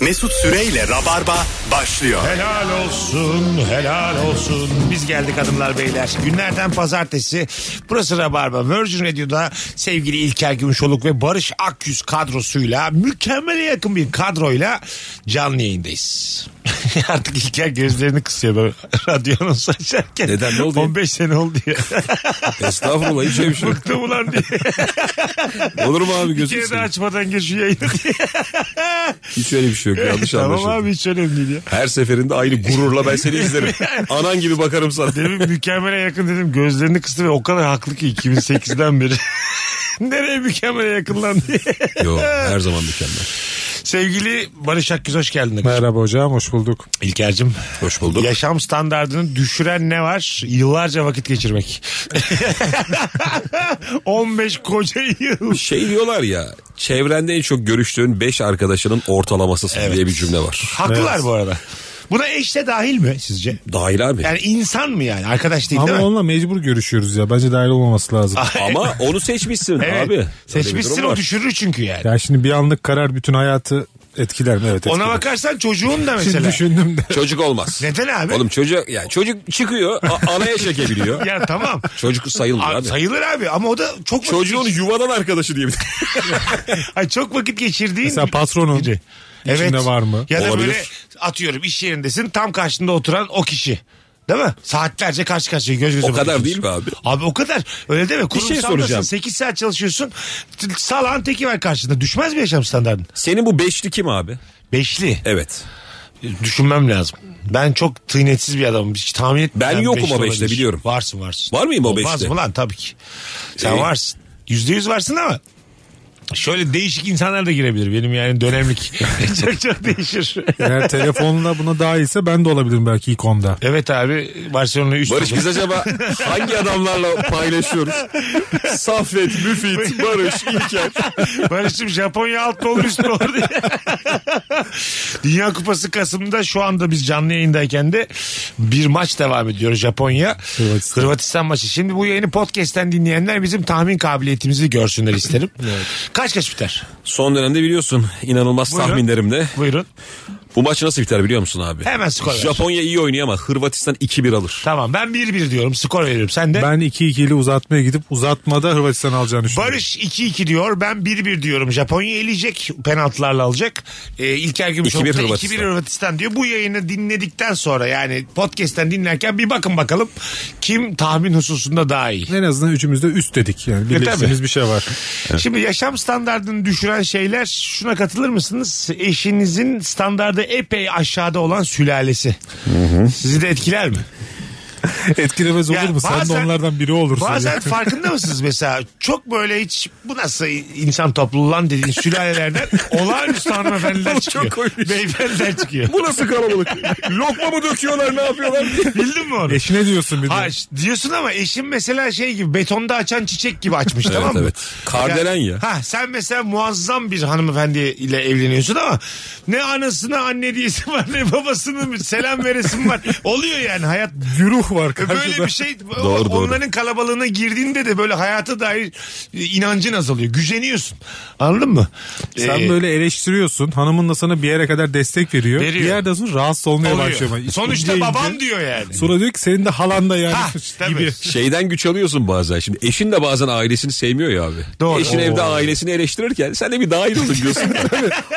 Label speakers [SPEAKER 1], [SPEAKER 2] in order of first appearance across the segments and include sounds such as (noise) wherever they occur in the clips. [SPEAKER 1] Mesut Süreyle Rabarba başlıyor.
[SPEAKER 2] Helal olsun, helal olsun. Biz geldik hanımlar beyler. Günlerden pazartesi. Burası Rabarba. Virgin Radio'da sevgili İlker Gümüşoluk ve Barış Akyüz kadrosuyla mükemmele yakın bir kadroyla canlı yayındayız. (laughs) Artık İlker gözlerini kısıyor böyle radyonun saçarken.
[SPEAKER 3] Neden, ne oldu ya?
[SPEAKER 2] 15 sene oldu ya.
[SPEAKER 3] Estağfurullah hiç öyle bir
[SPEAKER 2] (laughs)
[SPEAKER 3] şey yok.
[SPEAKER 2] Bıktım ulan diye.
[SPEAKER 3] Olur mu abi
[SPEAKER 2] Bir
[SPEAKER 3] gözünü
[SPEAKER 2] kere de
[SPEAKER 3] seveyim.
[SPEAKER 2] açmadan gir şu yayını diye.
[SPEAKER 3] Hiç öyle bir şey yok
[SPEAKER 2] (laughs)
[SPEAKER 3] yanlış
[SPEAKER 2] tamam
[SPEAKER 3] anlaşıldı.
[SPEAKER 2] abi hiç önemli değil ya.
[SPEAKER 3] Her seferinde aynı gururla ben
[SPEAKER 2] (laughs)
[SPEAKER 3] seni izlerim. Anan gibi bakarım sana.
[SPEAKER 2] Demin mükemmele yakın dedim. Gözlerini kıstı ve o kadar haklı ki 2008'den beri. (laughs) Nereye mükemmele yakınlan diye. (laughs)
[SPEAKER 3] Yo her zaman mükemmel.
[SPEAKER 2] Sevgili Barış Akgüz hoş geldin.
[SPEAKER 4] Merhaba hocam hoş bulduk.
[SPEAKER 2] İlker'cim.
[SPEAKER 3] Hoş bulduk.
[SPEAKER 2] Yaşam standartını düşüren ne var? Yıllarca vakit geçirmek. (laughs) 15 koca yıl.
[SPEAKER 3] Şey diyorlar ya çevrende en çok görüştüğün 5 arkadaşının ortalamasısın diye bir cümle var.
[SPEAKER 2] Haklılar bu arada. Buna eş de dahil mi sizce?
[SPEAKER 3] Dahil abi.
[SPEAKER 2] Yani insan mı yani? Arkadaş değil değil
[SPEAKER 4] Ama
[SPEAKER 2] mi? Ah.
[SPEAKER 4] onunla mecbur görüşüyoruz ya. Bence dahil olmaması lazım.
[SPEAKER 3] Ama onu seçmişsin
[SPEAKER 2] (laughs) Evet.
[SPEAKER 3] abi.
[SPEAKER 2] Seçmişsin o düşürür çünkü yani.
[SPEAKER 4] ya şimdi bir anlık karar bütün hayatı etkiler mi? Evet etkiler.
[SPEAKER 2] Ona bakarsan çocuğun da
[SPEAKER 4] Şimdi
[SPEAKER 2] mesela.
[SPEAKER 4] düşündüm de.
[SPEAKER 3] Çocuk olmaz.
[SPEAKER 2] Neden abi?
[SPEAKER 3] Oğlum çocuk ya çocuk çıkıyor a- anaya çekebiliyor.
[SPEAKER 2] Ya tamam.
[SPEAKER 3] Çocuk sayılmıyor
[SPEAKER 2] Abi,
[SPEAKER 3] abi.
[SPEAKER 2] sayılır abi ama o da çok
[SPEAKER 3] Çocuğun
[SPEAKER 2] vakit,
[SPEAKER 3] yuvadan
[SPEAKER 2] (laughs)
[SPEAKER 3] arkadaşı diye bir
[SPEAKER 2] Ay, çok vakit geçirdiğin
[SPEAKER 4] Mesela patronun
[SPEAKER 2] biri.
[SPEAKER 4] içinde var mı?
[SPEAKER 2] Ya da
[SPEAKER 3] Olabilir.
[SPEAKER 2] böyle atıyorum iş yerindesin tam karşında oturan o kişi. Değil mi? Saatlerce karşı karşıya göz göze
[SPEAKER 3] O kadar
[SPEAKER 2] bakıyorsun.
[SPEAKER 3] değil mi abi?
[SPEAKER 2] Abi o kadar. Öyle deme.
[SPEAKER 3] şey
[SPEAKER 2] Kurumsaldasın.
[SPEAKER 3] soracağım.
[SPEAKER 2] 8 saat çalışıyorsun. T- Salağın teki var karşında. Düşmez mi yaşam standartın?
[SPEAKER 3] Senin bu beşli kim abi?
[SPEAKER 2] Beşli.
[SPEAKER 3] Evet.
[SPEAKER 2] Düşünmem lazım. Ben çok tıynetsiz bir adamım. Hiç tahmin etmiyorum.
[SPEAKER 3] Ben yokum o beşte,
[SPEAKER 2] olabilir.
[SPEAKER 3] biliyorum.
[SPEAKER 2] Varsın varsın.
[SPEAKER 3] Var mıyım o
[SPEAKER 2] Olmaz
[SPEAKER 3] beşte?
[SPEAKER 2] mı lan tabii ki. Sen
[SPEAKER 3] Ee?
[SPEAKER 2] varsın. Yüzde yüz varsın ama şöyle değişik insanlar da girebilir. Benim yani
[SPEAKER 3] (laughs)
[SPEAKER 2] dönemlik. (laughs) çok çok değişir.
[SPEAKER 4] Eğer telefonla buna dahilse ben de olabilirim belki ilk onda.
[SPEAKER 2] evet abi Barcelona 3
[SPEAKER 3] Barış biz acaba hangi adamlarla paylaşıyoruz? Safet, Müfit, Barış, İlker.
[SPEAKER 2] Barış'ım Japonya alt olur üst olur diye. Dünya Kupası Kasım'da şu anda biz canlı yayındayken de bir maç devam ediyor Japonya. Hırvatistan,
[SPEAKER 4] Hırvatistan.
[SPEAKER 2] maçı. Şimdi bu yayını podcast'ten dinleyenler bizim tahmin kabiliyetimizi görsünler isterim. Kaç kaç biter?
[SPEAKER 3] Son dönemde biliyorsun inanılmaz
[SPEAKER 2] Buyurun.
[SPEAKER 3] tahminlerimde.
[SPEAKER 2] Buyurun.
[SPEAKER 3] Bu maç nasıl biter biliyor musun abi?
[SPEAKER 2] Hemen skor ver.
[SPEAKER 3] Japonya iyi oynuyor ama Hırvatistan 2-1 alır.
[SPEAKER 2] Tamam ben 1-1 diyorum skor veriyorum. Sen de?
[SPEAKER 4] Ben 2-2 ile uzatmaya gidip uzatmada Hırvatistan alacağını düşünüyorum.
[SPEAKER 2] Barış 2-2 diyor. Ben 1-1 diyorum. Japonya eleyecek. Penaltılarla alacak. Ee, İlker Gümüşoluk
[SPEAKER 3] 2-1
[SPEAKER 2] da 2-1
[SPEAKER 3] Hırvatistan.
[SPEAKER 2] Hırvatistan diyor. Bu yayını dinledikten sonra yani podcast'ten dinlerken bir bakın bakalım kim tahmin hususunda daha iyi.
[SPEAKER 4] En azından üçümüz de üst dedik.
[SPEAKER 2] E,
[SPEAKER 4] Yani birleştiğimiz bir şey var.
[SPEAKER 2] Şimdi yaşam standartını düşüren şeyler şuna katılır mısınız? Eşinizin standardı epey aşağıda olan sülalesi. Sizi de etkiler mi?
[SPEAKER 4] Etkilemez olur
[SPEAKER 2] Ya
[SPEAKER 4] mu? Sen de
[SPEAKER 2] bazen-
[SPEAKER 4] onlardan biri olursun.
[SPEAKER 2] Bazen
[SPEAKER 4] ya.
[SPEAKER 2] farkında mısınız mesela çok böyle hiç bu nasıl insan topluluğu lan dediğin
[SPEAKER 3] (laughs)
[SPEAKER 2] sülalelerden olağanüstü hanımefendiler
[SPEAKER 3] Çok şey.
[SPEAKER 2] çıkıyor.
[SPEAKER 3] koymuş.
[SPEAKER 2] Beyefendiler çıkıyor.
[SPEAKER 3] Bu nasıl
[SPEAKER 2] (laughs)
[SPEAKER 3] kalabalık? Lokma mı döküyorlar ne yapıyorlar?
[SPEAKER 2] Bildin mi onu?
[SPEAKER 4] Eşine diyorsun bir de.
[SPEAKER 2] Ha, ş- diyorsun ama eşim mesela şey gibi betonda açan çiçek gibi açmış
[SPEAKER 3] Evet,
[SPEAKER 2] tamam mı?
[SPEAKER 3] evet. Kardelen ya.
[SPEAKER 2] Ha, sen mesela muazzam bir hanımefendi ile evleniyorsun ama ne anasına (laughs) anne diyesi var ne babasının selam veresin var. Oluyor yani hayat
[SPEAKER 4] Güruh var karşıda.
[SPEAKER 2] Böyle bir
[SPEAKER 4] (laughs)
[SPEAKER 2] şey o-
[SPEAKER 3] Doğru, doğru.
[SPEAKER 2] onların kalabalığına girdiğinde de böyle hayata dair e, inancın azalıyor. Güceniyorsun. Anladın mı?
[SPEAKER 4] Sen
[SPEAKER 2] Ee,
[SPEAKER 4] böyle eleştiriyorsun. Hanımın da sana bir yere kadar destek veriyor.
[SPEAKER 2] Veriyor.
[SPEAKER 4] Bir yerden sonra rahatsız olmaya
[SPEAKER 2] oluyor.
[SPEAKER 4] başlıyor. İnce
[SPEAKER 2] Sonuçta
[SPEAKER 4] ince.
[SPEAKER 2] babam diyor
[SPEAKER 4] (laughs)
[SPEAKER 2] yani.
[SPEAKER 4] Sonra diyor ki senin de halan da yani
[SPEAKER 2] Ha,
[SPEAKER 4] gibi.
[SPEAKER 2] tabii.
[SPEAKER 3] Şeyden güç alıyorsun bazen. Şimdi eşin de bazen ailesini sevmiyor ya abi.
[SPEAKER 2] Doğru.
[SPEAKER 3] Eşin
[SPEAKER 2] Oo.
[SPEAKER 3] evde ailesini eleştirirken sen de bir dahil olun diyorsun.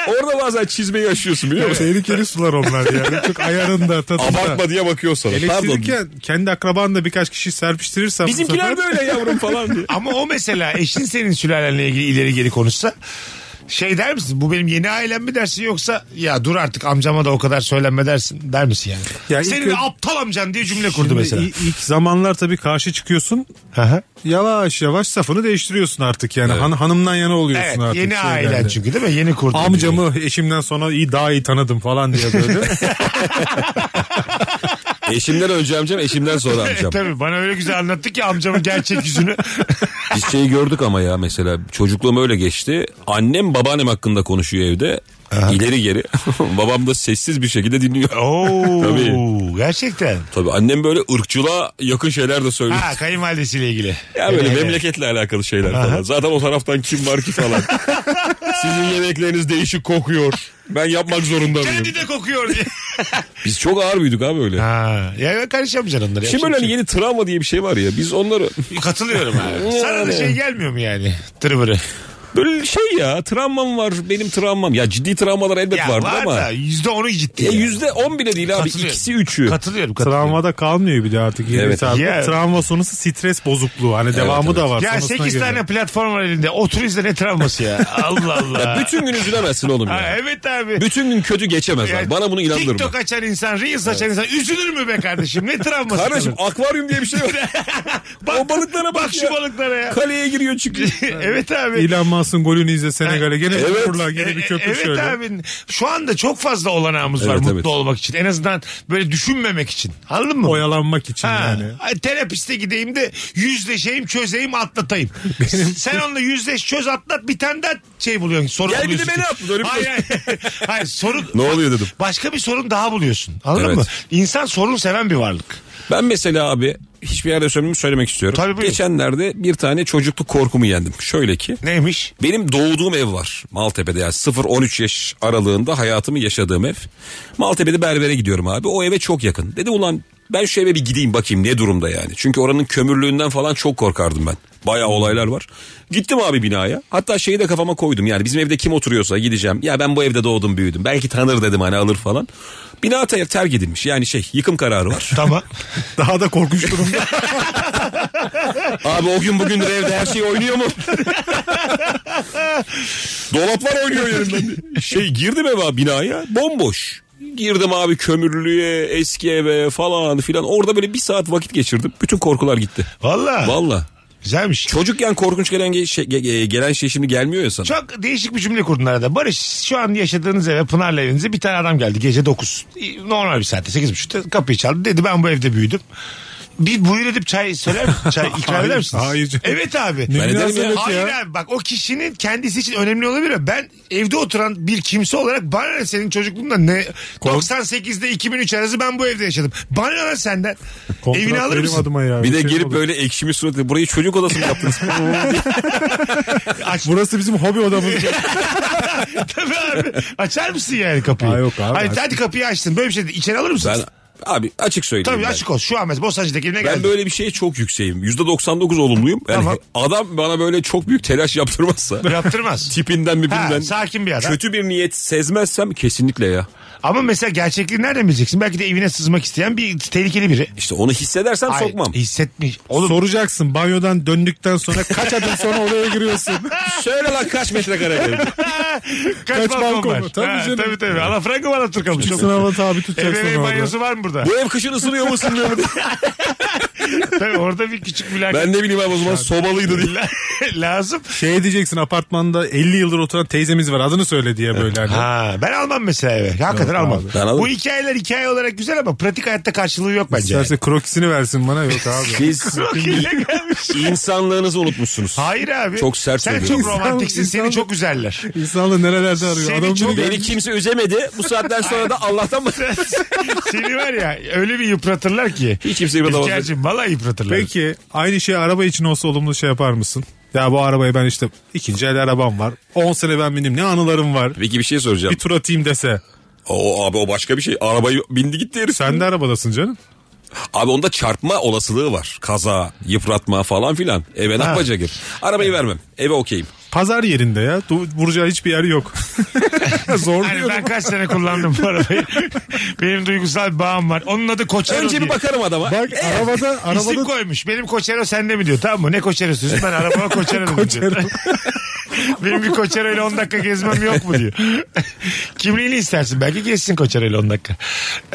[SPEAKER 3] Orada bazen çizmeyi aşıyorsun biliyor musun?
[SPEAKER 4] Tehlikeli sular onlar
[SPEAKER 2] (laughs)
[SPEAKER 4] yani. Çok ayarında tadında.
[SPEAKER 3] Abartma diye bakıyor sana. Pardon.
[SPEAKER 4] Eleştirirken kendi akraban da birkaç kişi serpiştirirsen. bu
[SPEAKER 3] Bizimkiler
[SPEAKER 4] sefer-
[SPEAKER 3] böyle yavrum falan diye.
[SPEAKER 2] Ama o mesela eşin senin sülalenle ilgili ileri geri konuşsa şey der misin bu benim yeni ailem mi dersin yoksa ya dur artık amcama da o kadar söylenme dersin der misin yani?
[SPEAKER 4] Ya ilk
[SPEAKER 2] Senin
[SPEAKER 4] ö-
[SPEAKER 2] aptal amcan diye cümle kurdu
[SPEAKER 4] Şimdi
[SPEAKER 2] mesela.
[SPEAKER 4] i- ilk zamanlar tabii karşı çıkıyorsun.
[SPEAKER 2] Aha.
[SPEAKER 4] Yavaş yavaş safını değiştiriyorsun artık yani. Han- hanımdan yana oluyorsun
[SPEAKER 2] Evet
[SPEAKER 4] artık.
[SPEAKER 2] yeni
[SPEAKER 4] şeylerle.
[SPEAKER 2] ailen çünkü değil mi? Yeni kurdun. (laughs) E,
[SPEAKER 4] Amcamı eşimden sonra iyi daha iyi tanıdım falan diye böyle.
[SPEAKER 3] Eşimden önce amcam, eşimden sonra
[SPEAKER 2] E,
[SPEAKER 3] amcam.
[SPEAKER 2] tabii bana öyle güzel anlattı ki amcamın gerçek
[SPEAKER 4] (laughs)
[SPEAKER 2] yüzünü.
[SPEAKER 3] Biz şeyi gördük ama ya mesela çocukluğum öyle geçti. Annem babaannem hakkında konuşuyor evde. İleri geri. (laughs) Babam da sessiz bir şekilde dinliyor.
[SPEAKER 2] Oo,
[SPEAKER 3] Tabii.
[SPEAKER 2] gerçekten.
[SPEAKER 3] Tabii annem böyle ırkçılığa yakın şeyler de söylüyor.
[SPEAKER 2] Ha Ee. kayınvalidesiyle ilgili.
[SPEAKER 3] Ya böyle
[SPEAKER 2] Hele hele.
[SPEAKER 3] memleketle alakalı şeyler falan. Zaten o taraftan kim var
[SPEAKER 2] (laughs)
[SPEAKER 3] ki falan. Sizin yemekleriniz değişik kokuyor. Ben yapmak zorunda mıyım?
[SPEAKER 2] Kendi de kokuyor diye.
[SPEAKER 3] Biz çok ağır büyüdük abi öyle.
[SPEAKER 2] ha, ya ben karışamayacaksın onlara.
[SPEAKER 3] Şimdi
[SPEAKER 2] Yapacak
[SPEAKER 3] böyle
[SPEAKER 2] bir
[SPEAKER 3] hani yeni travma diye bir şey var ya. Biz onları
[SPEAKER 2] şey- Katılıyorum abi.
[SPEAKER 3] (laughs)
[SPEAKER 2] Sana da şey gelmiyor mu yani? Tırvırı.
[SPEAKER 3] böyle şey ya travmam var benim travmam. Ya ciddi travmalar elbet
[SPEAKER 2] Ya
[SPEAKER 3] vardır
[SPEAKER 2] var
[SPEAKER 3] ama.
[SPEAKER 2] da yüzde onu ciddi.
[SPEAKER 3] Ya
[SPEAKER 2] yani.
[SPEAKER 3] yüzde on bile değil abi.
[SPEAKER 2] Katılıyorum.
[SPEAKER 3] İkisi üçü.
[SPEAKER 2] Katılıyorum katılıyorum.
[SPEAKER 4] Travmada kalmıyor bir de artık. Yeni
[SPEAKER 3] Evet.
[SPEAKER 4] tabir.
[SPEAKER 2] Ya-
[SPEAKER 4] Travma sonrası stres bozukluğu. Hani devamı da var.
[SPEAKER 2] Ya
[SPEAKER 4] sonrasına
[SPEAKER 2] 8
[SPEAKER 4] göre.
[SPEAKER 2] tane platform var elinde. Otur izle ne travması ya.
[SPEAKER 3] (laughs)
[SPEAKER 2] Allah Allah.
[SPEAKER 3] Bütün gün üzülemezsin oğlum
[SPEAKER 2] Ha,
[SPEAKER 3] ya.
[SPEAKER 2] evet abi.
[SPEAKER 3] Bütün gün kötü geçemez
[SPEAKER 2] Ya,
[SPEAKER 3] abi. Bana bunu inandırma.
[SPEAKER 2] TikTok açan insan, Reels açan insan üzülür mü be kardeşim? Ne travması?
[SPEAKER 3] Kardeşim
[SPEAKER 2] kalır?
[SPEAKER 3] akvaryum diye
[SPEAKER 2] (laughs)
[SPEAKER 3] bir şey var.
[SPEAKER 2] bak,
[SPEAKER 3] o balıklara bak
[SPEAKER 2] bak şu
[SPEAKER 3] ya.
[SPEAKER 2] balıklara ya.
[SPEAKER 3] Kaleye giriyor çıkıyor.
[SPEAKER 2] (laughs) evet abi.
[SPEAKER 4] Elon Musk'ın golünü izle Senegal'e. Gene
[SPEAKER 3] Evet.
[SPEAKER 4] bir fırla, gene bir
[SPEAKER 2] E-
[SPEAKER 4] köpür
[SPEAKER 2] evet
[SPEAKER 4] şöyle.
[SPEAKER 2] abi. Şu anda çok fazla olanağımız var
[SPEAKER 3] Evet,
[SPEAKER 2] mutlu
[SPEAKER 3] evet.
[SPEAKER 2] olmak için. En azından böyle düşünmemek için. Anladın mı?
[SPEAKER 4] Oyalanmak için
[SPEAKER 2] Ha,
[SPEAKER 4] yani.
[SPEAKER 2] ay, terapiste gideyim de yüzleşeyim, çözeyim,
[SPEAKER 3] (laughs)
[SPEAKER 2] atlatayım. Sen onunla yüzleş, çöz, atlat bir tane daha şey buluyorsun. Sorun
[SPEAKER 3] Gel bir de
[SPEAKER 2] buluyorsun.
[SPEAKER 3] beni atlat, öyle bir
[SPEAKER 2] hayır,
[SPEAKER 3] şey.
[SPEAKER 2] hayır, (laughs) hayır, sorun.
[SPEAKER 3] Ne oluyor dedim.
[SPEAKER 2] Başka bir sorun daha buluyorsun. Anladın
[SPEAKER 3] Evet.
[SPEAKER 2] mı? İnsan sorun seven bir varlık.
[SPEAKER 3] Ben mesela abi hiçbir yerde söylememi söylemek istiyorum.
[SPEAKER 2] Tabii, buyurun.
[SPEAKER 3] Geçenlerde bir tane çocukluk korkumu yendim. Şöyle ki
[SPEAKER 2] Neymiş?
[SPEAKER 3] benim doğduğum ev var Maltepe'de yani 0-13 yaş aralığında hayatımı yaşadığım ev. Maltepe'de berbere gidiyorum abi o eve çok yakın. Dedim ulan ben şu eve bir gideyim bakayım ne durumda yani. Çünkü oranın kömürlüğünden falan çok korkardım ben. Bayağı olaylar var. Gittim abi binaya. Hatta şeyi de kafama koydum yani bizim evde kim oturuyorsa gideceğim. Ya ben bu evde doğdum büyüdüm. Belki tanır dedim hani alır falan. Bina ter- terk edilmiş yani şey yıkım kararı var.
[SPEAKER 2] Tamam.
[SPEAKER 4] (laughs) Daha da korkunç durumda.
[SPEAKER 3] Abi o gün bugündür evde her şey oynuyor mu? Dolaplar oynuyor yerimden. Şey girdim eve abi binaya bomboş. Girdim abi kömürlüğe, eski eve falan filan. Orada böyle bir saat vakit geçirdim. Bütün korkular gitti.
[SPEAKER 2] Valla.
[SPEAKER 3] Valla.
[SPEAKER 2] Güzelmiş.
[SPEAKER 3] Çocukken korkunç gelen ge- şey, ge- ge- gelen şey şimdi gelmiyor ya sana.
[SPEAKER 2] Çok değişik bir cümle kurdun arada. Barış şu an yaşadığınız eve Pınar'la evinize bir tane adam geldi gece 9. Normal bir saatte 8.30'da kapıyı çaldı. Dedi ben bu evde büyüdüm. Bir buyur edip çay söyler misin?
[SPEAKER 4] (laughs)
[SPEAKER 2] Çay ikram eder
[SPEAKER 4] Hayır,
[SPEAKER 2] misiniz?
[SPEAKER 4] hayır canım.
[SPEAKER 2] Evet abi.
[SPEAKER 4] Ne
[SPEAKER 3] Ben ederim
[SPEAKER 4] münasebet
[SPEAKER 3] ya.
[SPEAKER 4] ya.
[SPEAKER 2] Hayır abi bak o kişinin kendisi için önemli olabilir. ama Ben evde oturan bir kimse olarak bana ne senin çocukluğunda ne 98'de 2003 arası ben bu evde yaşadım. Bana ne senden?
[SPEAKER 4] Kontrat
[SPEAKER 2] Evini alır
[SPEAKER 4] benim
[SPEAKER 2] mısın?
[SPEAKER 4] adıma ya.
[SPEAKER 3] Bir de
[SPEAKER 4] Şey mi
[SPEAKER 3] gelip
[SPEAKER 4] olur?
[SPEAKER 3] böyle ekşimi suratı burayı çocuk odası
[SPEAKER 2] (laughs)
[SPEAKER 3] mı yaptınız?
[SPEAKER 2] Aç, (laughs)
[SPEAKER 4] Burası bizim hobi odamız.
[SPEAKER 2] tabii abi. Açar mısın yani kapıyı?
[SPEAKER 4] Ha, yok abi,
[SPEAKER 2] Hayır,
[SPEAKER 4] aç-
[SPEAKER 2] hadi kapıyı açtın. Böyle bir şey değil. İçeri alır mısın?
[SPEAKER 3] ben abi açık söyleyeyim.
[SPEAKER 2] Tabii
[SPEAKER 3] ben.
[SPEAKER 2] açık ol. Şu an mesela Bostancı'dakine
[SPEAKER 3] Ben
[SPEAKER 2] geldim.
[SPEAKER 3] böyle bir şeye çok yükseğim. %99 olumluyum. Yani
[SPEAKER 2] Tamam.
[SPEAKER 3] adam bana böyle çok büyük
[SPEAKER 2] (laughs)
[SPEAKER 3] telaş yaptırmazsa.
[SPEAKER 2] (laughs) Yaptırmaz.
[SPEAKER 3] tipinden mi
[SPEAKER 2] Ha,
[SPEAKER 3] bilmem.
[SPEAKER 2] sakin bir adam.
[SPEAKER 3] Kötü bir niyet sezmezsem kesinlikle ya.
[SPEAKER 2] Ama mesela gerçekliği nereden bileceksin? Belki de evine sızmak isteyen bir tehlikeli biri.
[SPEAKER 3] İşte onu hissedersem
[SPEAKER 2] Hayır,
[SPEAKER 3] sokmam.
[SPEAKER 2] Hissetmiş. (laughs) Oğlum
[SPEAKER 4] Soracaksın banyodan döndükten sonra kaç adım sonra oraya giriyorsun.
[SPEAKER 3] Söyle lan kaç metrekare (laughs) evde?
[SPEAKER 2] kaç,
[SPEAKER 4] kaç
[SPEAKER 2] balkon,
[SPEAKER 4] balkon
[SPEAKER 2] var?
[SPEAKER 4] var? Tabii
[SPEAKER 2] Ha,
[SPEAKER 4] canım.
[SPEAKER 2] Tabii tabii. Ala Franco var Türkamış.
[SPEAKER 4] Sınava tabi tutacaksın
[SPEAKER 2] Ebeveyn
[SPEAKER 4] orada.
[SPEAKER 2] banyosu var mı
[SPEAKER 3] (laughs)
[SPEAKER 2] burada?
[SPEAKER 3] Bu ev kışın ısınıyor mu ısınmıyor mu? diye.
[SPEAKER 2] tabii orada bir küçük mülakat (laughs)
[SPEAKER 3] ben ne bileyim abi o zaman sobalıydı diye.
[SPEAKER 2] lazım.
[SPEAKER 4] (laughs) Şey diyeceksin apartmanda 50 yıldır oturan teyzemiz var adını söyle diye böyle. Hani.
[SPEAKER 2] Ha, ben almam mesela eve. Hakikaten almam.
[SPEAKER 3] Ben alırım.
[SPEAKER 2] Bu hikayeler hikaye olarak güzel ama pratik hayatta karşılığı yok bence. (laughs)
[SPEAKER 4] İsterse krokisini versin bana yok abi.
[SPEAKER 3] Siz
[SPEAKER 2] Krokiyle gelmiş.
[SPEAKER 3] insanlığınızı unutmuşsunuz.
[SPEAKER 2] Hayır abi.
[SPEAKER 3] Çok sert
[SPEAKER 2] Sen çok
[SPEAKER 3] söylüyorum.
[SPEAKER 2] romantiksin.
[SPEAKER 4] İnsan-
[SPEAKER 2] Seni
[SPEAKER 4] insan-
[SPEAKER 2] çok güzeller.
[SPEAKER 4] İnsanlar nerelerde arıyor.
[SPEAKER 2] Seni
[SPEAKER 4] Adam
[SPEAKER 2] çok-
[SPEAKER 4] biri-
[SPEAKER 3] Beni kimse üzemedi. Bu saatten sonra da (laughs) Allah'tan mı?
[SPEAKER 2] (laughs) Seni var ya öyle bir yıpratırlar ki.
[SPEAKER 3] Hiç kimse yıpratamaz.
[SPEAKER 2] İlker'cim valla yıpratırlar.
[SPEAKER 4] Peki aynı şey araba için olsa olumlu şey yapar mısın? Ya bu arabayı ben işte ikinci el arabam var. 10 sene ben bindim ne anılarım var.
[SPEAKER 3] Peki bir şey soracağım.
[SPEAKER 4] Bir tur atayım dese.
[SPEAKER 3] O abi o başka bir şey. Arabayı bindi gitti herif.
[SPEAKER 4] Sen de arabadasın canım.
[SPEAKER 3] Abi onda çarpma olasılığı var. Kaza, yıpratma falan filan. Eve ne yapacak herif? Arabayı vermem. Eve okeyim.
[SPEAKER 4] Pazar yerinde ya. Du- Vuracağı hiçbir yer yok. (laughs) Zor
[SPEAKER 2] Hani ben
[SPEAKER 4] diyorum.
[SPEAKER 2] kaç sene kullandım bu arabayı.
[SPEAKER 3] (laughs)
[SPEAKER 2] Benim duygusal bir bağım var. Onun adı Koçero
[SPEAKER 3] Önce bir
[SPEAKER 2] diye.
[SPEAKER 3] bakarım adama.
[SPEAKER 4] Bak arabada
[SPEAKER 2] İsim
[SPEAKER 4] arabada
[SPEAKER 2] koymuş. Benim Koçero sende mi diyor. Tamam mı? Ne Koçero'su? Ben arabama Koçero dedim diyor. (laughs) Benim bir Koçero ile 10 dakika gezmem yok mu diyor. (laughs) Kimliğini istersin. Belki gezsin Koçero ile 10 dakika.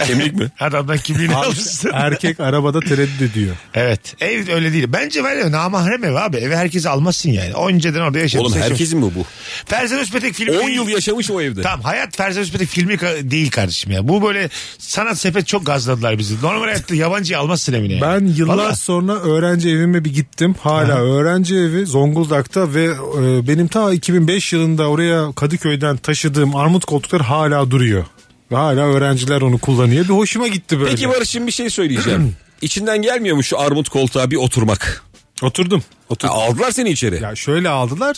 [SPEAKER 3] Kemik mi?
[SPEAKER 2] (laughs) Adamdan kimliğini alırsın.
[SPEAKER 4] erkek arabada tereddüt ediyor.
[SPEAKER 2] Evet. Ev öyle değil. Bence var ya namahrem ev abi. Eve herkesi almazsın yani. O önceden orada yaşamış.
[SPEAKER 3] Oğlum
[SPEAKER 2] yaşamış.
[SPEAKER 3] herkesin mi bu?
[SPEAKER 2] Ferzan Özpetek filmi.
[SPEAKER 3] 10 yıl yaşamış o evde.
[SPEAKER 2] Tamam hayat Ferzan Özpetek filmi ka- değil kardeşim ya. Bu böyle sanat sepet çok gazladılar bizi. Normal hayatta yabancıyı almazsın evine. yani.
[SPEAKER 4] Ben yıllar
[SPEAKER 2] Vallahi.
[SPEAKER 4] sonra öğrenci evime bir gittim. Hala öğrenci evi Zonguldak'ta ve e, benim benim ta 2005 yılında oraya Kadıköy'den taşıdığım armut koltuklar hala duruyor. Ve hala öğrenciler onu kullanıyor. Bir hoşuma gitti böyle.
[SPEAKER 3] Peki Barış'ım bir
[SPEAKER 2] (clears throat)
[SPEAKER 3] şey söyleyeceğim. İçinden gelmiyor mu şu armut koltuğa bir oturmak?
[SPEAKER 4] Oturdum.
[SPEAKER 3] Ya aldılar seni içeri.
[SPEAKER 4] Ya şöyle aldılar.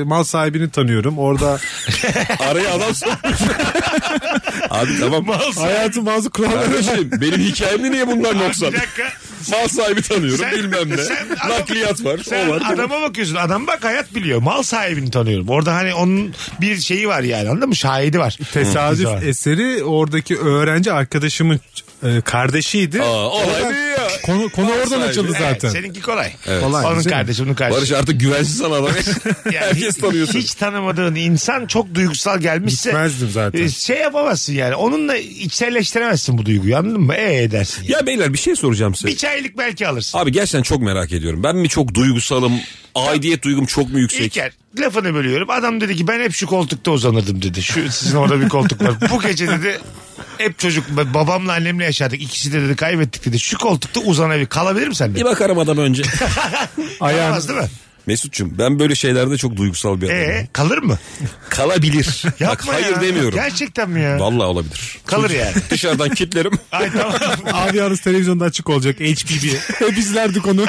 [SPEAKER 4] e, mal sahibini tanıyorum. Orada
[SPEAKER 3] Araya
[SPEAKER 2] (laughs)
[SPEAKER 3] adam sokmuş. Abi tamam.
[SPEAKER 4] hayatın bazı kuralları
[SPEAKER 3] Kardeşim benim hikayemde niye bunlar yoksa?
[SPEAKER 2] Bir dakika.
[SPEAKER 3] Mal sahibi tanıyorum
[SPEAKER 2] Sen-
[SPEAKER 3] bilmem ne.
[SPEAKER 2] sen adam-
[SPEAKER 3] Nakliyat var.
[SPEAKER 2] Sen
[SPEAKER 3] o var. bu var.
[SPEAKER 2] adama bakıyorsun. Adam bak hayat biliyor. Mal sahibini tanıyorum. Orada hani onun bir şeyi var yani anladın mı? Şahidi var.
[SPEAKER 4] Tesadüf
[SPEAKER 2] Güzel.
[SPEAKER 4] eseri oradaki öğrenci arkadaşımın e, kardeşiydi.
[SPEAKER 3] Aa, olay
[SPEAKER 4] Oradan-
[SPEAKER 3] bu ya.
[SPEAKER 4] Konu, konu oradan
[SPEAKER 3] sahibi.
[SPEAKER 4] açıldı
[SPEAKER 2] Evet,
[SPEAKER 4] zaten.
[SPEAKER 2] seninki kolay.
[SPEAKER 4] Kolay,
[SPEAKER 2] Onun
[SPEAKER 4] güzel.
[SPEAKER 2] kardeşi, bunun kardeşi.
[SPEAKER 3] Barış artık güvensiz sana adam.
[SPEAKER 2] (laughs) Yani
[SPEAKER 3] (laughs) Herkes
[SPEAKER 2] hiç-
[SPEAKER 3] tanıyorsun.
[SPEAKER 2] Hiç tanımadığın insan çok duygusal gelmişse.
[SPEAKER 4] Gitmezdim zaten.
[SPEAKER 2] e, Şey yapamazsın yani. Onunla içselleştiremezsin bu duyguyu anladın mı? E edersin. yani.
[SPEAKER 3] Ya beyler bir şey soracağım size.
[SPEAKER 2] Bir çaylık belki alırsın.
[SPEAKER 3] Abi gerçekten çok merak ediyorum. Ben mi çok duygusalım? Aidiyet duygum çok mu yüksek?
[SPEAKER 2] İlker lafını bölüyorum. Adam dedi ki ben hep şu koltukta uzanırdım dedi. Şu sizin orada bir koltuk var. Bu gece dedi hep çocuk babamla annemle yaşadık. İkisi de dedi kaybettik dedi. Şu koltukta uzanabilir. Kalabilir mi sen
[SPEAKER 3] Bir
[SPEAKER 2] dedi.
[SPEAKER 3] bakarım adam önce. (laughs)
[SPEAKER 4] Ayağını,
[SPEAKER 2] Kalamaz değil mi?
[SPEAKER 3] Mesut'cum ben böyle şeylerde çok duygusal bir adamım.
[SPEAKER 2] E kalır mı? (laughs)
[SPEAKER 3] Kalabilir.
[SPEAKER 2] Yapma
[SPEAKER 3] Bak hayır
[SPEAKER 2] ya.
[SPEAKER 3] demiyorum.
[SPEAKER 2] Gerçekten mi ya?
[SPEAKER 3] Vallahi olabilir.
[SPEAKER 2] Kalır yani.
[SPEAKER 3] Dışarıdan
[SPEAKER 2] (laughs)
[SPEAKER 3] kitlerim.
[SPEAKER 2] Ay
[SPEAKER 3] (laughs)
[SPEAKER 2] tamam.
[SPEAKER 4] abi yalnız televizyonda açık olacak HPB. Hep izlerdik onu.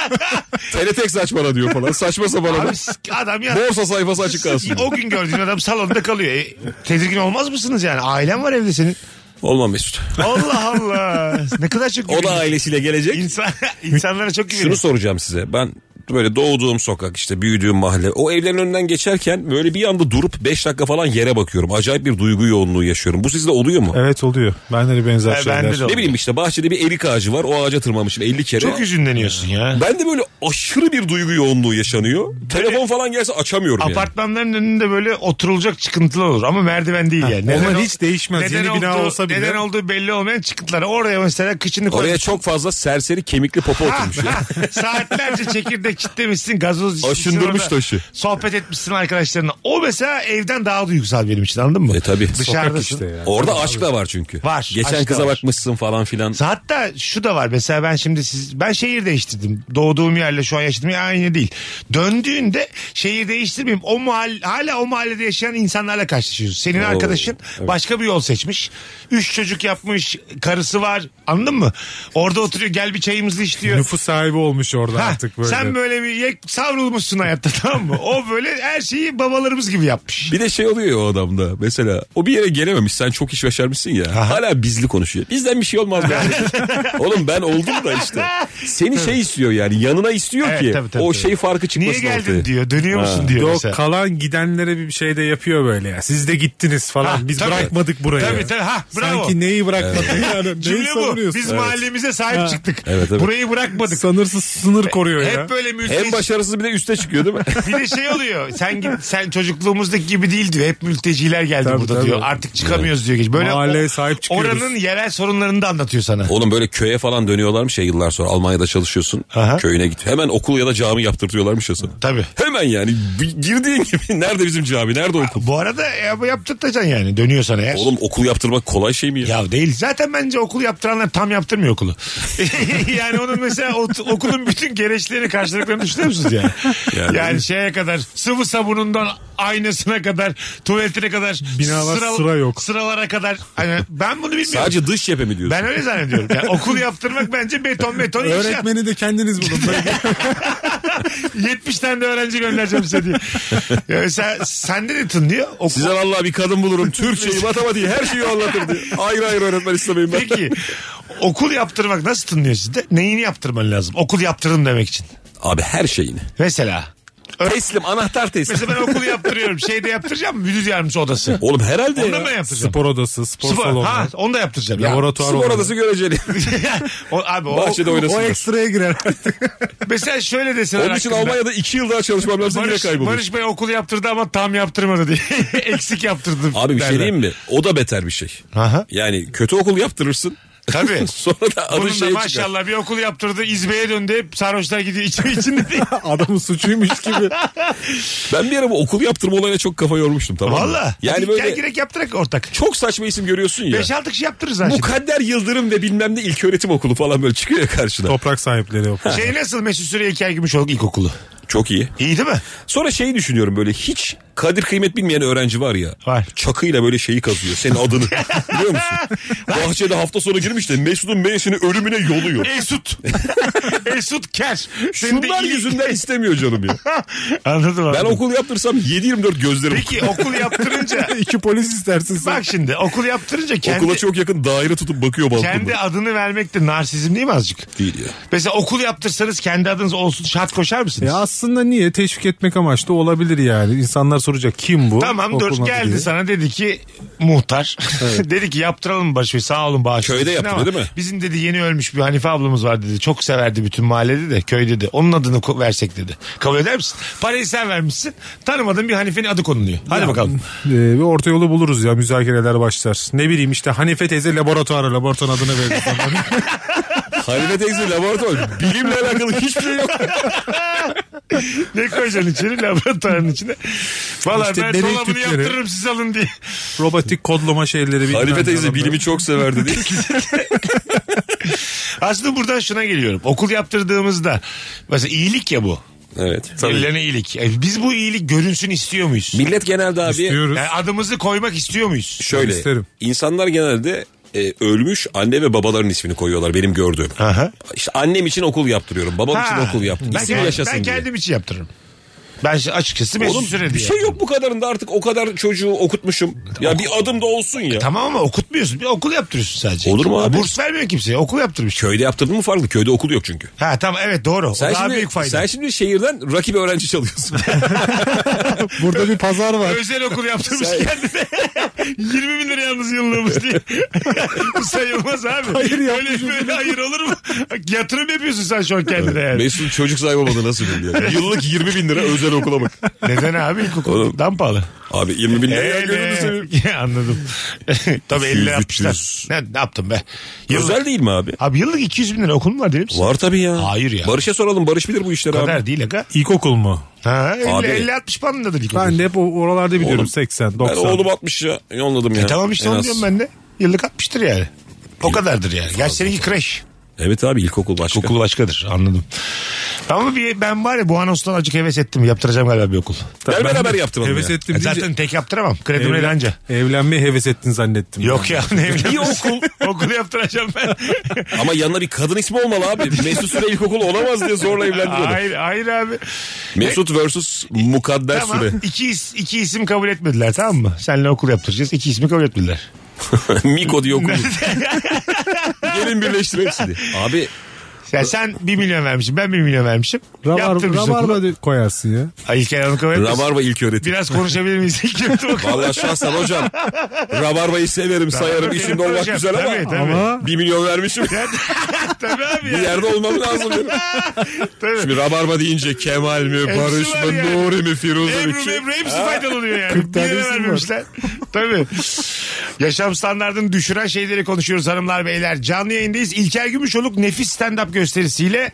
[SPEAKER 3] Teletext aç bana diyor falan. Saçma sapan adam.
[SPEAKER 2] Abi, s- adam ya.
[SPEAKER 3] Borsa sayfası açık kalsın.
[SPEAKER 2] O gün gördüğün adam salonda kalıyor. E, tedirgin olmaz mısınız yani? Ailen var evde senin.
[SPEAKER 3] Olmam Mesut.
[SPEAKER 2] Allah Allah. Ne kadar çok
[SPEAKER 3] O da
[SPEAKER 2] güveniyorsun.
[SPEAKER 3] ailesiyle gelecek.
[SPEAKER 2] İnsan, (laughs) insanlara çok güveniyor.
[SPEAKER 3] Şunu soracağım size. Ben böyle doğduğum sokak işte büyüdüğüm mahalle. O evlerin önünden geçerken böyle bir anda durup 5 dakika falan yere bakıyorum. Acayip bir duygu yoğunluğu yaşıyorum. Bu sizde oluyor mu?
[SPEAKER 4] evet oluyor. Bende de benzer
[SPEAKER 2] Ha,
[SPEAKER 4] şeyler.
[SPEAKER 2] bende de
[SPEAKER 3] Ne bileyim işte bahçede bir erik ağacı var. O ağaca tırmanmışım 50 kere.
[SPEAKER 2] Çok üzünleniyorsun ya.
[SPEAKER 3] ben de böyle aşırı bir duygu yoğunluğu yaşanıyor. Telefon falan gelse açamıyorum yani.
[SPEAKER 2] Apartmanların önünde böyle oturulacak çıkıntılar olur ama merdiven değil yani.
[SPEAKER 4] onlar
[SPEAKER 2] o-
[SPEAKER 4] hiç değişmez. Yeni bina olsa bile.
[SPEAKER 2] Neden olduğu belli olmayan çıkıntılar. Oraya mesela kıçını koy.
[SPEAKER 3] Oraya çok fazla serseri kemikli popo oturmuş. ya.
[SPEAKER 2] (laughs) Saatlerce çekirdek kitlemişsin, gazoz içmişsin
[SPEAKER 3] Aşındırmış
[SPEAKER 2] orada.
[SPEAKER 3] taşı.
[SPEAKER 2] Sohbet etmişsin arkadaşlarına. O mesela evden daha duygusal benim için anladın mı?
[SPEAKER 3] E tabii.
[SPEAKER 2] Dışarıdasın.
[SPEAKER 4] işte ya.
[SPEAKER 3] Orada aşk da var çünkü.
[SPEAKER 2] Var,
[SPEAKER 3] Geçen
[SPEAKER 2] aşk da
[SPEAKER 3] kıza
[SPEAKER 2] var.
[SPEAKER 3] bakmışsın falan filan.
[SPEAKER 2] Hatta şu da var mesela ben şimdi siz ben şehir değiştirdim. Doğduğum yerle şu an yaşadığım yer aynı değil. Döndüğünde şehir değiştirmeyeyim. O mahal hala o mahallede yaşayan insanlarla karşılaşıyorsun. Senin arkadaşın başka bir yol seçmiş. Üç çocuk yapmış, karısı var. Anladın mı? Orada oturuyor gel bir çayımızı iç diyor.
[SPEAKER 4] Nüfus sahibi olmuş orada
[SPEAKER 2] Hah,
[SPEAKER 4] artık böyle.
[SPEAKER 2] Sen böyle bir yek, savrulmuşsun hayatta tamam mı? O böyle her şeyi babalarımız gibi yapmış.
[SPEAKER 3] Bir de şey oluyor ya o adamda. Mesela o bir yere gelememiş. Sen çok iş başarmışsın ya. Hala bizli konuşuyor. Bizden bir şey olmaz
[SPEAKER 2] (laughs)
[SPEAKER 3] yani. Oğlum ben oldum da işte. Seni şey istiyor yani. Yanına istiyor
[SPEAKER 2] Evet,
[SPEAKER 3] ki
[SPEAKER 2] tabii, tabii,
[SPEAKER 3] o
[SPEAKER 2] tabii.
[SPEAKER 3] şey farkı çıkmasın
[SPEAKER 2] Niye geldin
[SPEAKER 3] ortaya.
[SPEAKER 2] diyor. Dönüyor musun diyor
[SPEAKER 4] Yok
[SPEAKER 2] mesela.
[SPEAKER 4] kalan gidenlere bir şey de yapıyor böyle ya. Siz de gittiniz falan.
[SPEAKER 2] Ha,
[SPEAKER 4] Biz
[SPEAKER 2] tabii.
[SPEAKER 4] bırakmadık burayı.
[SPEAKER 2] Tabii, tabii. Ha, bravo.
[SPEAKER 4] Sanki neyi bırakmadık
[SPEAKER 2] (laughs)
[SPEAKER 4] yani. Neyi
[SPEAKER 2] Cümle bu.
[SPEAKER 4] savunuyorsun?
[SPEAKER 2] Biz
[SPEAKER 4] Evet.
[SPEAKER 2] mahallemize sahip çıktık.
[SPEAKER 3] Evet, evet.
[SPEAKER 2] Burayı bırakmadık.
[SPEAKER 4] Sanırsız sınır koruyor (laughs) ya.
[SPEAKER 2] Hep böyle
[SPEAKER 3] En
[SPEAKER 2] mülteci.
[SPEAKER 3] başarısız bir de üste çıkıyor değil mi? (laughs)
[SPEAKER 2] Bir de şey oluyor. Sen git- sen çocukluğumuzdaki gibi değil diyor. Hep mülteciler geldi
[SPEAKER 4] Tabii,
[SPEAKER 2] burada
[SPEAKER 4] tabii.
[SPEAKER 2] diyor. Artık çıkamıyoruz diyor. geç. Böyle
[SPEAKER 4] Mahalleye sahip çıkıyoruz.
[SPEAKER 2] Oranın yerel sorunlarını da anlatıyor sana.
[SPEAKER 3] Oğlum böyle köye falan dönüyorlarmış ya yıllar sonra. Almanya'da çalışıyorsun.
[SPEAKER 2] Aha.
[SPEAKER 3] Köyüne git. Hemen okul ya da cami yaptırtıyorlarmış ya sana.
[SPEAKER 2] Tabii.
[SPEAKER 3] Hemen yani Bir girdiğin gibi (laughs) nerede bizim cami nerede okul?
[SPEAKER 2] Bu arada e, bu yaptırtacaksın yani. Dönüyor sana eğer.
[SPEAKER 3] Oğlum okul yaptırmak kolay şey mi ya?
[SPEAKER 2] Ya değil. Zaten bence okul yaptıranlar tam yaptırmıyor okulu. (laughs) yani onun mesela ot- okulun bütün gereçlerini karşılıklarını düşünüyor musunuz yani? yani?
[SPEAKER 3] Yani-
[SPEAKER 2] şeye kadar sıvı sabunundan aynasına kadar tuvaletine kadar
[SPEAKER 4] Binalar sıra yok.
[SPEAKER 2] Sıralara kadar. Hani ben bunu bilmiyorum.
[SPEAKER 3] Sadece dış cephe mi diyorsun?
[SPEAKER 2] Ben öyle zannediyorum. Yani okul yaptırmak bence beton beton inşaat.
[SPEAKER 4] Öğretmeni de kendiniz bulun.
[SPEAKER 2] (laughs)
[SPEAKER 4] Böyle
[SPEAKER 2] 70 tane de öğrenci göndereceğim size diye. Ya mesela sende de tınlıyor. Okul...
[SPEAKER 3] Size vallahi bir
[SPEAKER 2] (laughs)
[SPEAKER 3] kadın bulurum. Türkçeyi, matematiği her şeyi anlatır diyor. Ayrı ayrı öğretmen istemeyin ben.
[SPEAKER 2] Peki okul yaptırmak nasıl tınlıyor sizde? Neyini yaptırman lazım? Okul yaptırdım demek için.
[SPEAKER 3] Abi her şeyini.
[SPEAKER 2] Mesela.
[SPEAKER 3] Teslim, anahtar teslim.
[SPEAKER 2] Mesela ben okulu yaptırıyorum. Şeyde yaptıracağım. mı? Müdür yardımcısı odası.
[SPEAKER 3] Oğlum herhalde
[SPEAKER 2] Onu da
[SPEAKER 3] ya.
[SPEAKER 2] mı yaptıracağım?
[SPEAKER 4] Spor odası, spor,
[SPEAKER 2] Spor-
[SPEAKER 4] salonu.
[SPEAKER 2] Ha, onu da yaptıracağım. Ya.
[SPEAKER 4] Laboratuvar
[SPEAKER 2] (laughs)
[SPEAKER 3] Spor
[SPEAKER 4] olmalı.
[SPEAKER 3] odası göreceli.
[SPEAKER 2] o, abi o,
[SPEAKER 3] Bahçede
[SPEAKER 4] O
[SPEAKER 3] oynasınlar.
[SPEAKER 4] ekstraya girer.
[SPEAKER 2] (laughs) mesela şöyle deseler
[SPEAKER 3] Onun için
[SPEAKER 2] hakkında.
[SPEAKER 3] Almanya'da 2 yıl daha çalışmam lazım yine
[SPEAKER 2] Barış,
[SPEAKER 3] kaybolur.
[SPEAKER 2] Barış Bey okul yaptırdı ama tam yaptırmadı diye. (laughs) Eksik yaptırdı.
[SPEAKER 3] Abi bir şey
[SPEAKER 2] derler.
[SPEAKER 3] diyeyim mi? O da beter bir şey.
[SPEAKER 2] Aha.
[SPEAKER 3] Yani kötü okul yaptırırsın.
[SPEAKER 2] Tabii.
[SPEAKER 3] (laughs) Sonra da adı
[SPEAKER 2] Bunun da
[SPEAKER 3] şeye çıkar.
[SPEAKER 2] maşallah bir okul yaptırdı. İzbe'ye döndü. Hep sarhoşlar gidiyor. İçim içinde
[SPEAKER 4] (laughs)
[SPEAKER 2] değil.
[SPEAKER 4] Adamın suçuymuş gibi.
[SPEAKER 3] Ben bir ara bu okul yaptırma olayına çok kafa yormuştum tamam mı?
[SPEAKER 2] Valla.
[SPEAKER 3] Yani
[SPEAKER 2] Hadi Gel
[SPEAKER 3] böyle
[SPEAKER 2] girek yaptırak ortak.
[SPEAKER 3] çok saçma isim görüyorsun ya.
[SPEAKER 2] 5-6 kişi yaptırırız ha şimdi.
[SPEAKER 3] Mukadder Yıldırım ve bilmem ne ilköğretim okulu falan böyle çıkıyor ya karşına.
[SPEAKER 4] Toprak sahipleri yok.
[SPEAKER 2] Şey nasıl Mesut Süre İlker Gümüşoluk ilkokulu?
[SPEAKER 3] Çok iyi.
[SPEAKER 2] İyi
[SPEAKER 3] (laughs)
[SPEAKER 2] değil mi?
[SPEAKER 3] Sonra şeyi düşünüyorum böyle hiç kadir kıymet bilmeyen öğrenci var ya.
[SPEAKER 2] Var.
[SPEAKER 3] Çakıyla böyle şeyi kazıyor
[SPEAKER 2] (laughs)
[SPEAKER 3] senin adını. Biliyor musun? Bahçede hafta sonu girmiş de Mesut'un meyesini ölümüne yoluyor.
[SPEAKER 2] Esut. (laughs) Esut Ker. Senin de
[SPEAKER 3] Şunlar
[SPEAKER 2] iyi-
[SPEAKER 3] yüzünden istemiyor canım
[SPEAKER 2] (laughs)
[SPEAKER 3] ya.
[SPEAKER 2] Anladım abi.
[SPEAKER 3] Ben okul yaptırsam 7-24 gözlerim.
[SPEAKER 2] Peki okul
[SPEAKER 3] (laughs)
[SPEAKER 2] yaptırınca
[SPEAKER 4] İki polis istersin sen.
[SPEAKER 2] bak şimdi okul yaptırınca kendi,
[SPEAKER 3] Okula çok yakın daire tutup bakıyor balkonda.
[SPEAKER 2] kendi adını vermek de narsizm değil mi azıcık?
[SPEAKER 3] Değil ya.
[SPEAKER 2] Mesela okul yaptırsanız kendi adınız olsun şart koşar mısınız?
[SPEAKER 4] Ya aslında niye? Teşvik etmek amaçlı olabilir yani. İnsanlar soracak kim bu?
[SPEAKER 2] Tamam
[SPEAKER 4] Okulun
[SPEAKER 2] dört
[SPEAKER 4] adı
[SPEAKER 2] geldi
[SPEAKER 4] diye.
[SPEAKER 2] sana dedi ki muhtar. (laughs) dedi ki yaptıralım başvuru sağ olun bağışlayın.
[SPEAKER 3] Köyde yaptı,
[SPEAKER 2] Ama
[SPEAKER 3] değil mi?
[SPEAKER 2] Bizim dedi yeni ölmüş bir Hanife ablamız var dedi. Çok severdi bütün mahallede de köyde de. Onun adını ko- versek dedi. Kabul eder misin? Parayı sen vermişsin. Tanımadığın bir Hanife'nin adı konuluyor. Hadi bakalım.
[SPEAKER 4] Ee, bir orta yolu buluruz ya müzakereler başlar. Ne bileyim işte Hanife teyze laboratuvara laboratuvarın adını
[SPEAKER 3] (laughs)
[SPEAKER 4] verir. falan.
[SPEAKER 3] Halife
[SPEAKER 2] (laughs)
[SPEAKER 3] teyze laboratuvar. Bilimle alakalı hiçbir şey yok.
[SPEAKER 2] Ne koyacaksın içeri laboratuvarın içine? Valla
[SPEAKER 4] İşte
[SPEAKER 2] ben
[SPEAKER 4] deney
[SPEAKER 2] dolabını
[SPEAKER 4] tüpleri.
[SPEAKER 2] yaptırırım siz alın diye.
[SPEAKER 4] Robotik kodlama şeyleri. bilmem
[SPEAKER 3] Halife
[SPEAKER 4] ne
[SPEAKER 3] teyze
[SPEAKER 4] falan.
[SPEAKER 3] bilimi çok severdi diye.
[SPEAKER 2] (laughs) Aslında buradan şuna geliyorum. Okul yaptırdığımızda mesela iyilik ya bu.
[SPEAKER 3] evet.
[SPEAKER 2] Birilerine iyilik. E, Biz bu iyilik görünsün istiyor muyuz?
[SPEAKER 3] Millet genelde abi
[SPEAKER 4] İstiyoruz.
[SPEAKER 3] (laughs)
[SPEAKER 2] Yani adımızı koymak istiyor muyuz?
[SPEAKER 3] şöyle.
[SPEAKER 4] Ben isterim.
[SPEAKER 3] İnsanlar genelde e, ölmüş anne ve babaların ismini koyuyorlar benim gördüğüm.
[SPEAKER 2] Aha.
[SPEAKER 3] İşte annem için okul yaptırıyorum. Babam için okul yaptım.
[SPEAKER 2] Ben,
[SPEAKER 3] İsmi
[SPEAKER 2] kendim-
[SPEAKER 3] yaşasın
[SPEAKER 2] ben
[SPEAKER 3] diye.
[SPEAKER 2] kendim için yaptırırım. Ben şey- açıkçası Mesut
[SPEAKER 3] Oğlum
[SPEAKER 2] Süre
[SPEAKER 3] bir
[SPEAKER 2] diye.
[SPEAKER 3] şey yok bu kadarında artık o kadar çocuğu okutmuşum. Ya bir adım da olsun ya.
[SPEAKER 2] E, Tamam ama okutmuyorsun. Bir okul yaptırıyorsun sadece.
[SPEAKER 3] Olur mu abi?
[SPEAKER 2] Burs vermiyor kimseye. Okul yaptırmış.
[SPEAKER 3] Köyde yaptırdın mı farklı? Köyde okul yok çünkü.
[SPEAKER 2] Ha tamam evet doğru.
[SPEAKER 3] Sen
[SPEAKER 2] o daha
[SPEAKER 3] şimdi,
[SPEAKER 2] büyük fayda.
[SPEAKER 3] sen şimdi şehirden rakip
[SPEAKER 2] (laughs)
[SPEAKER 3] öğrenci çalıyorsun.
[SPEAKER 4] Burada bir pazar var.
[SPEAKER 2] Özel okul yaptırmış kendine. (laughs) 20 bin lira yalnız yıllığımız diye. (laughs) Bu sayılmaz abi.
[SPEAKER 4] Hayır ya.
[SPEAKER 2] Öyle, böyle hayır olur mu? Yatırım yapıyorsun sen şu an kendine yani.
[SPEAKER 3] Mesut çocuk sahibi olmadı nasıl biliyor? Yıllık 20 bin lira özel okula bak.
[SPEAKER 2] Neden abi ilkokul?
[SPEAKER 3] Oğlum.
[SPEAKER 2] Dan pahalı.
[SPEAKER 3] Abi 20 bin lira ya, gönlünü
[SPEAKER 2] (laughs)
[SPEAKER 3] seveyim.
[SPEAKER 2] Ee, Anladım. Tabii 50 yapmışlar.
[SPEAKER 3] 300.
[SPEAKER 2] Ne, ne yaptım be? Yıllık,
[SPEAKER 3] Özel değil mi abi?
[SPEAKER 2] Abi yıllık 200 bin lira okul mu var değil misin?
[SPEAKER 3] Var tabii ya.
[SPEAKER 2] Hayır ya.
[SPEAKER 3] Barış'a soralım. Barış bilir bu işleri abi.
[SPEAKER 2] kadar değil aga.
[SPEAKER 4] İlkokul mu?
[SPEAKER 2] Ha,
[SPEAKER 3] Abi.
[SPEAKER 2] 50-60 bandındadır ilk
[SPEAKER 4] Ben
[SPEAKER 2] okul.
[SPEAKER 4] de hep o- oralarda biliyorum
[SPEAKER 3] Oğlum,
[SPEAKER 4] 80,
[SPEAKER 3] Ben
[SPEAKER 4] 90.
[SPEAKER 3] oğlum 60 ya yolladım ya.
[SPEAKER 2] E tamam işte
[SPEAKER 3] En
[SPEAKER 2] onu
[SPEAKER 3] az.
[SPEAKER 2] diyorum ben de. Yıllık 60'tır yani. O kadardır yani. Gerçi seninki kreş.
[SPEAKER 3] Evet abi ilkokul başka.
[SPEAKER 2] Okul başkadır anladım. Ama bir, ben var ya bu anonstan acık heves ettim. Yaptıracağım galiba bir okul.
[SPEAKER 3] Gel beraber yaptıralım
[SPEAKER 4] Heves
[SPEAKER 3] ya.
[SPEAKER 4] ettim
[SPEAKER 2] E
[SPEAKER 4] deyince-
[SPEAKER 2] zaten tek yaptıramam. Kredim
[SPEAKER 4] Evlen-
[SPEAKER 2] anca.
[SPEAKER 4] Evlenmeye heves ettin zannettim.
[SPEAKER 2] Yok ya ne
[SPEAKER 3] Bir
[SPEAKER 2] evlenmesi.
[SPEAKER 3] okul.
[SPEAKER 2] (laughs) okul yaptıracağım
[SPEAKER 3] (laughs)
[SPEAKER 2] ben.
[SPEAKER 3] Ama yanına bir kadın ismi olmalı abi.
[SPEAKER 2] (laughs)
[SPEAKER 3] Mesut Süre ilkokul olamaz diye zorla evlendiriyorlar.
[SPEAKER 2] hayır, hayır abi.
[SPEAKER 3] Mesut versus Mukadder
[SPEAKER 2] Tamam.
[SPEAKER 3] Süre. (laughs)
[SPEAKER 2] İki, is- iki isim kabul etmediler tamam mı? Seninle okul yaptıracağız. İki ismi kabul etmediler.
[SPEAKER 3] Miko
[SPEAKER 2] (laughs)
[SPEAKER 3] diye okul. Gelin birleştir hepsini. Abi
[SPEAKER 2] Yani sen bir milyon vermişsin. Ben bir milyon vermişim.
[SPEAKER 4] Rabar,
[SPEAKER 2] Yaptırmışız okulu.
[SPEAKER 4] rabarba koyarsın ya.
[SPEAKER 2] Ay, İlker Hanım kabul etmesin.
[SPEAKER 3] Rabarba ilk öğretim.
[SPEAKER 2] Biraz konuşabilir miyiz? (laughs)
[SPEAKER 3] (laughs)
[SPEAKER 2] Kötü bakalım.
[SPEAKER 3] Vallahi şahsen hocam Rabarba'yı severim sayarım
[SPEAKER 2] Rabarba
[SPEAKER 3] işimde
[SPEAKER 2] benim
[SPEAKER 3] olmak
[SPEAKER 2] hocam.
[SPEAKER 3] güzel ama,
[SPEAKER 2] Tabii, tabii.
[SPEAKER 3] ama bir milyon vermişim
[SPEAKER 2] (laughs) Tabii abi
[SPEAKER 3] bir
[SPEAKER 2] ya.
[SPEAKER 3] yerde olmam lazım. benim.
[SPEAKER 2] Tabii.
[SPEAKER 3] Şimdi Rabarba deyince Kemal mi
[SPEAKER 2] Hepsi
[SPEAKER 3] Barış
[SPEAKER 2] var
[SPEAKER 3] mı
[SPEAKER 2] yani.
[SPEAKER 3] Nuri mi Firuze mi?
[SPEAKER 2] Ebru
[SPEAKER 3] kim?
[SPEAKER 2] Ebru hepsi faydalanıyor yani.
[SPEAKER 4] 40
[SPEAKER 2] Bir yere
[SPEAKER 4] tanesi var.
[SPEAKER 2] vermemişler. Tabii. Yaşam standartını düşüren şeyleri konuşuyoruz hanımlar beyler. Canlı yayındayız. İlker Gümüşoluk nefis stand-up gösterisiyle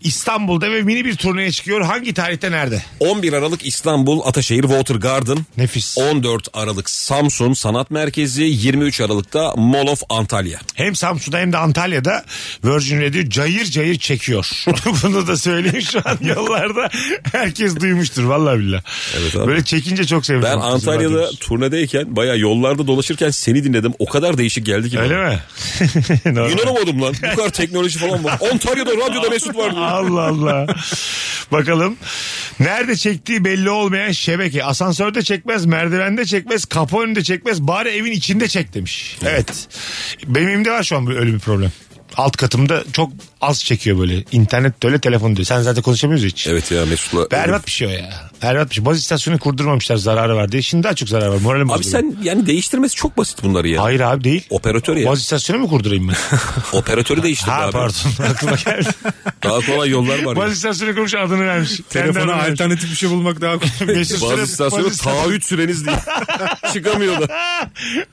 [SPEAKER 2] İstanbul'da ve mini bir turneye çıkıyor. Hangi tarihte nerede?
[SPEAKER 3] 11 Aralık İstanbul Ataşehir Water Garden.
[SPEAKER 2] Nefis.
[SPEAKER 3] 14 Aralık Samsun Sanat Merkezi. 23 Aralık'ta Mall of Antalya.
[SPEAKER 2] Hem Samsun'da hem de Antalya'da Virgin Radio cayır cayır çekiyor. (laughs) Bunu da söyleyeyim şu
[SPEAKER 3] (laughs)
[SPEAKER 2] an yollarda. Herkes duymuştur vallahi billah.
[SPEAKER 3] Evet abi.
[SPEAKER 2] Böyle çekince çok sevdim.
[SPEAKER 3] Ben
[SPEAKER 2] Bizim
[SPEAKER 3] Antalya'da
[SPEAKER 2] radyomuz.
[SPEAKER 3] turnedeyken baya yollarda dolaşırken seni dinledim. O kadar değişik geldi ki.
[SPEAKER 2] Öyle
[SPEAKER 3] bana.
[SPEAKER 2] mi? (laughs) Normal.
[SPEAKER 3] İnanamadım lan. Bu kadar teknoloji falan var. Antalya'da radyoda Mesut var diyor.
[SPEAKER 2] (laughs) Allah Allah. Bakalım. Nerede çektiği belli olmayan şebeke. Asansörde çekmez, merdivende çekmez, kapı önünde çekmez. Bari evin içinde çek demiş. Evet. Benim evimde var şu an böyle- öyle bir problem. Alt katımda çok az çekiyor böyle. İnternet de öyle telefon diyor. Sen zaten konuşamıyoruz hiç.
[SPEAKER 3] Evet ya Mesut'la.
[SPEAKER 2] Berbat bir şey o ya. Berbat bir şey. Baz istasyonu kurdurmamışlar zararı var diye. Şimdi daha çok zarar var. Moralim
[SPEAKER 3] Abi
[SPEAKER 2] bozuldu.
[SPEAKER 3] sen yani değiştirmesi çok basit bunları ya.
[SPEAKER 2] Hayır abi değil.
[SPEAKER 3] Operatör ya.
[SPEAKER 2] Baz istasyonu mu
[SPEAKER 3] (laughs)
[SPEAKER 2] kurdurayım ben?
[SPEAKER 3] Operatörü değiştirdi
[SPEAKER 2] ha
[SPEAKER 3] abi.
[SPEAKER 2] pardon aklıma geldi.
[SPEAKER 3] Daha kolay yollar var
[SPEAKER 2] Baz
[SPEAKER 3] ya.
[SPEAKER 2] istasyonu kurmuş adını vermiş. Kendi
[SPEAKER 4] Telefona
[SPEAKER 2] adını vermiş.
[SPEAKER 4] alternatif bir şey bulmak daha
[SPEAKER 2] (laughs)
[SPEAKER 4] kolay.
[SPEAKER 2] Mesut Süre-
[SPEAKER 3] Bazı istasyonu
[SPEAKER 2] Baz istasyonu-
[SPEAKER 3] taahhüt süreniz diye çıkamıyor da.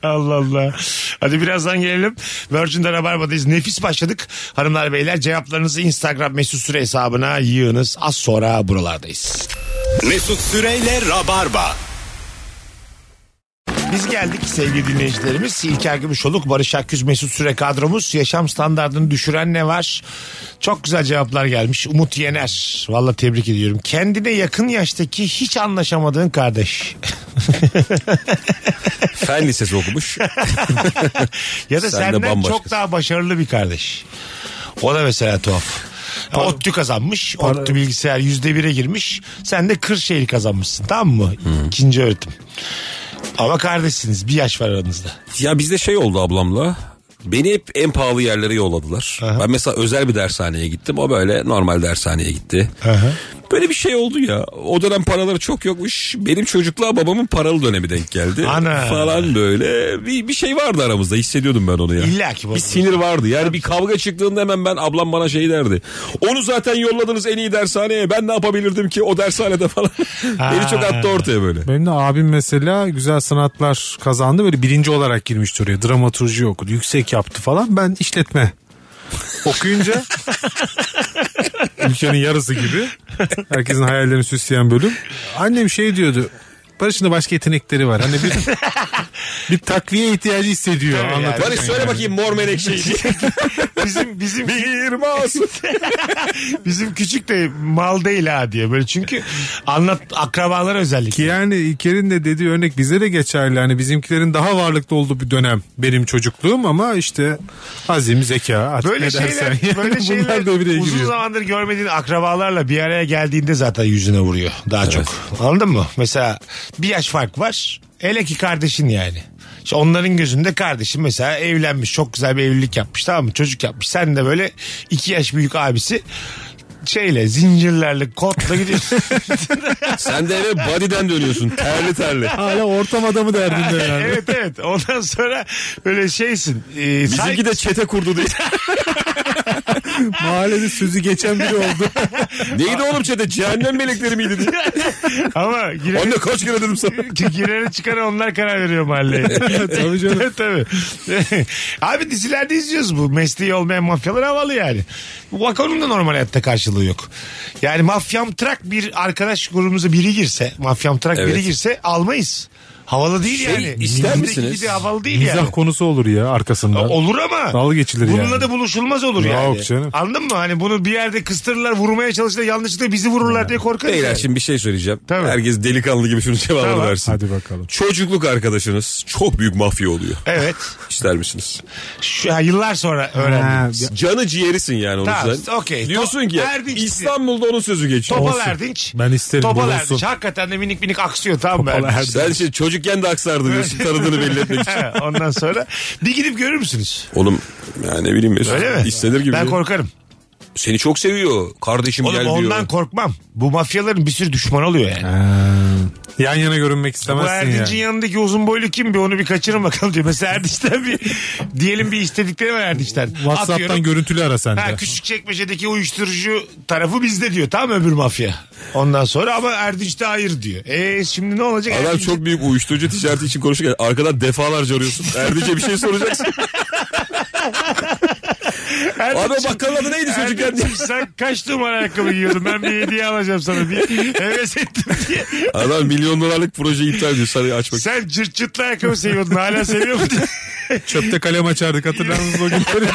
[SPEAKER 2] (laughs) Allah Allah. Hadi birazdan gelelim. Virgin'de Rabarba'dayız. Nefis başladık. Hanımlar beyler cevaplarınızı Instagram mesut süre hesabına yığınız. Az sonra buralardayız.
[SPEAKER 1] Mesut Süreyle Rabarba.
[SPEAKER 2] Biz geldik sevgili dinleyicilerimiz. İlker Gümüşoluk, Barış Akgüz, Mesut Süre kadromuz. Yaşam standartını düşüren ne var? Çok güzel cevaplar gelmiş. Umut Yener. Valla tebrik ediyorum. Kendine yakın yaştaki hiç anlaşamadığın kardeş.
[SPEAKER 3] Fen lisesi okumuş.
[SPEAKER 2] ya da
[SPEAKER 3] Sen de
[SPEAKER 2] senden
[SPEAKER 3] bambaşkasın.
[SPEAKER 2] çok daha başarılı bir kardeş. O da mesela tuhaf. ODTÜ kazanmış. ODTÜ bilgisayar yüzde bire girmiş. Sen de Kırşehir kazanmışsın tamam mı? İkinci öğretim. Ama kardeşsiniz. Bir yaş var
[SPEAKER 3] (laughs)
[SPEAKER 2] aranızda.
[SPEAKER 3] Ya bizde şey oldu ablamla. Beni hep en pahalı yerlere yolladılar. Ben mesela özel bir dershaneye gittim. O böyle normal dershaneye gitti. Böyle bir şey oldu ya. O dönem paraları çok yokmuş. Benim çocukluğa babamın paralı dönemi denk geldi.
[SPEAKER 2] Ana.
[SPEAKER 3] Falan böyle. Bir, bir şey vardı aramızda. Hissediyordum ben onu ya.
[SPEAKER 2] İlla ki
[SPEAKER 3] Bir
[SPEAKER 2] bozulur.
[SPEAKER 3] sinir vardı. Yani bir kavga çıktığında hemen ben ablam bana şey derdi. Onu zaten yolladınız en iyi dershaneye. Ben ne yapabilirdim ki o dershanede falan. (laughs) Beni çok attı ortaya böyle.
[SPEAKER 4] Benim de abim mesela güzel sanatlar kazandı. Böyle birinci olarak girmişti oraya. Dramaturji okudu. Yüksek yaptı falan. Ben işletme okuyunca ülkenin yarısı gibi. Herkesin hayallerini süsleyen bölüm. Annem şey diyordu. Barış'ın da başka yetenekleri var. Hani bir, bir takviye ihtiyacı hissediyor.
[SPEAKER 2] Tabii
[SPEAKER 4] anlatırken
[SPEAKER 2] yani.
[SPEAKER 3] Barış söyle
[SPEAKER 4] yani.
[SPEAKER 3] bakayım mor menekşeyi.
[SPEAKER 2] bizim bizim
[SPEAKER 3] (laughs) Bir masum.
[SPEAKER 2] (laughs) bizim küçük de mal değil ha diye böyle çünkü anlat akrabalar
[SPEAKER 4] Ki
[SPEAKER 2] özellikle.
[SPEAKER 4] yani İlker'in de dediği örnek bize de geçerli. Hani bizimkilerin daha varlıklı olduğu bir dönem benim çocukluğum ama işte azim, zeka artık
[SPEAKER 2] Böyle
[SPEAKER 4] ne
[SPEAKER 2] şeyler,
[SPEAKER 4] dersen. Yani
[SPEAKER 2] böyle şeyler
[SPEAKER 4] (laughs) bunlar da
[SPEAKER 2] uzun
[SPEAKER 4] bir giriyor.
[SPEAKER 2] zamandır görmediğin akrabalarla bir araya geldiğinde zaten yüzüne vuruyor daha çok. Anladın mı? Mesela bir yaş fark var. Hele ki kardeşin yani. İşte onların gözünde kardeşin mesela evlenmiş çok güzel bir evlilik yapmış tamam mı çocuk yapmış. Sen de böyle iki yaş büyük abisi şeyle zincirlerle kotla
[SPEAKER 4] (laughs)
[SPEAKER 2] gidiyorsun.
[SPEAKER 3] Sen de eve body'den dönüyorsun. Terli terli.
[SPEAKER 4] Hala ortam adamı derdinde yani.
[SPEAKER 2] (laughs) evet evet ondan sonra böyle şeysin. Ee,
[SPEAKER 3] Bizimki
[SPEAKER 2] saygı-
[SPEAKER 3] de çete
[SPEAKER 2] (laughs)
[SPEAKER 3] kurdu diye.
[SPEAKER 4] Mahallede sözü geçen biri oldu.
[SPEAKER 3] Neydi oğlum çete? Cehennem melekleri miydi diye.
[SPEAKER 2] Ama gire-
[SPEAKER 3] Onu da kaç kere
[SPEAKER 2] (laughs)
[SPEAKER 3] dedim sana.
[SPEAKER 2] Girene çıkana onlar karar veriyor mahalleye.
[SPEAKER 4] (laughs) Tabii canım.
[SPEAKER 2] (laughs) Tabii. Abi dizilerde izliyoruz bu. Mesleği olmayan mafyalar havalı yani. Bu Bak onun da normal hayatta karşılığı yok. Yani mafyam trak bir arkadaş grubumuza biri girse, mafyam trak
[SPEAKER 3] Evet.
[SPEAKER 2] biri girse almayız. Havalı değil
[SPEAKER 3] Şey,
[SPEAKER 2] yani.
[SPEAKER 3] ister
[SPEAKER 2] Bizdeki
[SPEAKER 3] misiniz?
[SPEAKER 2] gibi havalı değil
[SPEAKER 4] Mizah
[SPEAKER 2] yani.
[SPEAKER 4] konusu olur ya arkasında.
[SPEAKER 2] Olur ama.
[SPEAKER 4] Dalga geçilir
[SPEAKER 2] Bununla
[SPEAKER 4] yani.
[SPEAKER 2] da buluşulmaz olur
[SPEAKER 4] Yok
[SPEAKER 2] yani.
[SPEAKER 4] canım.
[SPEAKER 2] Anladın mı? Hani bunu bir yerde kıstırırlar, vurmaya çalışırlar, yanlışlıkla bizi vururlar diye korkarız.
[SPEAKER 3] Beyler
[SPEAKER 2] yani.
[SPEAKER 3] şimdi bir şey söyleyeceğim.
[SPEAKER 2] Tabii.
[SPEAKER 3] Herkes delikanlı gibi şunu cevabını
[SPEAKER 2] Tamam.
[SPEAKER 3] versin.
[SPEAKER 4] Hadi bakalım.
[SPEAKER 3] Çocukluk arkadaşınız çok büyük mafya oluyor.
[SPEAKER 2] Evet.
[SPEAKER 3] İster misiniz?
[SPEAKER 2] Şu, ha, yıllar sonra
[SPEAKER 4] Ha,
[SPEAKER 2] öğrendim.
[SPEAKER 4] ya-
[SPEAKER 3] Canı ciğerisin yani onun
[SPEAKER 2] Tamam,
[SPEAKER 3] sen.
[SPEAKER 2] okey.
[SPEAKER 3] Diyorsun
[SPEAKER 2] Top-
[SPEAKER 3] ki
[SPEAKER 2] Erdinç'ti.
[SPEAKER 3] İstanbul'da onun sözü geçiyor.
[SPEAKER 2] Topal
[SPEAKER 3] Olsun.
[SPEAKER 2] Erdinç.
[SPEAKER 4] Ben isterim,
[SPEAKER 2] Topal
[SPEAKER 4] bulunsun.
[SPEAKER 2] Erdinç. Hakikaten de minik minik aksıyor tamam mı Erdinç?
[SPEAKER 3] Sen şey, çocukken de aksardın diyorsun tanıdığını belli etmek için.
[SPEAKER 2] Ha, Ondan sonra bir gidip görür müsünüz?
[SPEAKER 3] Oğlum yani ne bileyim Mesut.
[SPEAKER 2] Öyle mi?
[SPEAKER 3] İstenir gibi.
[SPEAKER 2] Ben korkarım.
[SPEAKER 3] Seni çok seviyor. Kardeşim
[SPEAKER 2] Oğlum
[SPEAKER 3] gel diyor.
[SPEAKER 2] ondan korkmam. Bu mafyaların bir sürü düşman oluyor yani.
[SPEAKER 4] Yan yana görünmek
[SPEAKER 2] Bu
[SPEAKER 4] istemezsin ya.
[SPEAKER 2] Erdinç'in yanındaki uzun boylu kim bir onu bir kaçırın bakalım diyor. Mesela Erdinç'ten bir diyelim bir istedikleri var Erdinç'ten.
[SPEAKER 4] WhatsApp'tan
[SPEAKER 2] Atıyorum.
[SPEAKER 4] görüntülü ara sen de.
[SPEAKER 2] Ha, küçük çekmecedeki uyuşturucu tarafı bizde diyor. Tamam öbür mafya. Ondan sonra ama Erdinç de hayır diyor. E şimdi ne olacak?
[SPEAKER 3] Adam
[SPEAKER 2] Erdinç-
[SPEAKER 3] çok büyük uyuşturucu ticareti için konuşurken arkadan defalarca arıyorsun. Erdinç'e bir şey soracaksın.
[SPEAKER 2] Erdinç-
[SPEAKER 3] Abi o bakkalın adı neydi çocukken?
[SPEAKER 2] Erdinç'im sen kaç numara ayakkabı giyiyordun? Ben bir hediye alacağım sana diye. Heves ettim diye.
[SPEAKER 3] Adam milyon dolarlık projeyi iptal ediyor sarayı açmak. için.
[SPEAKER 2] Sen cırt cırtlı ayakkabı seviyordun. Hala seviyor musun?
[SPEAKER 4] Çöpte kalem açardık hatırlar mısınız o günleri?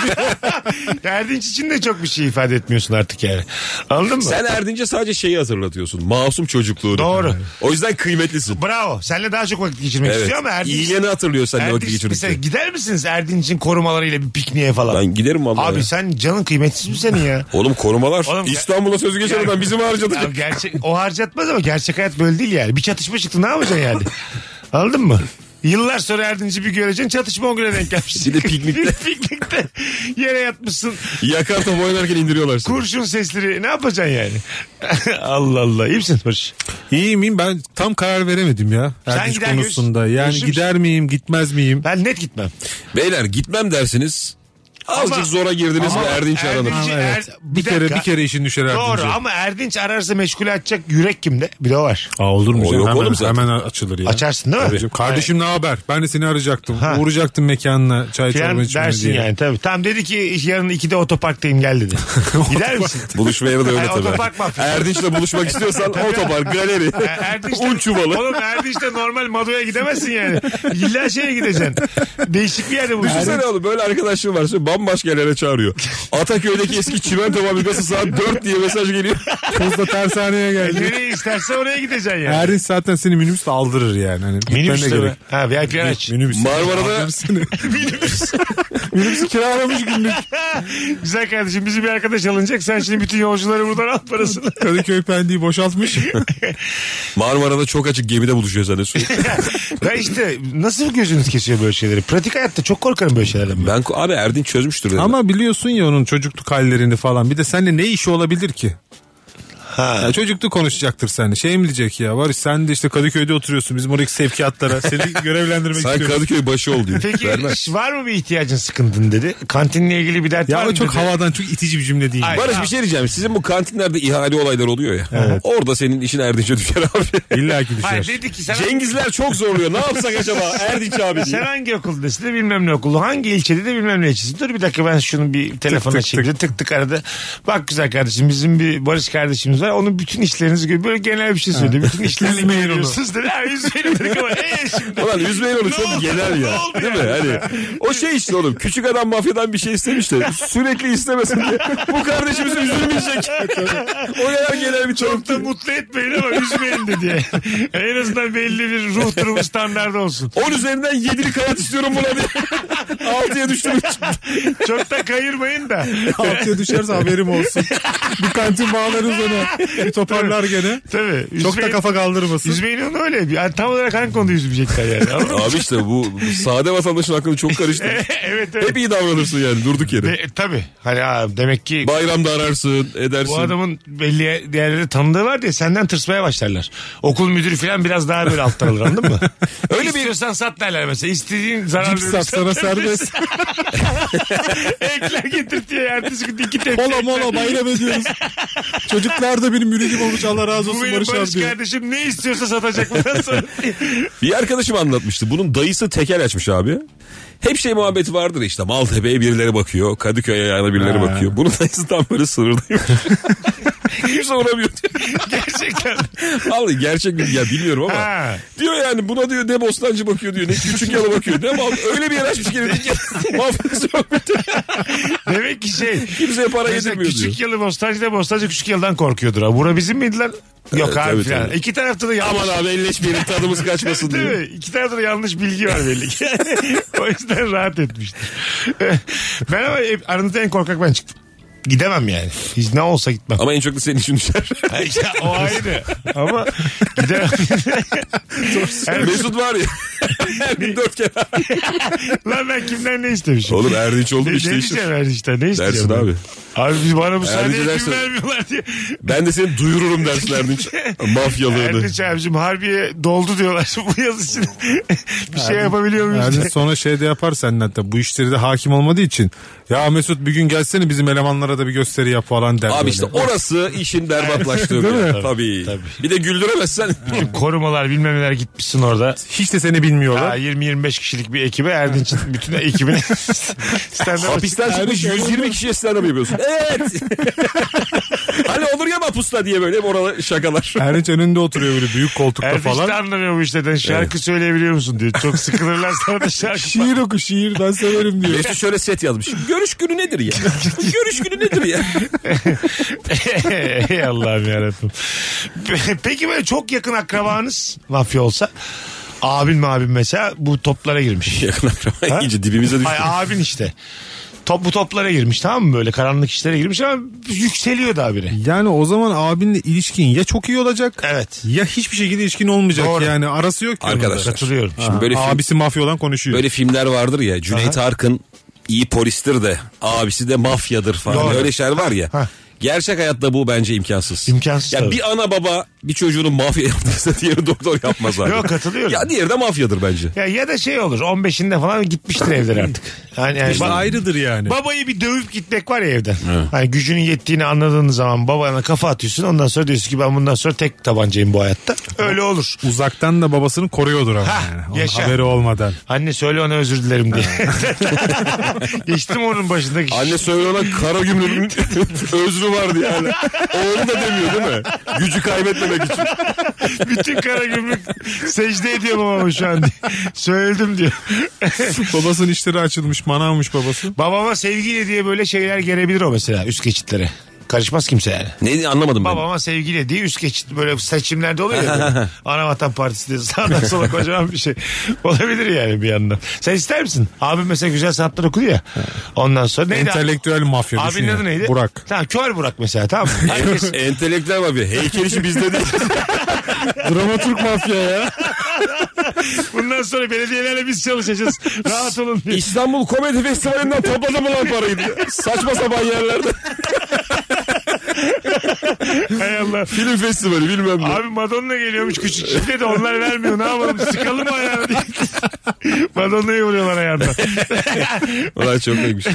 [SPEAKER 2] (laughs) Erdinç için de çok bir şey ifade etmiyorsun artık yani. Anladın mı?
[SPEAKER 3] Sen Erdinç'e sadece şeyi hatırlatıyorsun. Masum çocukluğunu.
[SPEAKER 2] Doğru.
[SPEAKER 3] O yüzden kıymetlisin.
[SPEAKER 2] Bravo. Seninle daha çok vakit geçirmek
[SPEAKER 3] Evet.
[SPEAKER 2] istiyor şey ama Erdinç...
[SPEAKER 3] İyiliğini hatırlıyor seninle vakit
[SPEAKER 2] Erdinç şey, mesela
[SPEAKER 3] geçirdikçe.
[SPEAKER 2] gider misiniz Erdinç'in korumalarıyla bir pikniğe falan?
[SPEAKER 3] Ben giderim vallahi.
[SPEAKER 2] Abi
[SPEAKER 3] ya.
[SPEAKER 2] sen canın kıymetsiz mi senin ya?
[SPEAKER 3] Oğlum korumalar.
[SPEAKER 2] Oğlum-
[SPEAKER 3] İstanbul'a sözü geçen adam bizi mi harcadı?
[SPEAKER 2] Abi gerçek, o harcatmaz ama gerçek hayat böyle değil yani. Bir çatışma çıktı ne yapacaksın yani? Anladın mı? Yıllar sonra Erdinç'i bir göreceksin çatışma o güne denk gelmiş.
[SPEAKER 3] Bir de piknikte.
[SPEAKER 2] Bir de piknikte yere yatmışsın.
[SPEAKER 3] Yakar top oynarken indiriyorlar seni.
[SPEAKER 2] Kurşun sesleri ne yapacaksın yani? (laughs) Allah Allah. İyi misin Barış?
[SPEAKER 4] İyiyim miyim ben tam karar veremedim ya.
[SPEAKER 2] Sen
[SPEAKER 4] Erdinç
[SPEAKER 2] gider
[SPEAKER 4] konusunda.
[SPEAKER 2] görürsün.
[SPEAKER 4] Yani
[SPEAKER 2] Görüşürüz.
[SPEAKER 4] gider miyim gitmez miyim?
[SPEAKER 2] Ben net gitmem.
[SPEAKER 3] Beyler gitmem dersiniz. Azıcık zora girdiniz mi Erdinç aranır.
[SPEAKER 2] Erdinç'i
[SPEAKER 4] Ama evet. Bir kere-
[SPEAKER 2] er, dakika.
[SPEAKER 4] bir kere işin düşer
[SPEAKER 2] Doğru
[SPEAKER 4] Erdinç'e.
[SPEAKER 2] ama Erdinç ararsa meşgul edecek yürek kimde? Bir de o var.
[SPEAKER 4] Aa, olur mu?
[SPEAKER 3] O
[SPEAKER 4] canım?
[SPEAKER 3] yok
[SPEAKER 4] hemen,
[SPEAKER 3] oğlum zaten.
[SPEAKER 4] Hemen açılır ya.
[SPEAKER 2] Açarsın değil mi?
[SPEAKER 4] Tabii. Kardeşim ne haber? Ben de seni arayacaktım.
[SPEAKER 2] Ha.
[SPEAKER 4] Uğrayacaktım mekanına çay
[SPEAKER 2] Fiyan
[SPEAKER 4] çorba içmeye
[SPEAKER 2] dersin
[SPEAKER 4] diye.
[SPEAKER 2] yani tabii. Tam dedi ki yarın 2'de otoparktayım gel
[SPEAKER 4] (laughs)
[SPEAKER 2] dedi. Gider misin?
[SPEAKER 3] (laughs) Buluşmaya da öyle
[SPEAKER 2] Ay,
[SPEAKER 3] tabii.
[SPEAKER 2] otopark mafya.
[SPEAKER 3] Erdinç'le buluşmak istiyorsan otopark, galeri,
[SPEAKER 2] Erdinç'te,
[SPEAKER 3] un çuvalı.
[SPEAKER 2] Oğlum Erdinç'te normal Mado'ya gidemezsin yani. İlla şeye gideceksin. Değişik bir yerde bulacaksın.
[SPEAKER 3] Düşünsene oğlum böyle arkadaşım var. Şimdi bambaşka yerlere çağırıyor. Ataköy'deki eski çimento fabrikası saat 4 diye mesaj geliyor.
[SPEAKER 2] (laughs)
[SPEAKER 4] Tuzla tersaneye geldi.
[SPEAKER 2] Nereye isterse oraya gideceksin yani.
[SPEAKER 4] Erdinç zaten seni minibüsle aldırır yani. Hani gitmene
[SPEAKER 2] Minibüs
[SPEAKER 4] gerek.
[SPEAKER 2] tabii. Ha VIP araç.
[SPEAKER 4] Minibüs.
[SPEAKER 3] Marmara'da-
[SPEAKER 2] (laughs)
[SPEAKER 4] (laughs) Minibüs. Minibüsü kiralamış günlük.
[SPEAKER 2] Güzel kardeşim bizi bir arkadaş alınacak. Sen şimdi bütün yolcuları buradan al (laughs) parasını.
[SPEAKER 4] Kadıköy pendiği boşaltmış.
[SPEAKER 2] (laughs)
[SPEAKER 3] Marmara'da çok açık gemide buluşuyor sen de sürekli.
[SPEAKER 2] ya işte nasıl gözünüz kesiyor böyle şeyleri? Pratik hayatta çok korkarım böyle şeylerden. ben.
[SPEAKER 3] Ben abi Erdinç çözmüştür dedim.
[SPEAKER 4] Ama biliyorsun ya onun çocukluk hallerini falan. Bir de seninle ne işi olabilir ki? Ha. çocukluk konuşacaktır seninle. Şey mi diyecek ya? Var sen de işte Kadıköy'de oturuyorsun. Bizim oradaki sevkiyatlara seni görevlendirmek
[SPEAKER 3] Sen
[SPEAKER 4] istiyoruz.
[SPEAKER 3] Kadıköy başı ol diyor.
[SPEAKER 2] Peki
[SPEAKER 3] Vermez.
[SPEAKER 2] var mı bir ihtiyacın sıkıntın dedi. Kantinle ilgili bir dert
[SPEAKER 4] Ya
[SPEAKER 2] var
[SPEAKER 4] ama
[SPEAKER 2] mı
[SPEAKER 4] çok
[SPEAKER 2] dedi.
[SPEAKER 4] havadan çok itici bir cümle değil.
[SPEAKER 2] Ay,
[SPEAKER 3] Barış bir şey diyeceğim. Sizin bu kantinlerde ihale olayları oluyor ya. Orada senin işin Erdinç'e düşer abi.
[SPEAKER 4] İlla ki
[SPEAKER 2] Hayır
[SPEAKER 4] düşer.
[SPEAKER 2] dedi ki sen,
[SPEAKER 3] (laughs) Cengizler çok zorluyor. Ne yapsak acaba Erdinç abi
[SPEAKER 2] sen
[SPEAKER 3] diye.
[SPEAKER 2] hangi okuldasın dedi bilmem ne okulu. Hangi ilçede de bilmem ne ilçesi. Dur bir dakika ben şunu bir telefona
[SPEAKER 4] tık
[SPEAKER 2] çekeyim. Tık tık arada. Bak güzel kardeşim bizim bir Barış kardeşimiz var. Onun bütün işlerinizi görüyor. Böyle genel bir şey söylüyor. Bütün işlerini
[SPEAKER 4] (laughs) Üzmeyin onu.
[SPEAKER 2] görüyorsunuz dedi. Ha üzmeyin dedik ama ee
[SPEAKER 4] (laughs)
[SPEAKER 2] şimdi.
[SPEAKER 3] Ulan üzmeyin onu
[SPEAKER 2] Ne
[SPEAKER 3] çok
[SPEAKER 2] oldu?
[SPEAKER 3] genel
[SPEAKER 2] Ne
[SPEAKER 3] ya.
[SPEAKER 2] oldu
[SPEAKER 3] Değil mi?
[SPEAKER 2] yani?
[SPEAKER 3] Hani o şey işte oğlum. Küçük adam mafyadan bir şey istemiş de sürekli istemesin diye. Bu kardeşimiz (laughs) üzülmeyecek. o kadar genel bir çocuk.
[SPEAKER 2] Çok da mutlu etmeyin ama üzmeyin dedi. yani. (laughs) en azından belli bir ruh durumu standardı olsun.
[SPEAKER 3] 10 üzerinden 7'lik hayat istiyorum buna diye. (laughs) 6'ya düştüm.
[SPEAKER 2] Çok da kayırmayın da.
[SPEAKER 4] Altıya düşerse haberim olsun. bir kantin bağlarız ona. Bir toparlar gene.
[SPEAKER 2] Tabii.
[SPEAKER 4] Çok da
[SPEAKER 2] üzmeyin-
[SPEAKER 4] kafa kaldırmasın.
[SPEAKER 2] Üzmeyin onu öyle. Bir- Tam olarak hangi konuda üzmeyecekler
[SPEAKER 4] (laughs)
[SPEAKER 2] yani. Anladın mı? (laughs)
[SPEAKER 3] Abi işte bu sade vatandaşın aklını çok (laughs) karıştırır.
[SPEAKER 2] evet evet.
[SPEAKER 3] Hep iyi davranırsın yani durduk yere.
[SPEAKER 2] E, tabii. Hani abi, demek ki
[SPEAKER 3] Bayramda ararsın, edersin.
[SPEAKER 2] bu adamın belli değerleri tanıdığı var diye senden tırsmaya başlarlar. Okul müdürü falan biraz daha böyle alttan alır anladın
[SPEAKER 4] (laughs)
[SPEAKER 2] mı? Öyle bir insan sat derler mesela. İstediğin zarar
[SPEAKER 4] Cips sat sana serbest.
[SPEAKER 2] (laughs) Ekler getir diye ertesi gün iki tepsi.
[SPEAKER 4] Mola mola bayram ediyoruz. Çocuklar da benim müridim olmuş Allah razı
[SPEAKER 2] Bu
[SPEAKER 4] olsun
[SPEAKER 2] benim
[SPEAKER 4] Barış
[SPEAKER 2] Barış
[SPEAKER 4] abi diyor.
[SPEAKER 2] kardeşim ne istiyorsa satacak bundan
[SPEAKER 4] (laughs)
[SPEAKER 2] sonra. (laughs)
[SPEAKER 3] Bir arkadaşım anlatmıştı. Bunun dayısı tekel açmış abi. Hep şey muhabbeti vardır işte. Maltepe'ye birileri bakıyor. Kadıköy'e yani birileri
[SPEAKER 4] Ha.
[SPEAKER 3] bakıyor. Bunun dayısı tam böyle sınırdaymış. Kimse uğramıyor diyor.
[SPEAKER 2] Gerçekten.
[SPEAKER 3] Vallahi gerçek mi ya bilmiyorum ama.
[SPEAKER 2] Ha.
[SPEAKER 3] Diyor yani buna diyor ne bostancı bakıyor diyor. Ne küçük yalı bakıyor. Ne mal öyle bir yer açmış ki. dedi ki, Mafyası yok.
[SPEAKER 2] Demek ki şey.
[SPEAKER 3] Kimseye para
[SPEAKER 2] Mesela
[SPEAKER 3] yedirmiyor diyor.
[SPEAKER 2] küçük yalı Bostancı da Bostancı küçük yıldan korkuyordur. Ha. Bura bizim miydi lan? Yok
[SPEAKER 3] Evet,
[SPEAKER 2] abi
[SPEAKER 3] tabii,
[SPEAKER 2] falan.
[SPEAKER 3] tabii.
[SPEAKER 2] İki tarafta da yanlış.
[SPEAKER 3] Aman abi elleşmeyelim tadımız kaçmasın
[SPEAKER 2] Değil
[SPEAKER 3] diyor.
[SPEAKER 2] mi? İki tarafta da yanlış bilgi var belli ki. (laughs) o yüzden rahat etmiştir. (laughs) ben ama hep- aranızda en korkak ben çıktım. Gidemem yani. Hiç ne olsa gitmem.
[SPEAKER 3] Ama en çok da senin için düşer.
[SPEAKER 2] Ya, o ayrı. ama gidemem. Yani-
[SPEAKER 3] Mesut var ya. Her gün dört kere.
[SPEAKER 2] lan ben kimden ne istemişim?
[SPEAKER 3] Oğlum Erdinç oldu
[SPEAKER 2] Ne,
[SPEAKER 3] mu
[SPEAKER 2] ne
[SPEAKER 3] işte işte.
[SPEAKER 2] diyeceğim ben işte? Ne isteyeceğim?
[SPEAKER 3] Dersin
[SPEAKER 2] ben?
[SPEAKER 3] abi.
[SPEAKER 2] Abi biz bana müsaade
[SPEAKER 3] Erdinç'e
[SPEAKER 2] edin
[SPEAKER 3] dersin.
[SPEAKER 2] vermiyorlar diye.
[SPEAKER 3] Ben de seni duyururum derslerden hiç. Mafyalığını.
[SPEAKER 2] Erdinç abicim şey harbiye doldu diyorlar (laughs) bu yaz için. bir şey yapabiliyor muyuz diye.
[SPEAKER 4] Yani sonra şey de yapar senin hatta bu işleri de hakim olmadığı için. Ya Mesut bir gün gelsene bizim elemanlara da bir gösteri yap falan der.
[SPEAKER 3] Abi
[SPEAKER 4] böyle.
[SPEAKER 3] işte orası işin berbatlaştığı
[SPEAKER 4] Değil
[SPEAKER 3] yer.
[SPEAKER 4] mi?
[SPEAKER 3] Tabii. Bir de
[SPEAKER 4] (laughs)
[SPEAKER 3] güldüremezsen.
[SPEAKER 2] Bütün korumalar bilmem neler gitmişsin orada.
[SPEAKER 4] Hiç de seni bilmiyorlar.
[SPEAKER 2] Ha, 20-25 kişilik bir ekibe Erdinç'in bütün
[SPEAKER 3] (laughs)
[SPEAKER 2] ekibine (laughs) stand
[SPEAKER 3] Hapisten çıkmış 120 kişiye stand-up yapıyorsun. Evet. (laughs) hani olur ya mapusta diye böyle hep orada şakalar.
[SPEAKER 4] Erinç önünde oturuyor böyle büyük koltukta
[SPEAKER 2] Erdinç de
[SPEAKER 4] falan.
[SPEAKER 2] anlamıyor bu işlerden. Şarkı söyleyebiliyor musun diyor. Çok sıkılırlar sana da şarkı.
[SPEAKER 4] Şiir oku şiir ben severim (laughs) diyor.
[SPEAKER 3] Mesut şöyle set yazmış. Görüş günü nedir
[SPEAKER 4] (laughs)
[SPEAKER 3] ya? Görüş günü nedir ya?
[SPEAKER 2] (laughs) Ey Allah'ım yarabbim. Pe- Peki böyle çok yakın akrabanız mafya olsa abin mi abin mesela bu toplara
[SPEAKER 4] (laughs)
[SPEAKER 2] girmiş.
[SPEAKER 3] Yakın (laughs) akraba iyice dibimize düştü.
[SPEAKER 2] Ay abin işte. Top, bu toplara girmiş tamam mı böyle karanlık işlere girmiş ama yükseliyor daha biri.
[SPEAKER 4] Yani o zaman abinle ilişkin ya çok iyi olacak
[SPEAKER 2] Evet.
[SPEAKER 4] ya hiçbir şekilde ilişkin olmayacak
[SPEAKER 2] Doğru.
[SPEAKER 4] yani arası yok ki. onun da.
[SPEAKER 3] Arkadaşlar.
[SPEAKER 2] Katılıyorum.
[SPEAKER 3] Şimdi böyle film-
[SPEAKER 4] Abisi mafya olan konuşuyor.
[SPEAKER 3] Böyle filmler vardır ya Cüneyt Arkın iyi polistir de abisi de mafyadır falan.
[SPEAKER 2] Doğru.
[SPEAKER 3] Öyle şeyler var ya. Gerçek hayatta bu bence imkansız.
[SPEAKER 2] İmkansız
[SPEAKER 3] Ya
[SPEAKER 2] tabii.
[SPEAKER 3] bir ana baba bir çocuğunun mafya yaptıysa (laughs) diğeri doktor yapmaz abi.
[SPEAKER 2] Yok, katılıyorum.
[SPEAKER 3] Ya diğeri de mafyadır bence.
[SPEAKER 2] Ya, ya da şey olur 15'inde falan gitmiştir evden artık. Yani, yani
[SPEAKER 4] İşte
[SPEAKER 2] ba-
[SPEAKER 4] ayrıdır yani.
[SPEAKER 2] Babayı bir dövüp gitmek var ya evden. Hani gücünün yettiğini anladığın zaman babana kafa atıyorsun. Ondan sonra diyorsun ki ben bundan sonra tek tabancayım bu hayatta. Öyle olur.
[SPEAKER 4] Uzaktan da babasını koruyordur ama
[SPEAKER 2] Hah,
[SPEAKER 4] yani. Onun
[SPEAKER 2] yaşa.
[SPEAKER 4] haberi olmadan.
[SPEAKER 2] Anne söyle ona özür dilerim diye. (laughs) Geçtim onun başındaki.
[SPEAKER 3] Anne söyle ona kara gümrüğün (laughs) özrü vardı yani. Oğlu da demiyor değil mi? Gücü kaybetmemek için.
[SPEAKER 2] (laughs) Bütün kara gümrük secde ediyor babama şu an diye. Söyledim diyor.
[SPEAKER 4] Babasının işleri açılmış manavmış babası.
[SPEAKER 2] Babama sevgiyle diye böyle şeyler gelebilir o mesela üst geçitlere. Karışmaz kimse yani.
[SPEAKER 3] Ne anlamadım ben.
[SPEAKER 2] Babama sevgiyle diye üst geçit böyle seçimlerde oluyor ya.
[SPEAKER 4] (laughs)
[SPEAKER 2] böyle. Anavatan Partisi diye sağdan sola kocaman bir şey. Olabilir yani bir yandan. Sen ister misin? Abim mesela güzel sanatlar okudu ya. Ondan sonra neydi?
[SPEAKER 4] Entelektüel mafya düşün
[SPEAKER 2] Abinin
[SPEAKER 4] ya.
[SPEAKER 2] adı neydi?
[SPEAKER 4] Burak.
[SPEAKER 2] Tamam kör Burak mesela tamam mı?
[SPEAKER 4] (laughs)
[SPEAKER 2] Herkes-
[SPEAKER 3] Entelektüel abi. Heykel işi bizde değil.
[SPEAKER 4] Dramaturg mafya ya.
[SPEAKER 2] Bundan sonra belediyelerle biz çalışacağız. Rahat olun diye.
[SPEAKER 3] İstanbul Komedi Festivali'nden topladım ulan parayı diye. Saçma sapan yerlerde.
[SPEAKER 2] Hay Allah.
[SPEAKER 3] Film festivali bilmem ne.
[SPEAKER 2] Abi Madonna geliyormuş küçük çifte de onlar vermiyor ne yapalım sıkalım mı ayağını
[SPEAKER 4] (laughs)
[SPEAKER 2] diye. Madonna'yı vuruyorlar ayağından.
[SPEAKER 3] Ulan çok büyük bir şey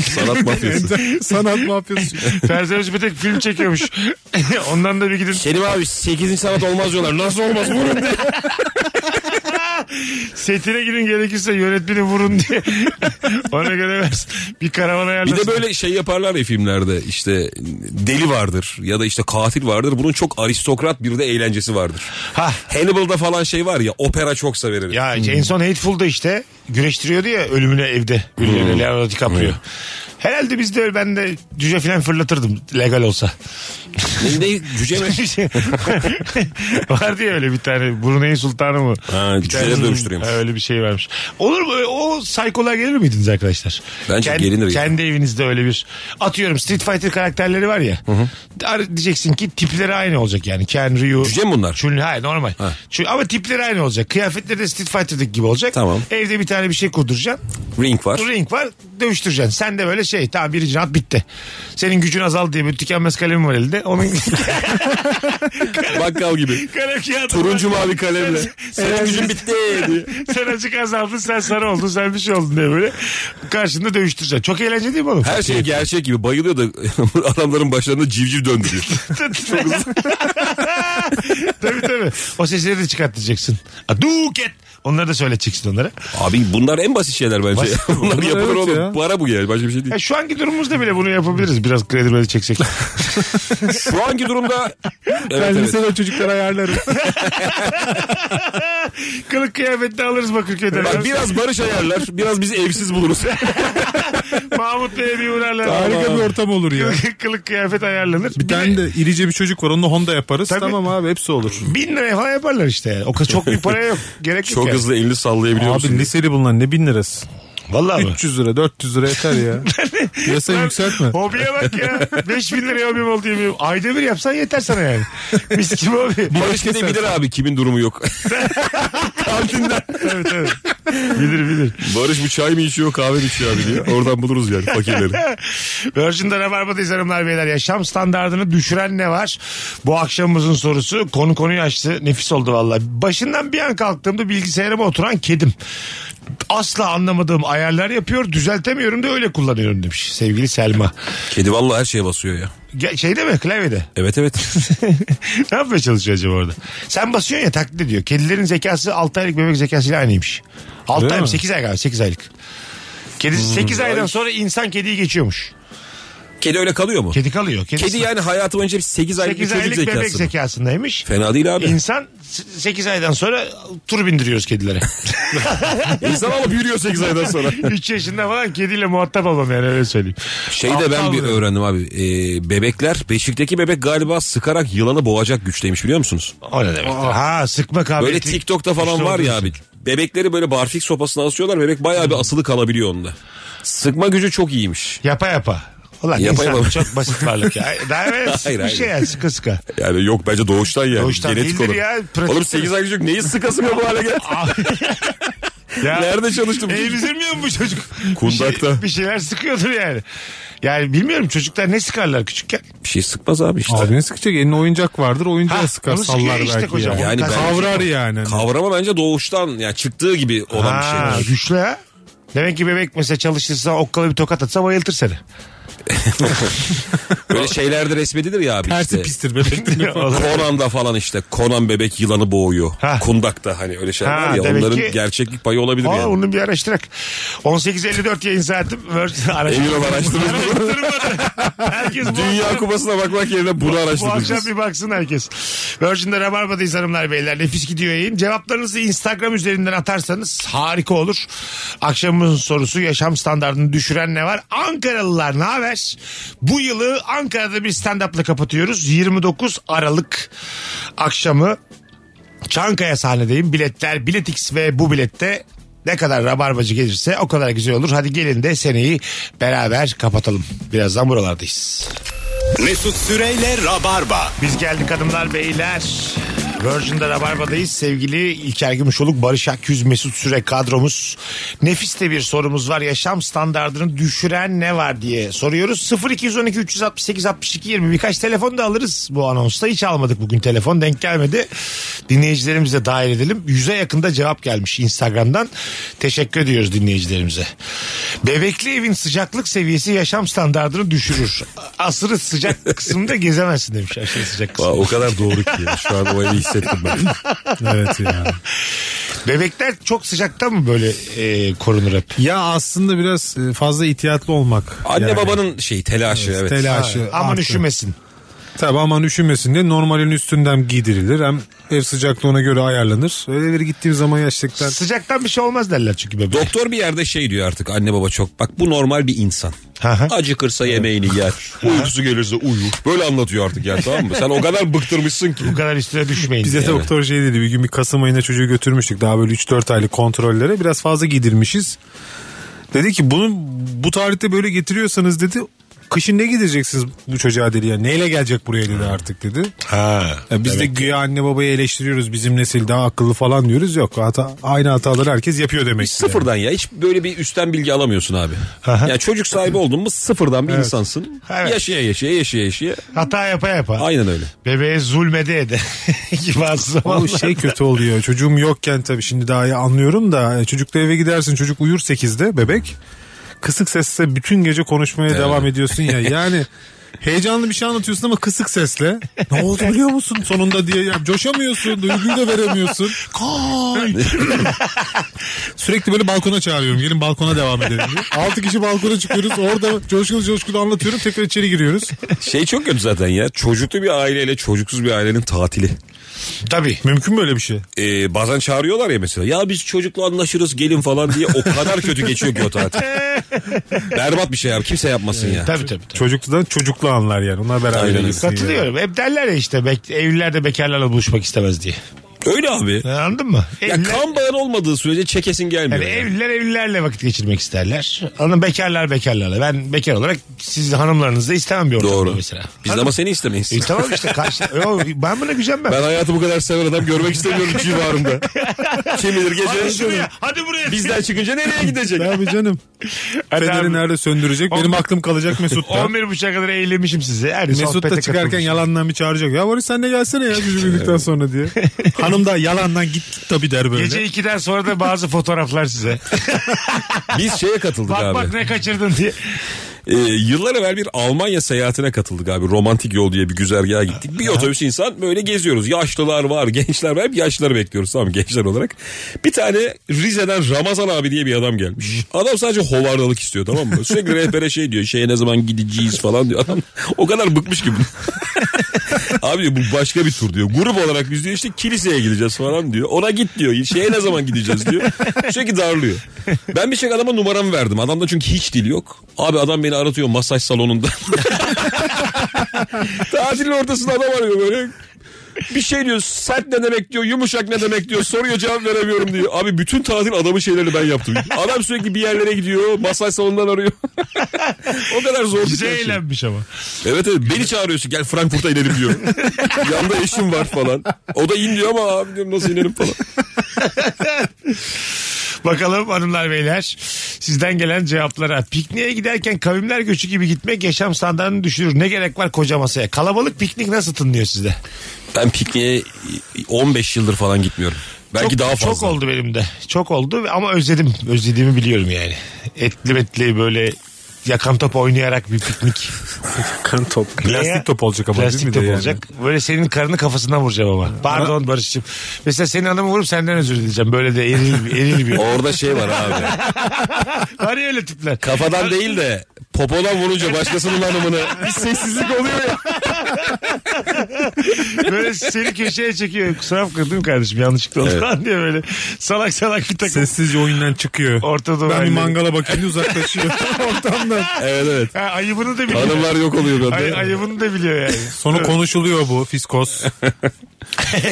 [SPEAKER 2] (laughs)
[SPEAKER 3] Sanat mafyası.
[SPEAKER 4] (laughs) Sanat mafyası.
[SPEAKER 2] Ferzan Özpetek film çekiyormuş. (laughs) Ondan da bir gidin
[SPEAKER 3] Kerim abi 8. sanat olmaz diyorlar. Nasıl olmaz bunun diye.
[SPEAKER 2] setine gidin gerekirse yönetmeni vurun diye. (laughs) Ona göre versin. Bir karavan ayarlasın.
[SPEAKER 3] (laughs) Bir de böyle şey yaparlar ya filmlerde işte deli vardır ya da işte katil vardır. Bunun çok aristokrat bir de eğlencesi vardır.
[SPEAKER 2] Hah.
[SPEAKER 3] Hannibal'da falan şey var ya opera çok severim.
[SPEAKER 2] Ya en son Hateful'da işte güreştiriyordu ya ölümüne evde. Ünlü
[SPEAKER 3] Hmm.
[SPEAKER 2] Leonardo DiCaprio. Herhalde biz de öyle- ben de cüce falan fırlatırdım legal olsa.
[SPEAKER 3] Ne, ne cüce
[SPEAKER 2] (laughs)
[SPEAKER 3] mi?
[SPEAKER 2] Vardı ya şey öyle bir tane Brunei Sultanı mı?
[SPEAKER 3] Ha,
[SPEAKER 2] Bir
[SPEAKER 3] cüceleri
[SPEAKER 2] tane-
[SPEAKER 3] dövüştürüyormuş.
[SPEAKER 2] Ha, Öyle bir şey varmış. Olur mu? O saykolar gelir miydiniz arkadaşlar?
[SPEAKER 3] Bence
[SPEAKER 2] Kend-
[SPEAKER 3] gelinir yani.
[SPEAKER 2] Kendi evinizde öyle bir atıyorum Street Fighter karakterleri var ya. Ar- Diyeceksin ki tipleri aynı olacak yani. Ken Ryu.
[SPEAKER 3] Cüce mi bunlar?
[SPEAKER 2] Chun- hayır normal. Chun- ama tipleri aynı olacak. Kıyafetleri de Street Fighter'daki gibi olacak.
[SPEAKER 3] Tamam.
[SPEAKER 2] Evde bir tane bir şey kurduracaksın.
[SPEAKER 3] Ring var.
[SPEAKER 2] Ring var dövüştüreceksin. Sen de böyle şey tamam birinci round bitti. Senin gücün azaldı diye bir tükenmez kalemim var elde. Onun
[SPEAKER 3] (laughs) Bakkal gibi.
[SPEAKER 2] kalem kağıdı
[SPEAKER 3] Turuncu
[SPEAKER 2] var.
[SPEAKER 3] mavi kalemle. Senin gücün bitti diye.
[SPEAKER 2] (laughs) sen azıcık azaldın sen sarı oldun sen bir şey oldun diye böyle karşında dövüştüreceksin. Çok eğlenceli değil mi oğlum?
[SPEAKER 3] Her şey gerçek gibi bayılıyor da (laughs) adamların başlarında civciv döndürüyor.
[SPEAKER 2] (laughs) tabii tabii. O sesleri de çıkartacaksın. Aduket. Onları da söyleteceksin onlara.
[SPEAKER 3] (laughs) Abi bunlar en basit şeyler bence. (laughs) Bunlar yapılır
[SPEAKER 4] evet
[SPEAKER 3] oğlum.
[SPEAKER 4] ya.
[SPEAKER 3] Para bu yani başka bir şey değil.
[SPEAKER 2] Ya şu anki durumumuzda bile bunu yapabiliriz. Biraz kredi böyle
[SPEAKER 3] (laughs)
[SPEAKER 2] çeksek.
[SPEAKER 3] Şu anki (laughs) durumda evet
[SPEAKER 4] ben
[SPEAKER 3] evet.
[SPEAKER 4] lisede çocuklar ayarlarım.
[SPEAKER 2] Kılık kıyafetini alırız Bakırköy'den.
[SPEAKER 3] Bak biraz barış ayarlar, biraz bizi evsiz (laughs) buluruz.
[SPEAKER 2] Mahmut Bey'e bir uğrarlar.
[SPEAKER 4] Harika bir ortam olur ya.
[SPEAKER 2] (laughs) Kılık kıyafet ayarlanır.
[SPEAKER 4] Bir tane de irice bir çocuk var onunla Honda yaparız.
[SPEAKER 2] Tabii.
[SPEAKER 4] Tamam abi hepsi olur.
[SPEAKER 2] Bin liraya falan yaparlar işte yani. O kadar çok bir paraya yok. Gerek yok
[SPEAKER 3] Çok
[SPEAKER 2] yani.
[SPEAKER 3] hızlı elini sallayabiliyor
[SPEAKER 4] Abi
[SPEAKER 3] musun?
[SPEAKER 4] liseli bunlar ne bin lirası.
[SPEAKER 2] Vallahi mı?
[SPEAKER 4] 300 lira 400 lira yeter ya. Piyasayı yükseltme.
[SPEAKER 2] Hobiye bak ya. 5000 liraya hobim oldu yemin. Ayda bir yapsan yeter sana yani. Mis gibi hobi.
[SPEAKER 3] Barış bir de bilir abi kimin durumu yok. (laughs) Kantinden.
[SPEAKER 2] evet evet. Bilir bilir.
[SPEAKER 3] Barış bu çay mı içiyor kahve mi içiyor abi diye. Oradan buluruz yani (laughs) fakirleri.
[SPEAKER 2] Virgin'de Rabarba'dayız hanımlar beyler. Yaşam standartını düşüren ne var? Bu akşamımızın sorusu konu konuyu açtı. Nefis oldu valla. Başından bir an kalktığımda bilgisayarıma oturan kedim. Asla anlamadığım ayarlar yapıyor. Düzeltemiyorum da öyle kullanıyorum demiş sevgili Selma.
[SPEAKER 3] Kedi vallahi her şeye basıyor ya.
[SPEAKER 2] Ge- Şeyde mi klavyede?
[SPEAKER 3] Evet (laughs) evet.
[SPEAKER 2] ne yapmaya çalışıyor acaba orada? Sen basıyorsun ya taklit ediyor. Kedilerin zekası 6 aylık bebek zekasıyla aynıymış. 6
[SPEAKER 4] Öyle
[SPEAKER 2] ay mı
[SPEAKER 4] mi?
[SPEAKER 2] 8 ay galiba 8 aylık. Kedi
[SPEAKER 3] Hmm.
[SPEAKER 2] 8 aydan sonra insan kediyi geçiyormuş.
[SPEAKER 3] Kedi öyle kalıyor mu?
[SPEAKER 2] Kedi kalıyor.
[SPEAKER 3] Kedi yani hayatı boyunca 8 aylık bir
[SPEAKER 2] 8
[SPEAKER 3] çocuk
[SPEAKER 2] aylık bebek
[SPEAKER 3] zekası. mı?
[SPEAKER 2] zekasındaymış.
[SPEAKER 3] Fena değil abi.
[SPEAKER 2] İnsan 8 aydan sonra tur bindiriyoruz
[SPEAKER 3] (laughs)
[SPEAKER 2] kedilere.
[SPEAKER 3] İnsan alıp yürüyor 8 aydan sonra. (laughs)
[SPEAKER 2] 3 yaşında falan kediyle muhatap olmam yani öyle söyleyeyim.
[SPEAKER 3] Şeyi de ben
[SPEAKER 2] Aptal
[SPEAKER 3] bir
[SPEAKER 2] diyor.
[SPEAKER 3] öğrendim abi. Ee, bebekler, beşikteki bebek galiba sıkarak yılanı boğacak güçteymiş biliyor musunuz?
[SPEAKER 2] O ne demek? Ha sıkma kabiliyeti.
[SPEAKER 3] Böyle TikTok'ta falan
[SPEAKER 2] güçlü
[SPEAKER 3] var ya
[SPEAKER 2] olduğu Hmm.
[SPEAKER 3] abi. Bebekleri böyle barfik sopasına asıyorlar. Bebek bayağı bir asılı kalabiliyor onda. Sıkma gücü çok iyiymiş.
[SPEAKER 2] Yapa yapa. Ulan
[SPEAKER 3] Yapa
[SPEAKER 2] insan
[SPEAKER 3] yapa.
[SPEAKER 2] çok basit
[SPEAKER 3] (laughs)
[SPEAKER 2] varlık ya. Daha evvel
[SPEAKER 3] Hayır,
[SPEAKER 2] bir
[SPEAKER 3] hayır.
[SPEAKER 2] şey yani sıkı sıkı.
[SPEAKER 3] Yani yok bence doğuştan yani.
[SPEAKER 2] Doğuştan
[SPEAKER 3] Genetik
[SPEAKER 2] değildir
[SPEAKER 3] olarak.
[SPEAKER 2] ya, pratik.
[SPEAKER 3] Oğlum 8 ay küçük neyi sıkasın ya bu hale geldi?
[SPEAKER 2] Ya-
[SPEAKER 3] Nerede çalıştım?
[SPEAKER 2] Emzirmiyor mu bu çocuk?
[SPEAKER 3] Kundakta.
[SPEAKER 2] Bir, şey- bir şeyler sıkıyordur yani. Yani bilmiyorum çocuklar ne sıkarlar küçükken?
[SPEAKER 3] şey sıkmaz abi işte.
[SPEAKER 4] Abine sıkacak. Eline oyuncak vardır. Oyuncağı
[SPEAKER 2] Ha,
[SPEAKER 4] sıkar
[SPEAKER 2] onu sıkıyor
[SPEAKER 4] sallar
[SPEAKER 2] işte
[SPEAKER 4] belki.
[SPEAKER 2] kocaman.
[SPEAKER 4] ya.
[SPEAKER 3] Yani
[SPEAKER 4] Yani
[SPEAKER 3] bence-
[SPEAKER 4] kavrar yani.
[SPEAKER 3] Kavrama bence doğuştan yani çıktığı gibi olan bir
[SPEAKER 2] Ha,
[SPEAKER 3] şey.
[SPEAKER 2] güçlü ha. Demek ki bebek mesela çalışırsa okkalı bir tokat atsa bayıltır
[SPEAKER 3] (laughs)
[SPEAKER 2] seni.
[SPEAKER 3] Böyle şeyler de resmedilir ya abi
[SPEAKER 4] Tersi
[SPEAKER 3] işte.
[SPEAKER 2] (laughs)
[SPEAKER 4] pistir bebektir.
[SPEAKER 3] Conan'da falan işte Conan bebek yılanı boğuyor.
[SPEAKER 2] Ha.
[SPEAKER 3] Kundak'ta hani öyle şeyler
[SPEAKER 2] Ha,
[SPEAKER 3] var ya
[SPEAKER 2] demek
[SPEAKER 3] onların
[SPEAKER 2] ki-
[SPEAKER 3] gerçeklik payı olabilir
[SPEAKER 2] Aa,
[SPEAKER 3] yani.
[SPEAKER 2] Onun bir araştırak. 18.54 yayın saatim. Virgin (laughs) araştırma.
[SPEAKER 3] Emin ol araştırırız.
[SPEAKER 2] (laughs) Araştırmadı. Herkes bu
[SPEAKER 3] Dünya
[SPEAKER 2] akşam-
[SPEAKER 3] kupasına bakmak yerine bunu
[SPEAKER 2] Bu akşam
[SPEAKER 3] araştıracağız.
[SPEAKER 2] bir baksın herkes. Virgin'de Rabarba'dayız hanımlar beyler. Nefis gidiyor yayın. Cevaplarınızı Instagram üzerinden atarsanız harika olur. Akşamımızın sorusu yaşam standartını düşüren ne var? Ankaralılar ne haber? Bu yılı Ankara'da bir stand-up'la kapatıyoruz. 29 Aralık akşamı Çankaya sahnedeyim. Biletler Biletix ve bu bilette ne kadar rabarbacı gelirse o kadar güzel olur. Hadi gelin de seneyi beraber kapatalım. Birazdan buralardayız.
[SPEAKER 1] (laughs) Mesut Süreyle Rabarba.
[SPEAKER 2] Biz geldik hanımlar beyler. Virgin'de Rabarba'dayız. Sevgili İlker Gümüşoluk, Barış Akyüz, Mesut Süre kadromuz. Nefis de bir sorumuz var. Yaşam standartını düşüren ne var diye soruyoruz. 0212 368 62 20 birkaç telefon da alırız bu anonsta. Hiç almadık bugün telefon denk gelmedi. Dinleyicilerimize dahil edelim. Yüze yakında cevap gelmiş Instagram'dan. Teşekkür ediyoruz dinleyicilerimize. Bebekli evin sıcaklık seviyesi yaşam standartını düşürür. Asırı sıcak kısımda gezemezsin demiş. Aşırı sıcak
[SPEAKER 3] Aa,
[SPEAKER 2] kısım.
[SPEAKER 3] o kadar doğru ki ya. şu an o evi hissettim
[SPEAKER 2] (laughs)
[SPEAKER 3] ben.
[SPEAKER 4] evet ya.
[SPEAKER 2] Bebekler çok sıcakta mı böyle e, korunur hep?
[SPEAKER 4] Ya aslında biraz e, fazla ihtiyatlı olmak.
[SPEAKER 3] Anne
[SPEAKER 4] yani.
[SPEAKER 3] babanın şey telaşı evet.
[SPEAKER 4] Telaşı.
[SPEAKER 2] Aman
[SPEAKER 4] artı.
[SPEAKER 2] üşümesin.
[SPEAKER 4] Tabii aman üşümesin diye normalin üstünden hem giydirilir hem ev sıcaklığına göre ayarlanır. Öyle bir gittiğim zaman yaşlıktan
[SPEAKER 2] Sıcaktan bir şey olmaz derler çünkü bebeğe.
[SPEAKER 3] Doktor bir yerde şey diyor artık anne baba çok bak bu normal bir insan.
[SPEAKER 2] Aha.
[SPEAKER 3] Acıkırsa yemeğini yer. Uykusu gelirse uyur. Böyle anlatıyor artık ya tamam mı? Sen o kadar bıktırmışsın ki.
[SPEAKER 2] Bu kadar üstüne düşmeyin.
[SPEAKER 4] Bize
[SPEAKER 2] diye.
[SPEAKER 4] doktor şey dedi bir gün bir Kasım ayında çocuğu götürmüştük daha böyle 3-4 aylık kontrollere biraz fazla giydirmişiz. Dedi ki bunu bu tarihte böyle getiriyorsanız dedi kışın ne gideceksiniz bu çocuğa dedi ya neyle gelecek buraya dedi artık dedi.
[SPEAKER 2] Ha.
[SPEAKER 4] Ya biz de güya anne babayı eleştiriyoruz bizim nesil daha akıllı falan diyoruz yok hata, aynı hataları herkes yapıyor demek. ki yani.
[SPEAKER 3] Sıfırdan ya hiç böyle bir üstten bilgi alamıyorsun abi. ya çocuk sahibi oldun mu sıfırdan bir insansın.
[SPEAKER 2] Evet.
[SPEAKER 3] Yaşaya yaşaya yaşaya yaşaya.
[SPEAKER 2] Hata yapa yapa.
[SPEAKER 3] Aynen öyle.
[SPEAKER 2] Bebeğe zulmede ede. (laughs) Gibi bazı
[SPEAKER 4] O
[SPEAKER 2] zamanlar.
[SPEAKER 4] şey kötü oluyor. Çocuğum yokken tabii şimdi daha iyi anlıyorum da e, çocukla eve gidersin. Çocuk uyur 8'de bebek. Kısık sesle bütün gece konuşmaya devam ediyorsun ya. Yani heyecanlı bir şey anlatıyorsun ama kısık sesle. Ne oldu biliyor musun sonunda diye ya coşamıyorsun, duyguyu da veremiyorsun. Kay! Sürekli böyle balkona çağırıyorum. Gelin balkona devam edelim diye. 6 kişi balkona çıkıyoruz. Orada coşkulu coşkulu anlatıyorum. Tekrar içeri giriyoruz.
[SPEAKER 3] Şey çok kötü zaten ya. Çocuklu bir aileyle çocuksuz bir ailenin tatili.
[SPEAKER 2] Tabii.
[SPEAKER 4] Mümkün mü öyle bir şey?
[SPEAKER 3] Ee, bazen çağırıyorlar ya mesela. Ya biz çocukla anlaşırız gelin falan diye. O kadar kötü geçiyor ki
[SPEAKER 2] (laughs)
[SPEAKER 3] o tatil. Berbat bir şey abi. Kimse yapmasın ya.
[SPEAKER 2] Tabii tabii. tabii.
[SPEAKER 4] Çocukludan çocuklu anlar yani. Onlar beraber
[SPEAKER 3] Aynen öyle.
[SPEAKER 4] yürüsün yani.
[SPEAKER 2] Katılıyorum. Hep derler ya işte bek- evliler de bekarlarla buluşmak istemez diye. E,
[SPEAKER 3] Öyle abi.
[SPEAKER 2] Anladın mı?
[SPEAKER 3] Ya
[SPEAKER 2] Evliler-
[SPEAKER 3] kan bağın olmadığı sürece çekesin gelmiyor.
[SPEAKER 2] Yani
[SPEAKER 3] yani.
[SPEAKER 2] evliler evlilerle vakit geçirmek isterler. Anladın bekarlar bekarlarla. Ben bekar olarak siz hanımlarınızı da istemem bir ortamda
[SPEAKER 3] Doğru.
[SPEAKER 2] mesela.
[SPEAKER 3] Biz de
[SPEAKER 2] Anladın
[SPEAKER 3] ama
[SPEAKER 2] mı?
[SPEAKER 3] seni istemeyiz.
[SPEAKER 2] E, tamam işte
[SPEAKER 3] (laughs)
[SPEAKER 2] karşı... Yo, ben buna gücenmem.
[SPEAKER 3] Ben hayatı bu kadar seven adam görmek istemiyorum
[SPEAKER 2] (laughs)
[SPEAKER 3] civarımda. Kim bilir
[SPEAKER 2] Hadi
[SPEAKER 3] gece
[SPEAKER 2] şuraya, hadi buraya.
[SPEAKER 3] bizden çıkınca nereye gidecek?
[SPEAKER 4] Tabii canım.
[SPEAKER 2] Hadi
[SPEAKER 4] Feneri
[SPEAKER 2] abi.
[SPEAKER 4] nerede söndürecek?
[SPEAKER 2] On-
[SPEAKER 4] Benim aklım kalacak Mesut'ta.
[SPEAKER 2] 11.30'a kadar eğlenmişim sizi. Her
[SPEAKER 4] Mesut
[SPEAKER 2] sohbete
[SPEAKER 4] da çıkarken
[SPEAKER 2] katılmışım.
[SPEAKER 4] yalandan bir çağıracak. Ya Boris sen de gelsene ya çocuk uyuduktan sonra diye. Hanım da yalandan git git tabii der böyle.
[SPEAKER 2] Gece 2'den sonra da
[SPEAKER 3] (laughs)
[SPEAKER 2] bazı fotoğraflar size.
[SPEAKER 3] Biz şeye katıldık
[SPEAKER 2] bak
[SPEAKER 3] abi.
[SPEAKER 2] bak ne kaçırdın diye.
[SPEAKER 3] Ee, yıllar evvel bir Almanya seyahatine katıldık abi. Romantik yol diye bir güzergaha gittik. Bir otobüs insan böyle geziyoruz. Yaşlılar var, gençler var. Hep yaşlıları bekliyoruz tamam mı, gençler olarak. Bir tane Rize'den Ramazan abi diye bir adam gelmiş. Adam sadece hovardalık istiyor tamam mı? Sürekli rehbere şey diyor. Şeye ne zaman gideceğiz falan diyor. Adam o kadar bıkmış gibi. abi diyor bu başka bir tur diyor. Grup olarak biz diyor işte kiliseye gideceğiz falan diyor. Ona git diyor. Şeye ne zaman gideceğiz diyor. Sürekli darlıyor. Ben bir şey adama numaramı verdim. Adamda çünkü hiç dil yok. Abi adam beni aratıyor masaj salonunda. (laughs) Tatilin ortasında adam arıyor böyle. Bir şey diyor sert ne demek diyor yumuşak ne demek diyor soruyor cevap veremiyorum diyor. Abi bütün tatil adamın şeylerini ben yaptım. Adam sürekli bir yerlere gidiyor masaj salonundan arıyor. (laughs) o kadar zor bir
[SPEAKER 2] Güzel
[SPEAKER 3] şey.
[SPEAKER 2] eğlenmiş ama.
[SPEAKER 3] Evet evet beni çağırıyorsun gel Frankfurt'a inelim
[SPEAKER 2] (laughs)
[SPEAKER 3] diyor. Yanında eşim var falan. O da in diyor ama abi diyorum nasıl inelim falan.
[SPEAKER 2] Bakalım hanımlar beyler sizden gelen cevaplara. Pikniğe giderken kavimler göçü gibi gitmek yaşam standartını düşürür. Ne gerek var koca masaya? Kalabalık piknik nasıl tınlıyor sizde?
[SPEAKER 3] Ben pikniğe 15 yıldır falan gitmiyorum. Belki
[SPEAKER 2] çok,
[SPEAKER 3] daha fazla.
[SPEAKER 2] Çok oldu benim de. Çok oldu ama özledim. Özlediğimi biliyorum yani. Etli metli böyle yakan top oynayarak bir piknik.
[SPEAKER 4] Kan top.
[SPEAKER 2] Neye?
[SPEAKER 4] Plastik top olacak ama
[SPEAKER 2] Plastik
[SPEAKER 4] değil mi
[SPEAKER 2] top
[SPEAKER 4] de yani?
[SPEAKER 2] olacak. Böyle senin karını kafasından vuracağım ama. Pardon Barış'cığım. Mesela senin adamı vurup senden özür dileyeceğim. Böyle de eril, eril
[SPEAKER 4] (laughs)
[SPEAKER 2] bir.
[SPEAKER 3] Orada şey var abi.
[SPEAKER 2] Var ya öyle tipler.
[SPEAKER 3] Kafadan değil de popodan vurunca
[SPEAKER 2] (laughs)
[SPEAKER 3] başkasının hanımını. Bir sessizlik oluyor ya.
[SPEAKER 2] Böyle seni köşeye çekiyor. Kusura bakma değil mi kardeşim yanlışlıkla oldu
[SPEAKER 3] Evet.
[SPEAKER 2] falan diye böyle salak salak bir takım.
[SPEAKER 4] Sessizce oyundan çıkıyor.
[SPEAKER 2] Ortada
[SPEAKER 4] ben
[SPEAKER 2] böyle.
[SPEAKER 4] bir mangala bakayım
[SPEAKER 2] (laughs)
[SPEAKER 4] diye uzaklaşıyor ortamdan.
[SPEAKER 3] Evet evet.
[SPEAKER 2] Ha, ayıbını da biliyor.
[SPEAKER 3] Hanımlar yok oluyor böyle.
[SPEAKER 2] Ay, ayıbını da biliyor yani. (laughs)
[SPEAKER 4] Sonra konuşuluyor bu fiskos.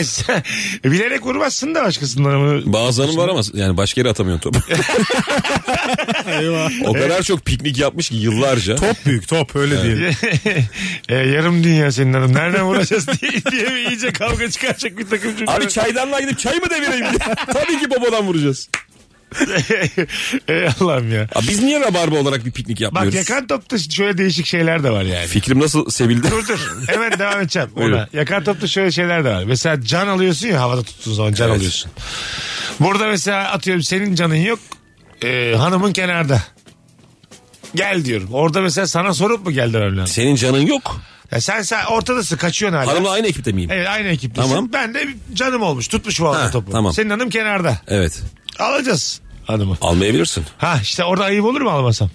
[SPEAKER 2] Sen- Bilerek vurmazsın da başkasının adamı.
[SPEAKER 3] Bazı hanım var ama yani başka yere atamıyorsun
[SPEAKER 2] (laughs)
[SPEAKER 3] topu. O kadar çok piknik yapmış ki yıllarca.
[SPEAKER 4] top büyük top öyle diyelim.
[SPEAKER 2] (laughs) e, yarım dünya senin adam. Nereden vuracağız diye, diye bir iyice kavga çıkaracak bir takım çünkü.
[SPEAKER 3] Abi çaydanlığa gidip çay mı devireyim (laughs) diye. Tabii ki popodan vuracağız.
[SPEAKER 2] Ey Allah'ım ya.
[SPEAKER 3] Abi biz niye rabarba olarak bir piknik
[SPEAKER 2] Bak
[SPEAKER 3] yapmıyoruz?
[SPEAKER 2] yakan topta şöyle değişik şeyler de var yani.
[SPEAKER 3] Fikrim
[SPEAKER 2] (laughs)
[SPEAKER 3] nasıl sevildi?
[SPEAKER 2] Dur dur hemen devam edeceğim ona.
[SPEAKER 3] Buyurun.
[SPEAKER 2] Yakan topta şöyle şeyler de var. Mesela can alıyorsun ya havada tuttuğun zaman can
[SPEAKER 3] Evet.
[SPEAKER 2] alıyorsun. Burada mesela atıyorum senin canın yok. e, hanımın kenarda. Gel diyorum. Orada mesela sana sorup mu geldi öyle?
[SPEAKER 3] Senin canın yok.
[SPEAKER 2] Ya sen, sen ortadasın kaçıyorsun hala.
[SPEAKER 3] Hanımla aynı ekipte miyim?
[SPEAKER 2] Evet aynı ekiptesin.
[SPEAKER 3] Tamam.
[SPEAKER 2] Ben de canım olmuş tutmuş bu havada
[SPEAKER 3] Ha,
[SPEAKER 2] topu.
[SPEAKER 3] tamam.
[SPEAKER 2] Senin hanım kenarda.
[SPEAKER 3] Evet.
[SPEAKER 2] Alacağız hanımı.
[SPEAKER 3] Almayabilirsin.
[SPEAKER 2] Ha işte orada ayıp olur mu almasam?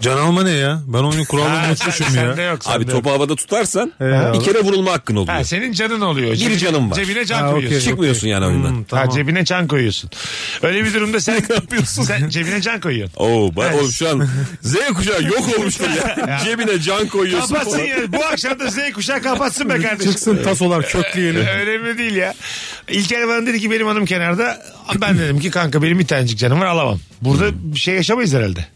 [SPEAKER 4] Can alma ne ya?
[SPEAKER 2] (laughs)
[SPEAKER 4] Ben onun kuralını
[SPEAKER 2] Ha,
[SPEAKER 4] unutmuşum ya.
[SPEAKER 2] sende yok,
[SPEAKER 3] Abi
[SPEAKER 2] sende yok. Ee,
[SPEAKER 3] topu havada tutarsan
[SPEAKER 4] Eyvallah.
[SPEAKER 3] bir kere vurulma hakkın oluyor.
[SPEAKER 2] Ha, senin canın oluyor. Cebine-
[SPEAKER 3] canım var.
[SPEAKER 2] Cebine can
[SPEAKER 4] Ha, okey.
[SPEAKER 2] koyuyorsun.
[SPEAKER 3] Çıkmıyorsun yani oyundan.
[SPEAKER 4] Hmm, tamam.
[SPEAKER 2] Ha, cebine can koyuyorsun. Öyle bir durumda sen ne yapıyorsun? Sen cebine can koyuyorsun.
[SPEAKER 3] Oo ben
[SPEAKER 2] Evet.
[SPEAKER 3] oğlum şu
[SPEAKER 2] (laughs)
[SPEAKER 3] an Z kuşağı yok olmuştur ya. Cebine can koyuyorsun.
[SPEAKER 2] Kapatsın
[SPEAKER 3] falan.
[SPEAKER 2] ya. Bu akşam da Z kuşağı kapatsın be kardeşim.
[SPEAKER 4] Çıksın tasolar kökleyelim.
[SPEAKER 2] Önemli değil ya. İlker bana dedi ki benim hanım kenarda. Ben dedim ki kanka benim bir tanecik canım var alamam. Burada bir şey yaşamayız herhalde.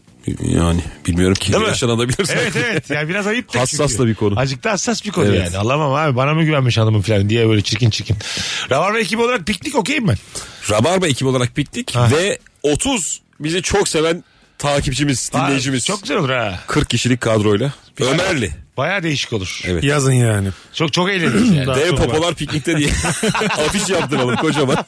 [SPEAKER 3] Yani bilmiyorum ki
[SPEAKER 2] Değil mi?
[SPEAKER 3] yaşanabilirsen.
[SPEAKER 2] Evet evet. Yani biraz ayıp da
[SPEAKER 3] Hassas
[SPEAKER 2] çünkü.
[SPEAKER 3] da bir konu.
[SPEAKER 2] Azıcık da hassas bir konu
[SPEAKER 3] Evet.
[SPEAKER 2] yani. Alamam abi bana mı güvenmiş hanımın falan diye böyle çirkin çirkin. Rabarba ekibi olarak piknik okeyim ben.
[SPEAKER 3] Rabarba ekibi olarak bittik
[SPEAKER 2] Ha.
[SPEAKER 3] ve 30 bizi çok seven takipçimiz, dinleyicimiz.
[SPEAKER 2] Aa, Çok güzel olur ha.
[SPEAKER 3] 40 kişilik kadroyla. Ömerli.
[SPEAKER 2] Baya değişik olur.
[SPEAKER 3] Evet.
[SPEAKER 4] Yazın yani.
[SPEAKER 2] Çok çok eğleniriz
[SPEAKER 4] (clears throat)
[SPEAKER 2] yani.
[SPEAKER 3] Dev popolar
[SPEAKER 2] (laughs)
[SPEAKER 3] piknikte diye afiş yaptıralım kocaman.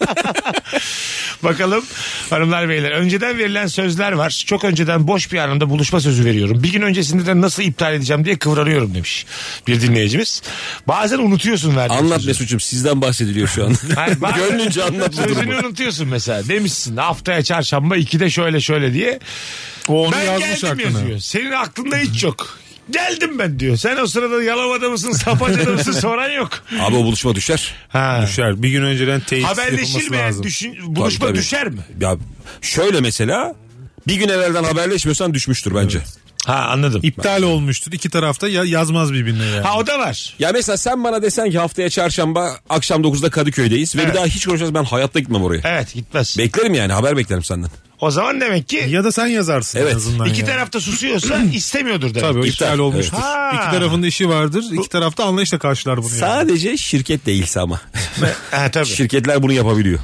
[SPEAKER 2] Bakalım hanımlar beyler. Önceden verilen sözler var. Çok önceden boş bir anımda buluşma sözü veriyorum. Bir gün öncesinde de nasıl iptal edeceğim diye kıvranıyorum demiş bir dinleyicimiz. Bazen unutuyorsun verdiğin
[SPEAKER 3] Anlat
[SPEAKER 2] sözü.
[SPEAKER 3] Mesut'cum sizden bahsediliyor şu an.
[SPEAKER 2] (laughs)
[SPEAKER 3] (laughs)
[SPEAKER 2] Hayır, bazen
[SPEAKER 3] Gönlünce anlat
[SPEAKER 2] (laughs)
[SPEAKER 3] bu
[SPEAKER 2] Sözünü
[SPEAKER 3] durumu.
[SPEAKER 2] unutuyorsun mesela. Demişsin haftaya çarşamba 2'de şöyle şöyle diye.
[SPEAKER 4] O onu
[SPEAKER 2] ben
[SPEAKER 4] yazmış
[SPEAKER 2] geldim
[SPEAKER 4] aklına.
[SPEAKER 2] yazıyor. Senin aklında hiç yok. Geldim ben diyor. Sen o sırada yalamada mısın, sapacada
[SPEAKER 4] (laughs)
[SPEAKER 2] mısın soran yok.
[SPEAKER 3] Abi o buluşma düşer.
[SPEAKER 2] Ha.
[SPEAKER 4] Düşer. Bir gün önceden teyit yapılması
[SPEAKER 2] Haberleşilmeyen
[SPEAKER 4] lazım.
[SPEAKER 2] düşün, buluşma
[SPEAKER 3] Tabii, tabii.
[SPEAKER 2] düşer mi?
[SPEAKER 3] Ya şöyle mesela bir gün evvelden haberleşmiyorsan düşmüştür bence.
[SPEAKER 2] Ha anladım.
[SPEAKER 4] İptal olmuştur. İki tarafta ya yazmaz birbirine yani.
[SPEAKER 2] Ha o da var.
[SPEAKER 3] Ya mesela sen bana desen ki haftaya çarşamba akşam 9'da Kadıköy'deyiz ve
[SPEAKER 2] Evet.
[SPEAKER 3] bir daha hiç konuşacağız ben hayatta gitmem oraya.
[SPEAKER 2] Evet gitmez.
[SPEAKER 3] Beklerim yani haber beklerim senden.
[SPEAKER 2] o zaman demek ki
[SPEAKER 4] Ya da sen yazarsın
[SPEAKER 3] Evet.
[SPEAKER 4] en azından.
[SPEAKER 2] iki
[SPEAKER 4] yani.
[SPEAKER 2] tarafta susuyorsa
[SPEAKER 3] (clears throat)
[SPEAKER 2] istemiyordur demek.
[SPEAKER 4] Tabii o
[SPEAKER 3] İptal,
[SPEAKER 4] iptal olmuştur.
[SPEAKER 2] evet. Ha.
[SPEAKER 4] İki tarafın da işi vardır. İki tarafta anlayışla karşılar bunu. yani.
[SPEAKER 3] Sadece şirket değilse ama.
[SPEAKER 2] Ha, tabii.
[SPEAKER 3] (laughs) Şirketler bunu yapabiliyor.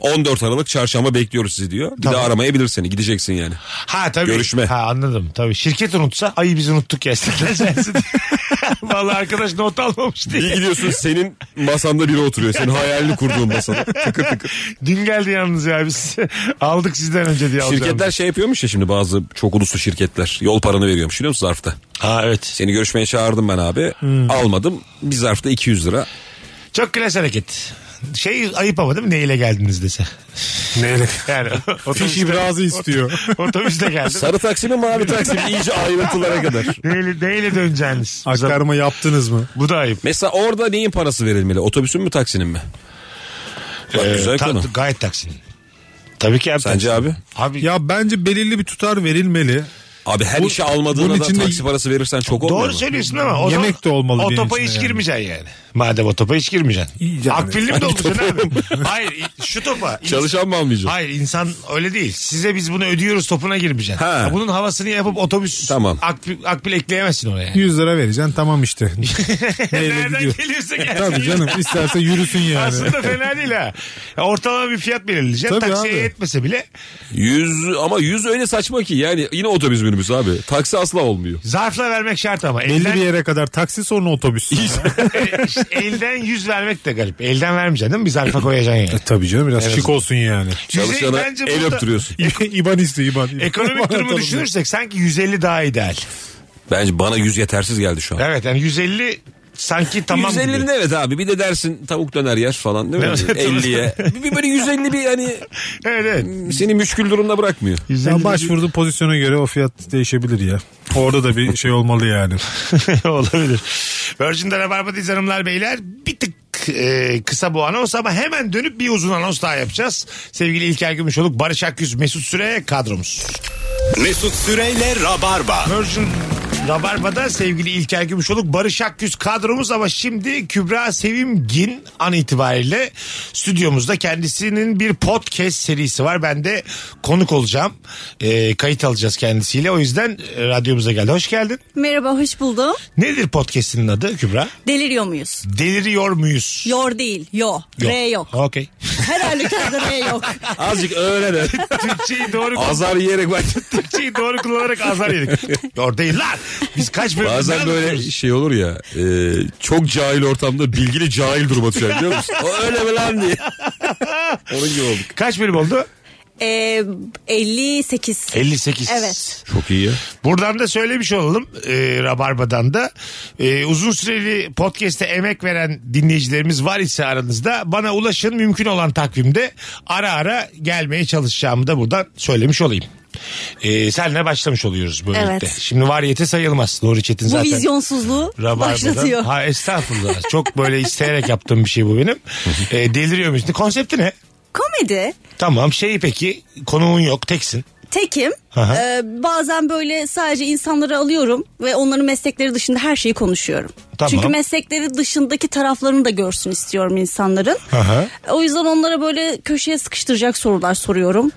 [SPEAKER 3] 14 Aralık çarşamba bekliyoruz sizi diyor. Bir daha aramayabilir seni gideceksin yani.
[SPEAKER 2] Ha tabii.
[SPEAKER 3] Görüşme.
[SPEAKER 2] Ha anladım. Tabii şirket unutsa ayı biz unuttuk ya. Sen- (laughs) sensin. Vallahi arkadaş not almamış
[SPEAKER 3] Bir
[SPEAKER 2] diye.
[SPEAKER 3] gidiyorsun senin masanda biri oturuyor. Senin hayalini kurduğun
[SPEAKER 2] (laughs)
[SPEAKER 3] masada. Tıkır tıkır.
[SPEAKER 2] Dün geldi yalnız ya biz. (laughs) Aldık sizden önce diye alacağım.
[SPEAKER 3] Şirketler şey yapıyormuş ya şimdi bazı çok uluslu şirketler. Yol paranı veriyormuş biliyor musun zarfta?
[SPEAKER 2] Ha evet.
[SPEAKER 3] Seni görüşmeye çağırdım ben abi.
[SPEAKER 2] Hmm.
[SPEAKER 3] Almadım. Bir zarfta 200 lira.
[SPEAKER 2] Çok klas hareket. Şey ayıp ama değil mi? Neyle geldiniz dese.
[SPEAKER 4] Neyle?
[SPEAKER 2] Yani
[SPEAKER 3] (laughs)
[SPEAKER 4] Fiş
[SPEAKER 2] otobüste, (laughs)
[SPEAKER 4] ibrazı istiyor.
[SPEAKER 2] otobüste geldim.
[SPEAKER 3] Sarı taksimi mavi taksimi iyice ayrıntılara kadar.
[SPEAKER 2] neyle, neyle döneceğiniz?
[SPEAKER 4] Aktarma yaptınız mı?
[SPEAKER 2] Bu da ayıp.
[SPEAKER 3] Mesela orada neyin parası verilmeli? Otobüsün mü taksinin mi? Bak,
[SPEAKER 2] Ee,
[SPEAKER 3] güzel
[SPEAKER 2] ta-
[SPEAKER 3] konu.
[SPEAKER 2] Gayet taksin. Tabii ki abi.
[SPEAKER 3] Sence
[SPEAKER 2] taksin.
[SPEAKER 3] abi?
[SPEAKER 2] Abi
[SPEAKER 4] Ya bence belirli bir tutar verilmeli.
[SPEAKER 3] Abi her
[SPEAKER 4] Bu-
[SPEAKER 3] işe almadığına
[SPEAKER 4] bunun
[SPEAKER 3] da
[SPEAKER 4] içinde-
[SPEAKER 3] taksi parası verirsen çok olmuyor
[SPEAKER 2] Doğru
[SPEAKER 3] mu?
[SPEAKER 2] söylüyorsun ama o
[SPEAKER 4] Yemek de olmalı bir
[SPEAKER 2] O
[SPEAKER 4] yerin
[SPEAKER 2] topa
[SPEAKER 4] içinde
[SPEAKER 2] hiç
[SPEAKER 4] yani.
[SPEAKER 2] gireceksin yani. Madem o topa hiç girmeyeceksin.
[SPEAKER 4] Yani.
[SPEAKER 2] Akbilli mi dolduracaksın abi? (laughs) Hayır şu topa.
[SPEAKER 3] Çalışan mı almayacaksın?
[SPEAKER 2] Hayır insan öyle değil. Size biz bunu ödüyoruz topuna girmeyeceksin.
[SPEAKER 3] Ha.
[SPEAKER 2] Ya Bunun havasını yapıp otobüs
[SPEAKER 3] Tamam.
[SPEAKER 2] akbil, akbil ekleyemezsin oraya.
[SPEAKER 4] 100 lira vereceksin
[SPEAKER 2] (laughs)
[SPEAKER 4] tamam işte. (laughs) Neyle
[SPEAKER 2] Nereden
[SPEAKER 4] gidiyor? E,
[SPEAKER 2] geliyorsa gelsin.
[SPEAKER 4] Tabii canım isterse yürüsün yani.
[SPEAKER 2] (laughs) Aslında fena değil ha. Ya Ortalama bir fiyat belirleyeceksin.
[SPEAKER 4] Tabii
[SPEAKER 2] Taksiye
[SPEAKER 4] abi.
[SPEAKER 2] yetmese bile
[SPEAKER 3] Yüz ama yüz öyle saçma ki yani yine otobüs minibüs abi. Taksi asla olmuyor.
[SPEAKER 2] zarfla vermek şart ama.
[SPEAKER 4] Belli
[SPEAKER 2] Elden,
[SPEAKER 4] bir yere kadar taksi sonra otobüs.
[SPEAKER 2] (laughs) İşte elden yüz vermek de garip. Elden vermeyeceksin değil mi? Bir zarfa koyacaksın yani.
[SPEAKER 4] E, Tabii canım biraz şık olsun yani.
[SPEAKER 2] Yüze-
[SPEAKER 3] Çalışana
[SPEAKER 2] bence
[SPEAKER 3] el
[SPEAKER 2] burada
[SPEAKER 3] öptürüyorsun.
[SPEAKER 4] İban istiyor İban.
[SPEAKER 2] Ekonomik durumu düşünürsek sanki 150 daha ideal.
[SPEAKER 3] Bence bana yüz yetersiz geldi şu an.
[SPEAKER 2] Evet yani 150 sanki tamam
[SPEAKER 3] 150
[SPEAKER 2] gibi.
[SPEAKER 3] nin evet abi bir de dersin tavuk döner yer falan değil mi?
[SPEAKER 2] Evet.
[SPEAKER 3] 50'ye. Bir, bir böyle 150 bir hani
[SPEAKER 2] Evet evet.
[SPEAKER 3] seni müşkül durumda bırakmıyor.
[SPEAKER 2] 150
[SPEAKER 4] Ya başvurduğun pozisyona göre o fiyat değişebilir ya. Orada da bir şey olmalı yani.
[SPEAKER 2] (laughs) Olabilir. Virgin'de Rabarba'dayız hanımlar beyler. Bir tık e, kısa bu anons ama hemen dönüp bir uzun anons daha yapacağız. Sevgili İlker Gümüşoluk, Barış Akyüz, Mesut Süre kadromuz.
[SPEAKER 1] Mesut Süreyle Rabarba.
[SPEAKER 2] Virgin Rabarba'da sevgili İlker Gümüşoluk, Barış Akgüz kadromuz ama şimdi Kübra Sevimgin an itibariyle stüdyomuzda kendisinin bir podcast serisi var. Ben de konuk olacağım. E, kayıt alacağız kendisiyle. O yüzden e, radyomuza geldi. Hoş geldin.
[SPEAKER 5] Merhaba hoş buldum.
[SPEAKER 2] Nedir podcast'inin adı Kübra?
[SPEAKER 5] Deliriyor muyuz?
[SPEAKER 2] Deliriyor muyuz?
[SPEAKER 5] Yor değil. Yo. R
[SPEAKER 2] (laughs)
[SPEAKER 5] yok.
[SPEAKER 2] Okey.
[SPEAKER 5] Her halükarda R yok.
[SPEAKER 3] Azıcık
[SPEAKER 2] (laughs)
[SPEAKER 3] öğren.
[SPEAKER 2] Türkçeyi doğru
[SPEAKER 3] Azar yiyerek bak.
[SPEAKER 2] Türkçeyi doğru kullanarak azar yedik. Yor değil lan. Biz kaç bölüm
[SPEAKER 3] Bazen böyle şey olur ya e, çok cahil ortamda bilgili cahil duruma düşer biliyor musun? O öyle mi
[SPEAKER 2] (laughs)
[SPEAKER 3] lan diye. Onun gibi olduk.
[SPEAKER 2] Kaç bölüm oldu?
[SPEAKER 5] Ee, 58.
[SPEAKER 2] 58.
[SPEAKER 5] Evet.
[SPEAKER 3] Çok iyi ya.
[SPEAKER 2] Buradan da söylemiş olalım e, Rabarba'dan da. E, uzun süreli podcast'e emek veren dinleyicilerimiz var ise aranızda bana ulaşın mümkün olan takvimde ara ara gelmeye çalışacağımı da buradan söylemiş olayım. E, senle başlamış oluyoruz böylelikle.
[SPEAKER 5] Evet.
[SPEAKER 2] Şimdi variyete sayılmaz. Nuri Çetin
[SPEAKER 5] Bu
[SPEAKER 2] zaten.
[SPEAKER 5] vizyonsuzluğu
[SPEAKER 2] Rabarba'dan.
[SPEAKER 5] başlatıyor.
[SPEAKER 2] Ha estağfurullah. Çok böyle isteyerek yaptığım bir şey bu benim. E, deliriyorum işte. Konsepti ne?
[SPEAKER 5] Komedi.
[SPEAKER 2] Tamam şey peki konuğun yok teksin.
[SPEAKER 5] Tekim.
[SPEAKER 2] Aha.
[SPEAKER 5] Ee, bazen böyle sadece insanları alıyorum ve onların meslekleri dışında her şeyi konuşuyorum.
[SPEAKER 2] Tamam.
[SPEAKER 5] Çünkü meslekleri dışındaki taraflarını da görsün istiyorum insanların.
[SPEAKER 2] Aha.
[SPEAKER 5] O yüzden onlara böyle köşeye sıkıştıracak sorular soruyorum.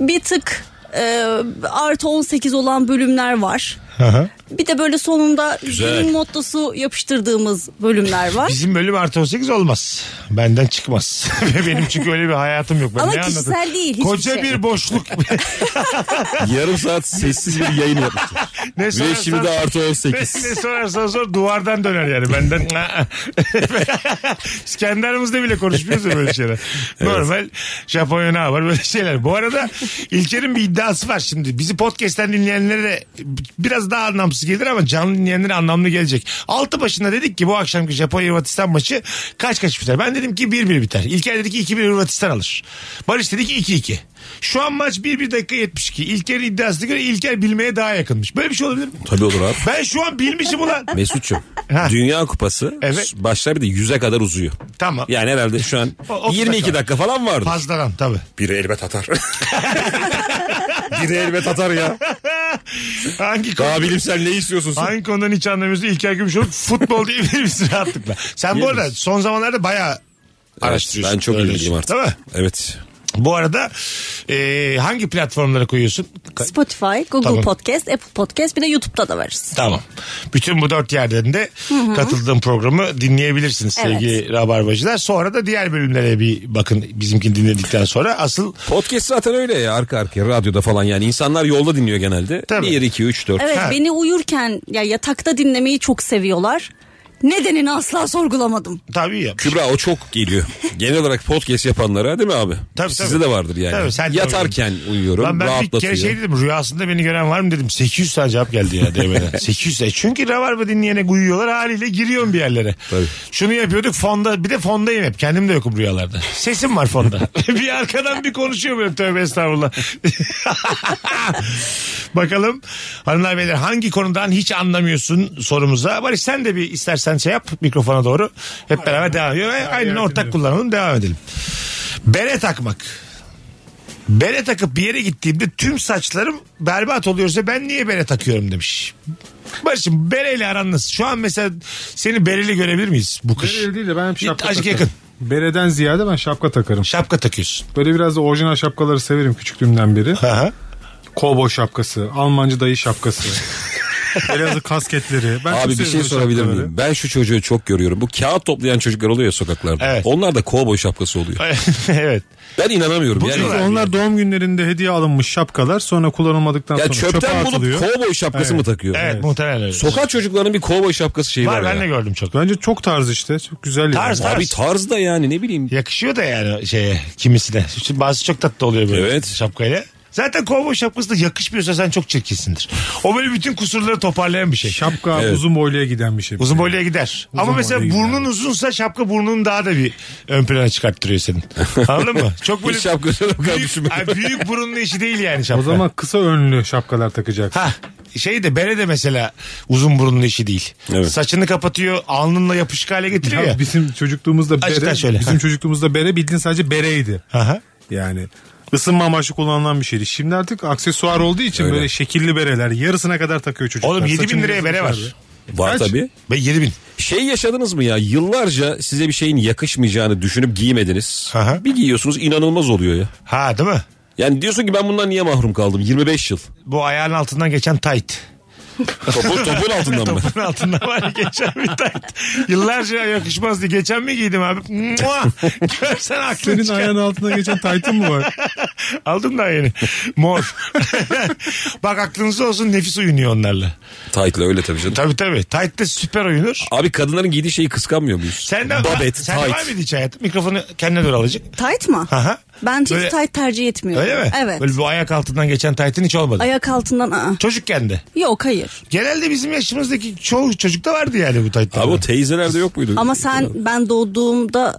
[SPEAKER 5] Bir tık e, artı 18 olan bölümler var.
[SPEAKER 2] Aha.
[SPEAKER 5] Bir de böyle sonunda
[SPEAKER 3] Güzel.
[SPEAKER 5] günün mottosu yapıştırdığımız bölümler var.
[SPEAKER 2] Bizim bölüm artı 18 olmaz. Benden çıkmaz. (laughs) Ve Benim çünkü öyle bir hayatım yok. Ben
[SPEAKER 5] Ama
[SPEAKER 2] ne anlatayım?
[SPEAKER 5] kişisel değil, hiçbir
[SPEAKER 2] Koca
[SPEAKER 5] şey.
[SPEAKER 2] bir boşluk. (laughs)
[SPEAKER 3] Yarım saat sessiz bir yayın yapmışlar.
[SPEAKER 2] ne
[SPEAKER 3] Ve
[SPEAKER 2] sorarsan,
[SPEAKER 3] şimdi de artı
[SPEAKER 2] ne,
[SPEAKER 3] 18.
[SPEAKER 2] ne sorarsan sor duvardan döner yani benden. Biz kendi aramızda bile konuşmuyoruz ya böyle şeyler. Normal Japonya ne var böyle şeyler. Bu arada İlker'in bir iddiası var şimdi. Bizi podcast'ten dinleyenlere de biraz daha anlamsız gelir ama canlı dinleyenlere anlamlı gelecek. Altı başında dedik ki bu akşamki Japonya Hırvatistan maçı kaç kaç biter? Ben dedim ki 1-1 biter. İlker dedi ki 2-1 Hırvatistan alır. Barış dedi ki 2-2. Şu an maç 1-1 dakika 72. İlker'in iddiasına göre İlker bilmeye daha yakınmış. Böyle bir şey olabilir mi?
[SPEAKER 3] Tabii olur abi.
[SPEAKER 2] Ben şu an bilmişim ulan.
[SPEAKER 3] Mesut'cum
[SPEAKER 2] Ha.
[SPEAKER 3] Dünya Kupası
[SPEAKER 2] Evet.
[SPEAKER 3] başlar bir de 100'e kadar uzuyor.
[SPEAKER 2] Tamam.
[SPEAKER 3] Yani herhalde şu an
[SPEAKER 2] O- otuz
[SPEAKER 3] 22
[SPEAKER 2] dakika.
[SPEAKER 3] dakika falan vardı.
[SPEAKER 2] Fazladan tabii.
[SPEAKER 3] Biri
[SPEAKER 2] (laughs)
[SPEAKER 3] elbet atar. Biri elbet atar ya.
[SPEAKER 2] Hangi konu?
[SPEAKER 3] Daha bilimsel ne istiyorsun sen?
[SPEAKER 2] Hangi konudan hiç anlamıyorsun? İlker Gümüşoluk futbol diyebilir misin rahatlıkla? Sen bu
[SPEAKER 3] Diyebiliriz.
[SPEAKER 2] arada son zamanlarda bayağı
[SPEAKER 3] Evet,
[SPEAKER 2] araştırıyorsun.
[SPEAKER 3] ben çok
[SPEAKER 2] öğreniyorsun.
[SPEAKER 3] ilgiliyim artık.
[SPEAKER 2] Değil mi?
[SPEAKER 3] Evet.
[SPEAKER 2] Bu arada e, hangi platformlara koyuyorsun? Ka-
[SPEAKER 5] Spotify, Google
[SPEAKER 2] Tamam.
[SPEAKER 5] Podcast, Apple Podcast bir de YouTube'da da varız.
[SPEAKER 2] Tamam. Bütün bu dört yerden de katıldığım programı dinleyebilirsiniz
[SPEAKER 5] Evet.
[SPEAKER 2] sevgili Rabarbacılar. Sonra da diğer bölümlere bir bakın bizimkini dinledikten sonra. Asıl
[SPEAKER 3] Podcast zaten öyle ya arka arkaya radyoda falan yani insanlar yolda dinliyor genelde.
[SPEAKER 2] Tabii.
[SPEAKER 3] 1, 2, 3, 4.
[SPEAKER 5] Evet
[SPEAKER 2] Ha.
[SPEAKER 5] beni uyurken ya yatakta dinlemeyi çok seviyorlar. Nedenini asla sorgulamadım.
[SPEAKER 2] tabii ya.
[SPEAKER 3] Kübra o çok geliyor. Genel olarak podcast yapanlara değil mi abi?
[SPEAKER 2] Tabii,
[SPEAKER 3] Sizde
[SPEAKER 2] tabii.
[SPEAKER 3] de vardır yani.
[SPEAKER 2] Tabii, sen de
[SPEAKER 3] Yatarken uyuyorum
[SPEAKER 2] Lan ben bir
[SPEAKER 3] rahatlatıyor.
[SPEAKER 2] kere şey dedim rüyasında beni gören var mı dedim. 800 tane cevap geldi ya DM'den. 800 tane. Çünkü Rabarba dinleyene uyuyorlar haliyle giriyorum bir yerlere.
[SPEAKER 3] Tabii.
[SPEAKER 2] Şunu yapıyorduk fonda bir de fondayım hep. Kendim de yokum rüyalarda. Sesim var fonda. (laughs) bir arkadan bir konuşuyor benim tövbe estağfurullah. (laughs) Bakalım hanımlar beyler hangi konudan hiç anlamıyorsun sorumuza. Barış sen de bir istersen şey yap mikrofona doğru. Hep beraber devam ediyor. Aynen ortak kullanalım devam edelim. Bere takmak. Bere takıp bir yere gittiğimde tüm saçlarım berbat oluyorsa ben niye bere takıyorum demiş. Barış'ım bereyle aran nasıl? Şu an mesela seni bereli görebilir miyiz bu kış?
[SPEAKER 4] Bereli değil de ben hep
[SPEAKER 2] Git
[SPEAKER 4] şapka
[SPEAKER 2] Azıcık
[SPEAKER 4] takarım.
[SPEAKER 2] yakın.
[SPEAKER 4] Bereden ziyade ben şapka takarım.
[SPEAKER 2] Şapka takıyorsun.
[SPEAKER 4] Böyle biraz da orijinal şapkaları severim
[SPEAKER 3] (laughs)
[SPEAKER 4] küçüklüğümden beri.
[SPEAKER 2] Aha.
[SPEAKER 4] Kobo şapkası, Almancı dayı şapkası.
[SPEAKER 3] (laughs)
[SPEAKER 4] Elazığ kasketleri. Ben çok
[SPEAKER 3] Abi bir şey
[SPEAKER 4] seviyorum
[SPEAKER 3] sorabilir
[SPEAKER 4] şapkaları.
[SPEAKER 3] miyim? Ben şu çocuğu çok görüyorum. Bu kağıt toplayan çocuklar oluyor ya sokaklarda.
[SPEAKER 2] Evet.
[SPEAKER 3] Onlar da kovboy şapkası oluyor.
[SPEAKER 2] (laughs) evet.
[SPEAKER 3] Ben inanamıyorum. yani,
[SPEAKER 4] Çünkü onlar doğum günlerinde hediye alınmış şapkalar sonra kullanılmadıktan
[SPEAKER 3] ya
[SPEAKER 4] sonra çöpe
[SPEAKER 3] çöpten
[SPEAKER 4] atılıyor.
[SPEAKER 3] bulup kovboy şapkası mı takıyor?
[SPEAKER 2] Evet, muhtemelen öyle.
[SPEAKER 3] Sokak çocuklarının bir kovboy şapkası şeyi var,
[SPEAKER 2] var ben
[SPEAKER 3] ya.
[SPEAKER 2] de gördüm çok.
[SPEAKER 4] Bence çok tarz işte. Çok güzel
[SPEAKER 2] Tarz,
[SPEAKER 4] yani.
[SPEAKER 2] tarz.
[SPEAKER 3] Abi tarz da yani ne bileyim.
[SPEAKER 2] Yakışıyor da yani şeye kimisine. Şimdi bazı çok tatlı oluyor böyle
[SPEAKER 3] Evet.
[SPEAKER 2] şapkayla. Zaten kovboy şapkası da yakışmıyorsa sen çok çirkinsindir. O böyle bütün kusurları toparlayan bir şey.
[SPEAKER 4] Şapka uzun boyluya giden bir şey.
[SPEAKER 2] Uzun boyluya gider. Ama mesela
[SPEAKER 4] boyluya
[SPEAKER 2] burnun uzunsa şapka burnunu daha da bir ön plana çıkarttırıyor senin. Anladın mı? Çok böyle
[SPEAKER 3] Hiç şapkasını o kadar
[SPEAKER 2] büyük,
[SPEAKER 3] düşünmedim.
[SPEAKER 2] Ay, büyük burunlu işi değil yani şapka.
[SPEAKER 4] O zaman kısa önlü şapkalar takacaksın.
[SPEAKER 2] Ha şey de bere de mesela uzun burunlu işi değil.
[SPEAKER 3] Evet.
[SPEAKER 2] Saçını kapatıyor alnınla yapışık hale getiriyor ya.
[SPEAKER 4] Ya bizim çocukluğumuzda
[SPEAKER 2] Açıkla
[SPEAKER 4] bere,
[SPEAKER 2] şöyle.
[SPEAKER 4] bizim çocukluğumuzda bere bildiğin sadece bereydi.
[SPEAKER 2] Aha.
[SPEAKER 4] Yani ısınma amaçlı kullanılan bir şeydi. Şimdi artık aksesuar olduğu için
[SPEAKER 3] Öyle.
[SPEAKER 4] böyle şekilli bereler yarısına kadar takıyor çocuklar.
[SPEAKER 2] Oğlum 7 bin
[SPEAKER 4] Saçını
[SPEAKER 2] liraya bere var.
[SPEAKER 4] yukarıda.
[SPEAKER 3] Var
[SPEAKER 4] Kaç?
[SPEAKER 3] tabii.
[SPEAKER 2] Be 7 bin.
[SPEAKER 3] Şey yaşadınız mı ya yıllarca size bir şeyin yakışmayacağını düşünüp giymediniz.
[SPEAKER 2] Aha.
[SPEAKER 3] Bir giyiyorsunuz inanılmaz oluyor ya.
[SPEAKER 2] Ha değil mi?
[SPEAKER 3] Yani diyorsun ki ben bundan niye mahrum kaldım 25 yıl.
[SPEAKER 2] Bu ayağın altından geçen tight.
[SPEAKER 3] Topun, topun
[SPEAKER 2] (laughs)
[SPEAKER 3] altından mı?
[SPEAKER 2] Topun altından var ya geçen bir tight. Yıllarca yakışmaz diye. Geçen mi giydim abi? Mua! Görsen aklın
[SPEAKER 4] Senin
[SPEAKER 2] çıkar.
[SPEAKER 4] ayağın altına geçen taytın mı var?
[SPEAKER 2] Aldım daha
[SPEAKER 3] (laughs)
[SPEAKER 2] yeni. Mor. (laughs) Bak aklınızda olsun nefis oynuyor onlarla.
[SPEAKER 3] Tight'la öyle tabii canım.
[SPEAKER 2] Tabii tabii. Tight de süper oyunur.
[SPEAKER 3] Abi kadınların giydiği şeyi kıskanmıyor muyuz?
[SPEAKER 2] Sen de,
[SPEAKER 3] Babet,
[SPEAKER 2] sen de var
[SPEAKER 3] tight.
[SPEAKER 2] mıydı hiç hayatım? Mikrofonu kendine doğru alacak.
[SPEAKER 5] Tight mı?
[SPEAKER 2] Aha.
[SPEAKER 5] Ben hiç
[SPEAKER 2] Böyle-
[SPEAKER 5] tight tercih etmiyorum.
[SPEAKER 2] Öyle mi?
[SPEAKER 5] Evet.
[SPEAKER 2] Böyle bu ayak altından geçen taytın hiç olmadı.
[SPEAKER 5] Ayak altından aa.
[SPEAKER 2] Çocukken de.
[SPEAKER 5] Yok hayır.
[SPEAKER 2] Genelde bizim yaşımızdaki çoğu çocukta vardı yani bu taytlar.
[SPEAKER 3] Abi o teyzelerde yok muydu?
[SPEAKER 5] Ama sen ben doğduğumda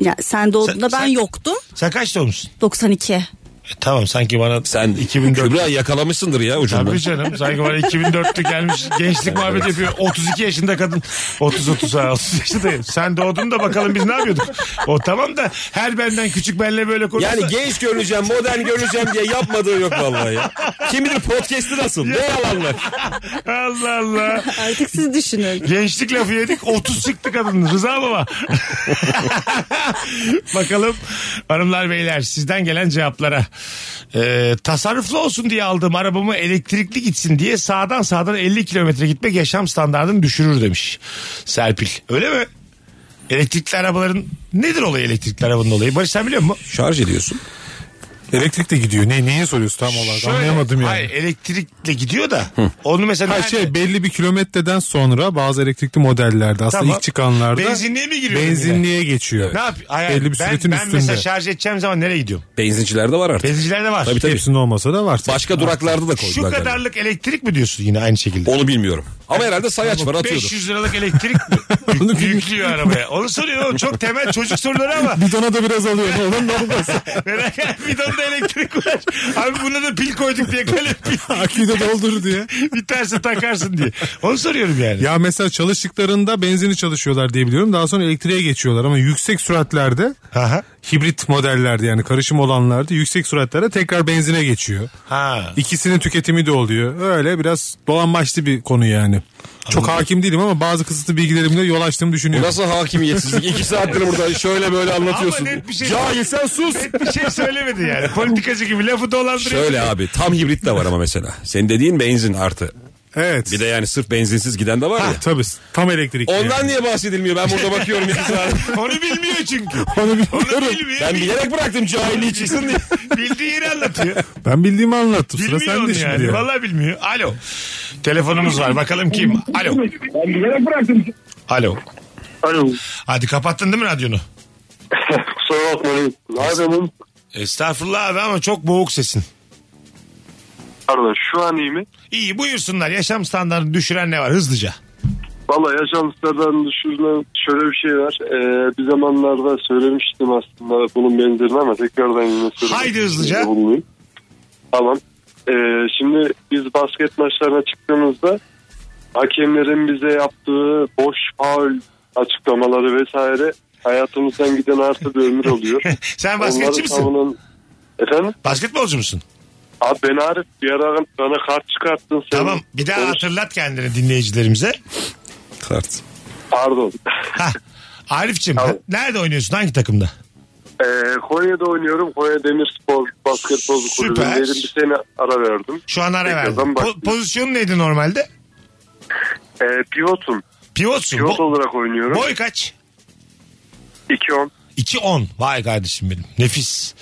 [SPEAKER 5] ya sen doğduğunda
[SPEAKER 2] Sen-
[SPEAKER 5] ben
[SPEAKER 2] sen-
[SPEAKER 5] yoktum.
[SPEAKER 2] Sen kaç doğmuşsun? (laughs)
[SPEAKER 5] 92.
[SPEAKER 2] E, tamam sanki bana
[SPEAKER 3] sen
[SPEAKER 2] 2004.
[SPEAKER 3] Kübra yakalamışsındır ya ucundan.
[SPEAKER 2] Tabii canım. Sanki bana 2004'te gelmiş gençlik muhabbeti yapıyor. 32 yaşında kadın. 30 30 ha, 30 yaşında. Sen doğdun da bakalım biz ne yapıyorduk? O tamam da her benden küçük benle böyle konuşsa.
[SPEAKER 3] Yani genç görüneceğim, modern görüneceğim diye yapmadığı yok vallahi ya. Kim bilir podcast'i nasıl? Ne yalanlar.
[SPEAKER 2] Allah Allah.
[SPEAKER 5] Artık siz düşünün.
[SPEAKER 2] Gençlik lafı yedik 30 çıktı kadın Rıza
[SPEAKER 4] (laughs)
[SPEAKER 2] baba. Bakalım hanımlar beyler sizden gelen cevaplara. Ee, tasarruflu olsun diye aldığım arabamı elektrikli gitsin diye sağdan sağdan 50 kilometre gitmek yaşam standartını düşürür demiş Serpil. Öyle mi? Elektrikli arabaların nedir olayı elektrikli arabanın olayı? Barış sen biliyor musun?
[SPEAKER 3] Şarj ediyorsun.
[SPEAKER 4] (laughs) Elektrik de gidiyor. Ne, niye soruyorsun tam olarak
[SPEAKER 2] Şöyle-
[SPEAKER 4] anlayamadım yani.
[SPEAKER 2] Hayır elektrikle gidiyor da onu mesela
[SPEAKER 4] Her
[SPEAKER 2] nerede-
[SPEAKER 4] şey belli bir kilometreden sonra bazı elektrikli modellerde aslında
[SPEAKER 2] Tamam.
[SPEAKER 4] ilk çıkanlarda
[SPEAKER 2] Benzinliğe mi giriyor
[SPEAKER 4] benzinliğe geçiyor.
[SPEAKER 2] ne yap? Hayır,
[SPEAKER 4] belli bir
[SPEAKER 2] ben,
[SPEAKER 4] süretin
[SPEAKER 2] ben
[SPEAKER 4] üstünde.
[SPEAKER 2] mesela şarj edeceğim zaman nereye gidiyorum?
[SPEAKER 3] Benzincilerde var artık.
[SPEAKER 2] Benzincilerde var.
[SPEAKER 3] Tabii tabii.
[SPEAKER 4] Hepsinde olmasa da var.
[SPEAKER 3] Başka duraklarda da
[SPEAKER 2] Şu
[SPEAKER 3] koydular. galiba.
[SPEAKER 2] kadarlık elektrik mi diyorsun yine aynı şekilde?
[SPEAKER 3] Onu bilmiyorum. Ama herhalde sayaç var atıyordu.
[SPEAKER 2] 500 liralık elektrik
[SPEAKER 3] (laughs)
[SPEAKER 2] mi yük- yüklüyor arabaya. Onu soruyor oğlum. Çok temel çocuk soruları
[SPEAKER 3] (laughs)
[SPEAKER 2] ama
[SPEAKER 4] Bidona da biraz (laughs) alıyor. Ne olur ne olmaz.
[SPEAKER 2] merak etme bidonda elektrik var. Abi buna da pil koyduk diye kalem pil. (laughs)
[SPEAKER 4] Aküyü de doldur diye.
[SPEAKER 2] Biterse takarsın diye. Onu soruyorum yani.
[SPEAKER 4] Ya mesela çalıştıklarında benzini çalışıyorlar diye biliyorum. Daha sonra elektriğe geçiyorlar ama yüksek süratlerde
[SPEAKER 2] Aha.
[SPEAKER 4] hibrit modellerde yani karışım olanlarda yüksek süratlerde tekrar benzine geçiyor.
[SPEAKER 2] Ha.
[SPEAKER 4] İkisinin tüketimi de oluyor. Öyle biraz dolanbaçlı bir konu yani. Çok hakim değilim ama bazı kısıtlı bilgilerimle yol açtığımı
[SPEAKER 3] Bu
[SPEAKER 4] düşünüyorum.
[SPEAKER 3] nasıl hakimiyetsizlik? İki saattir burada şöyle böyle anlatıyorsun.
[SPEAKER 2] Ama net bir şey-
[SPEAKER 3] Cahil sen sus.
[SPEAKER 2] Net bir şey söylemedi yani. Politikacı gibi lafı dolandırıyor.
[SPEAKER 3] Şöyle abi tam hibrit de var ama mesela. Senin dediğin benzin artı.
[SPEAKER 4] Evet.
[SPEAKER 3] Bir de yani sırf benzinsiz giden de var ya.
[SPEAKER 4] Tabii tam elektrikli.
[SPEAKER 3] Ondan
[SPEAKER 4] yani.
[SPEAKER 3] niye bahsedilmiyor? Ben burada bakıyorum iki
[SPEAKER 2] (laughs)
[SPEAKER 3] saat.
[SPEAKER 2] Onu bilmiyor çünkü.
[SPEAKER 4] Onu
[SPEAKER 2] Onu
[SPEAKER 4] bilmiyorum.
[SPEAKER 2] bilmiyor.
[SPEAKER 3] Ben bilerek bıraktım cahilliği çıksın diye.
[SPEAKER 2] Bildiği yeri anlatıyor.
[SPEAKER 4] Ben bildiğimi anlattım. Sıra
[SPEAKER 2] Bilmiyor onu
[SPEAKER 4] sende şimdi.
[SPEAKER 2] yani.
[SPEAKER 4] ya.
[SPEAKER 2] Vallahi bilmiyor. Alo. Telefonumuz var. Bakalım kim? Alo. Alo.
[SPEAKER 6] Alo. (laughs)
[SPEAKER 2] Hadi kapattın değil mi radyonu?
[SPEAKER 6] Kusura bakmayın. Ne yapıyorsun?
[SPEAKER 2] Estağfurullah abi ama çok boğuk sesin.
[SPEAKER 6] Pardon şu an iyi mi?
[SPEAKER 2] İyi buyursunlar. Yaşam standartını düşüren ne var hızlıca? (laughs)
[SPEAKER 6] Valla yaşam standartını düşürme şöyle bir şey var. Ee, bir zamanlarda söylemiştim aslında bunun benzerini ama tekrardan yine söyleyeyim.
[SPEAKER 2] Haydi hızlıca.
[SPEAKER 6] Bulunayım. Tamam. Ee, şimdi biz basket maçlarına çıktığımızda hakemlerin bize yaptığı boş faul açıklamaları vesaire hayatımızdan giden artı bir ömür oluyor.
[SPEAKER 2] (laughs) Sen basketçi
[SPEAKER 6] Onları
[SPEAKER 2] misin?
[SPEAKER 6] savunan- Efendim?
[SPEAKER 2] Basketbolcu musun?
[SPEAKER 6] Abi ben Arif bir ara bana kart çıkarttın. Sen.
[SPEAKER 2] Tamam. Bir daha hatırlat kendini dinleyicilerimize.
[SPEAKER 3] Kart.
[SPEAKER 6] Pardon.
[SPEAKER 2] Hah. Arif'cim
[SPEAKER 6] Tamam.
[SPEAKER 2] nerede oynuyorsun? Hangi takımda?
[SPEAKER 6] (laughs) Ee, Konya'da oynuyorum. Konya Demirspor Basketbol
[SPEAKER 2] Süper.
[SPEAKER 6] Kulübü'ndeydim. Bir sene ara verdim.
[SPEAKER 2] Şu an ara
[SPEAKER 6] Tekrardan
[SPEAKER 2] verdim. Po-
[SPEAKER 6] başlayayım.
[SPEAKER 2] pozisyonun neydi normalde?
[SPEAKER 6] Ee, pivotum.
[SPEAKER 2] Pivotsun.
[SPEAKER 6] Pivot
[SPEAKER 2] Bo-
[SPEAKER 6] olarak oynuyorum.
[SPEAKER 2] boy kaç?
[SPEAKER 6] 2-10.
[SPEAKER 2] 2-10. Vay kardeşim benim. Nefis.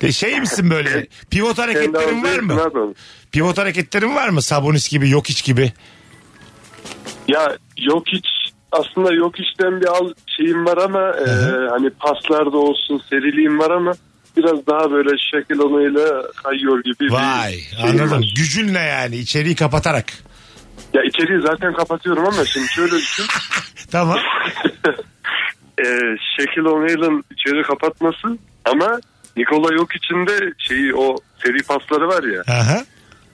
[SPEAKER 2] De şey misin böyle? Pivot hareketlerin var
[SPEAKER 6] Kendi
[SPEAKER 2] mı?
[SPEAKER 6] ağzı-
[SPEAKER 2] Pivot hareketlerin var mı? Sabonis gibi, yok iç gibi.
[SPEAKER 6] Ya yok hiç aslında yok işten bir al şeyim var ama e, hani paslarda olsun seriliğim var ama biraz daha böyle şekil onuyla kayıyor gibi. bir
[SPEAKER 2] Vay.
[SPEAKER 6] şeyim
[SPEAKER 2] Anladım.
[SPEAKER 6] var.
[SPEAKER 2] Gücünle yani içeriği kapatarak.
[SPEAKER 6] Ya içeriği zaten kapatıyorum ama şimdi şöyle şey. düşün.
[SPEAKER 2] Tamam.
[SPEAKER 6] e, Şekil O'Neal'ın içeri kapatması ama Nikola yok içinde şeyi o seri pasları var ya.
[SPEAKER 2] Aha.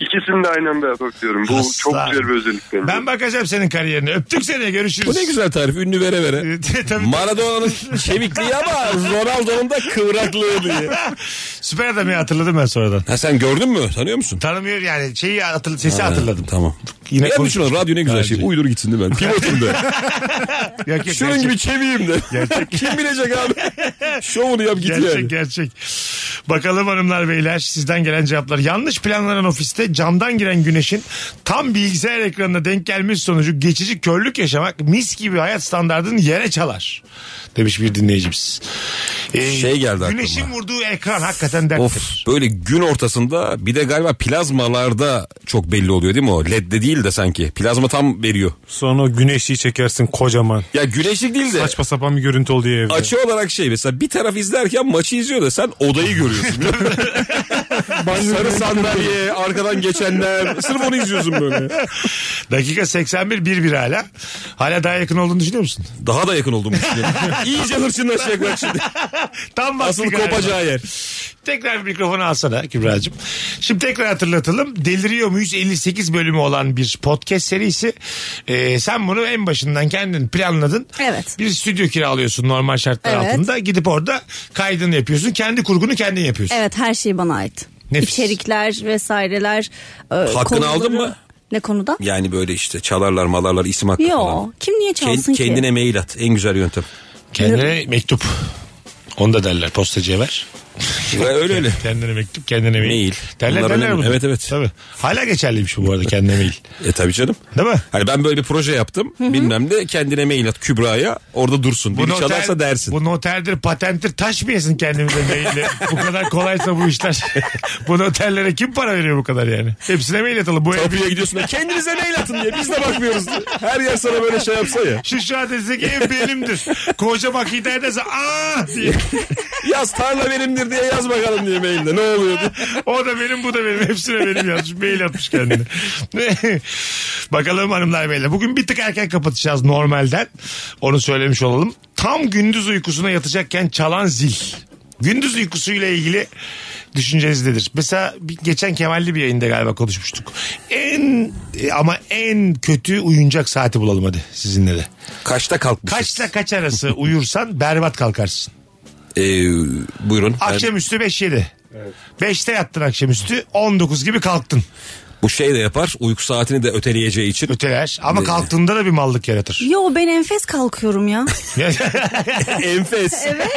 [SPEAKER 6] İkisini de aynı anda yapabiliyorum. Bu
[SPEAKER 2] Aslan.
[SPEAKER 6] çok güzel bir özellik bence.
[SPEAKER 2] Ben bakacağım senin kariyerine. Öptük seni. Görüşürüz.
[SPEAKER 3] Bu ne güzel tarif ünlü vere vere.
[SPEAKER 2] (laughs) Tabii.
[SPEAKER 3] Maradona'nın kemikliği ama Ronaldo'nun da kıvraklığı diye.
[SPEAKER 2] Süper adamı hatırladım ben sonradan.
[SPEAKER 3] Ha sen gördün mü? Tanıyor musun?
[SPEAKER 2] Tanımıyor yani şeyi hatırla, sesi hatırladım.
[SPEAKER 3] Tamam.
[SPEAKER 2] Yine
[SPEAKER 3] Yine
[SPEAKER 2] konuşuruz.
[SPEAKER 3] konuşuyorlar. Radyo ne güzel şey.
[SPEAKER 2] Bence.
[SPEAKER 3] Uydur gitsin değil mi? Pivotum de.
[SPEAKER 2] Yok, yok,
[SPEAKER 3] Şunun
[SPEAKER 2] (laughs) gerçek.
[SPEAKER 3] gibi çeviyim de. (laughs) Kim
[SPEAKER 2] (laughs)
[SPEAKER 3] bilecek abi? Şovunu yap git
[SPEAKER 2] Gerçek
[SPEAKER 3] yani.
[SPEAKER 2] gerçek. Bakalım hanımlar beyler sizden gelen cevaplar. Yanlış planlanan ofiste camdan giren güneşin tam bilgisayar ekranına denk gelmesi sonucu geçici körlük yaşamak mis gibi hayat standartını yere çalar. Demiş bir dinleyicimiz. Ee,
[SPEAKER 3] Şey geldi aklıma.
[SPEAKER 2] Güneşin vurduğu ekran hakikaten derttir.
[SPEAKER 3] Of böyle gün ortasında bir de galiba plazmalarda çok belli oluyor değil mi o? LED'de değil de sanki. Plazma tam veriyor.
[SPEAKER 4] Sonra güneşliği çekersin kocaman.
[SPEAKER 3] Ya güneşlik değil de.
[SPEAKER 4] Saçma sapan bir görüntü oluyor evde.
[SPEAKER 3] Açı olarak şey mesela bir taraf izlerken maçı izliyor da sen odayı
[SPEAKER 2] (laughs)
[SPEAKER 3] görüyorsun. Sarı sandalye, arkadan geçenler. (laughs) Sırf onu izliyorsun böyle.
[SPEAKER 2] Dakika 81 bir bir hala. Hala daha yakın olduğunu düşünüyor musun?
[SPEAKER 3] Daha da yakın oldum. İyice hırçınlaşacak bak şimdi.
[SPEAKER 2] Tam vakti
[SPEAKER 3] Asıl
[SPEAKER 2] galiba.
[SPEAKER 3] kopacağı yer.
[SPEAKER 2] Tekrar bir mikrofonu alsana Kübra'cığım. Şimdi tekrar hatırlatalım. Deliriyor muyuz 58 bölümü olan bir podcast serisi. Ee, sen bunu en başından kendin planladın.
[SPEAKER 5] Evet.
[SPEAKER 2] Bir stüdyo kiralıyorsun normal şartlar
[SPEAKER 5] Evet.
[SPEAKER 2] altında. Gidip orada kaydını yapıyorsun. Kendi kurgunu kendin yapıyorsun.
[SPEAKER 5] Evet her şey bana ait.
[SPEAKER 2] Nefis.
[SPEAKER 5] İçerikler vesaireler. e,
[SPEAKER 3] Hakkını aldın mı?
[SPEAKER 5] Ne konuda?
[SPEAKER 3] Yani böyle işte çalarlar malarlar isim hakkı
[SPEAKER 5] Yo
[SPEAKER 3] falan.
[SPEAKER 5] kim niye çalsın
[SPEAKER 3] Kend- kendine
[SPEAKER 5] ki?
[SPEAKER 3] mail at. En güzel yöntem.
[SPEAKER 2] Kendine mektup. Onu da derler postacıya ver.
[SPEAKER 3] Ya öyle öyle.
[SPEAKER 2] Kendine mektup kendine mail.
[SPEAKER 3] Mail.
[SPEAKER 2] Derler,
[SPEAKER 3] Bunlar
[SPEAKER 2] derler
[SPEAKER 3] önemli.
[SPEAKER 2] mi?
[SPEAKER 3] Evet, evet.
[SPEAKER 2] Tabii. Hala geçerliymiş bu bu arada kendine mail.
[SPEAKER 3] E tabii canım.
[SPEAKER 2] Değil mi?
[SPEAKER 3] Hani ben böyle bir proje yaptım. Bilmem ne kendine mail at Kübra'ya. Orada dursun. Biri
[SPEAKER 2] noter-
[SPEAKER 3] çalarsa dersin.
[SPEAKER 2] Bu noterdir, patenttir. Taş mı yesin kendimize maille? bu kadar kolaysa bu işler. (laughs) bu noterlere kim para veriyor bu kadar yani? Hepsine mail atalım. Bu ev
[SPEAKER 3] Kapıya gidiyorsun da kendinize mail atın diye. Biz de bakmıyoruz. diye. Her yer sana böyle şey yapsa ya.
[SPEAKER 2] şu şu adresindeki ev benimdir. Koca bak internetse aa diye.
[SPEAKER 3] Yaz tarla benimdir diye yaz bakalım diye mailde. Ne oluyor diye.
[SPEAKER 2] O da benim bu da benim. Hepsine benim yazmış. Mail atmış kendine. Bakalım hanımlar beyler. Bugün bir tık erken kapatacağız normalden. Onu söylemiş olalım. Tam gündüz uykusuna yatacakken çalan zil. Gündüz uykusuyla ilgili düşünceniz nedir? Mesela bir- geçen Kemal'li bir yayında galiba konuşmuştuk. En e, ama en kötü uyuncak saati bulalım hadi sizinle de.
[SPEAKER 3] Kaçta kalkmışız?
[SPEAKER 2] Kaçla kaç
[SPEAKER 4] (laughs)
[SPEAKER 2] arası uyursan berbat kalkarsın.
[SPEAKER 3] Ee, buyurun. Ben-
[SPEAKER 2] Akşamüstü 5-7. 5'te yattın akşamüstü 19 gibi kalktın.
[SPEAKER 3] bu şey de yapar. Uyku saatini de öteleyeceği için.
[SPEAKER 2] Öteler ama kalktığında da bir mallık yaratır.
[SPEAKER 5] Yo ben enfes
[SPEAKER 3] (laughs)
[SPEAKER 5] kalkıyorum ya.
[SPEAKER 3] (laughs) Enfes. Evet.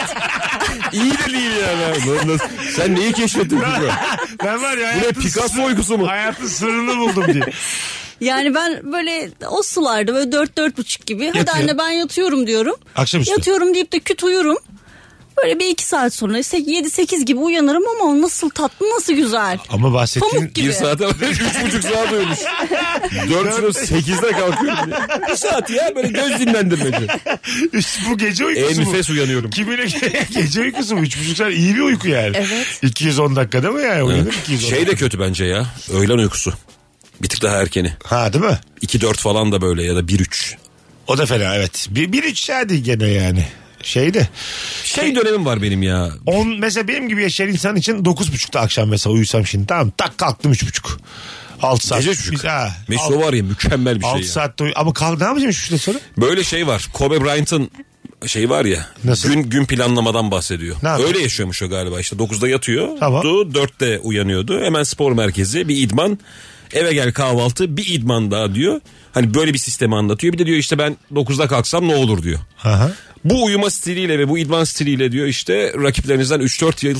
[SPEAKER 3] (laughs) İyi de değil yani. Lan nasıl- Sen neyi keşfettin Kübra?
[SPEAKER 2] ben var ya
[SPEAKER 3] Bu ne
[SPEAKER 2] hayatın,
[SPEAKER 3] Picasso uykusu mu?
[SPEAKER 2] hayatın sırrını buldum diye.
[SPEAKER 5] Yani ben böyle o sularda böyle dört dört buçuk gibi. Hadi
[SPEAKER 2] Yatıyor.
[SPEAKER 5] anne ben yatıyorum diyorum.
[SPEAKER 2] Akşamüstü.
[SPEAKER 5] Yatıyorum deyip de küt uyurum. Böyle bir iki saat sonra 7-8 gibi uyanırım ama o nasıl tatlı nasıl güzel.
[SPEAKER 2] Ama bahsettiğin
[SPEAKER 5] Pamuk gibi.
[SPEAKER 3] Bir saate var. Üç buçuk saat uyumuş. Dört şunu sekizde kalkıyorum. diye. Bir saat ya böyle göz dinlendirmeci.
[SPEAKER 2] Üst- bu gece uykusu mu?
[SPEAKER 3] Enfes uyanıyorum.
[SPEAKER 2] Kimine (laughs) gece uykusu mu? Üç buçuk saat iyi bir uyku yani.
[SPEAKER 5] Evet.
[SPEAKER 2] 210 dakikada mı yani? Uyudun mu 210
[SPEAKER 3] Şey de
[SPEAKER 2] dakika?
[SPEAKER 3] kötü bence ya. Öğlen uykusu. Bir tık daha erkeni.
[SPEAKER 2] Ha değil mi?
[SPEAKER 3] 2-4 falan da böyle ya da 1-3.
[SPEAKER 2] O da fena evet. Bir, bir üç saat gene yani. Şeyde.
[SPEAKER 3] Şey dönemim var benim ya.
[SPEAKER 2] On, mesela benim gibi yaşayan insan için dokuz buçukta akşam mesela uyusam şimdi tamam tak kalktım üç buçuk. Altı saat.
[SPEAKER 3] Gece üç buçuk.
[SPEAKER 2] Biz- Ha,
[SPEAKER 3] Mesut o var ya mükemmel bir şey
[SPEAKER 2] 6
[SPEAKER 3] ya.
[SPEAKER 2] saatte uyu- ama kalk ne yapacağım üç buçukta sonra?
[SPEAKER 3] Böyle şey var. Kobe Bryant'ın şey var ya.
[SPEAKER 2] Nasıl?
[SPEAKER 3] Gün gün planlamadan bahsediyor.
[SPEAKER 2] Ne yapıyor?
[SPEAKER 3] Öyle yaşıyormuş o galiba işte. 9'da yatıyor.
[SPEAKER 2] Tamam.
[SPEAKER 3] 4'te uyanıyordu. Hemen spor merkezi bir idman. Eve gel kahvaltı bir idman daha diyor. Hani böyle bir sistemi anlatıyor. Bir de diyor işte ben 9'da kalksam ne olur diyor.
[SPEAKER 2] Aha.
[SPEAKER 3] Bu uyuma stiliyle ve bu idman stiliyle diyor işte rakiplerinizden 3-4 yıl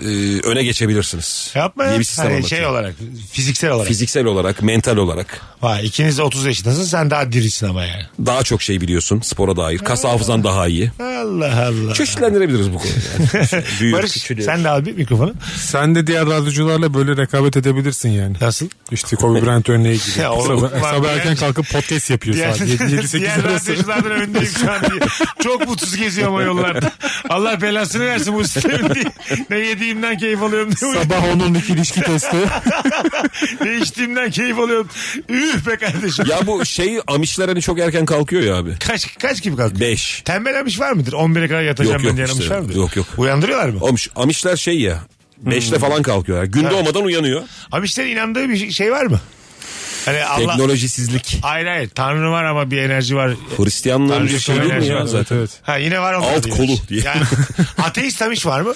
[SPEAKER 3] e, öne geçebilirsiniz.
[SPEAKER 2] Yapma ya.
[SPEAKER 3] Diye bir sistem
[SPEAKER 2] Hani
[SPEAKER 3] anlatıyor.
[SPEAKER 2] şey olarak fiziksel olarak.
[SPEAKER 3] Fiziksel olarak, mental olarak
[SPEAKER 2] Vay, ikiniz de 30 yaşındasın sen daha dirisin ama yani.
[SPEAKER 3] daha çok şey biliyorsun spora dair. Kas hafızan daha iyi.
[SPEAKER 2] Allah Allah.
[SPEAKER 3] Çeşitlendirebiliriz bu konuyu. Yani. Büyür,
[SPEAKER 2] Barış
[SPEAKER 3] küçülür.
[SPEAKER 2] sen de al bir mikrofonu.
[SPEAKER 4] Sen de diğer radyocularla böyle rekabet edebilirsin yani.
[SPEAKER 2] Nasıl?
[SPEAKER 4] İşte Kobe Bryant örneği
[SPEAKER 2] (laughs)
[SPEAKER 4] gibi.
[SPEAKER 2] Ya oğlum,
[SPEAKER 4] sabah,
[SPEAKER 2] var
[SPEAKER 4] sabah
[SPEAKER 2] ya.
[SPEAKER 4] erken kalkıp podcast yapıyor
[SPEAKER 2] Diğer,
[SPEAKER 4] saat 7-8
[SPEAKER 2] diğer
[SPEAKER 4] arası.
[SPEAKER 2] radyoculardan öndeyim şu an diye. Çok mutsuz geziyorum o yollarda. Allah belasını versin bu sistemin diye. Ne yediğimden keyif alıyorum diye.
[SPEAKER 4] Sabah onun iki ilişki testi.
[SPEAKER 2] (laughs) Ne içtiğimden keyif alıyorum. Üf be kardeşim.
[SPEAKER 3] Ya bu şey Amişler hani çok erken kalkıyor ya abi.
[SPEAKER 2] Kaç, kaç gibi kalktı?
[SPEAKER 3] Beş.
[SPEAKER 2] Tembel amış var mıdır? 11'e kadar yatacağım
[SPEAKER 3] Yok,
[SPEAKER 2] ben
[SPEAKER 3] yok
[SPEAKER 2] diyen
[SPEAKER 3] işte.
[SPEAKER 2] amış var mıdır?
[SPEAKER 3] Yok, yok.
[SPEAKER 2] Uyandırıyorlar mı?
[SPEAKER 3] Amiş, Amişler şey ya. Beşte falan kalkıyorlar. Gün doğmadan uyanıyor.
[SPEAKER 2] Amişlerin inandığı bir şey var mı? Hani Allah...
[SPEAKER 3] Teknolojisizlik.
[SPEAKER 2] Hayır hayır. Tanrı var ama bir enerji var.
[SPEAKER 3] Hristiyanların bir şey değil mi
[SPEAKER 2] Enerji var.
[SPEAKER 3] ya zaten?
[SPEAKER 4] evet.
[SPEAKER 2] Ha yine var onlar
[SPEAKER 3] Alt
[SPEAKER 2] diyor.
[SPEAKER 3] kolu diye. (laughs)
[SPEAKER 2] Yani, ateist amiş var mı?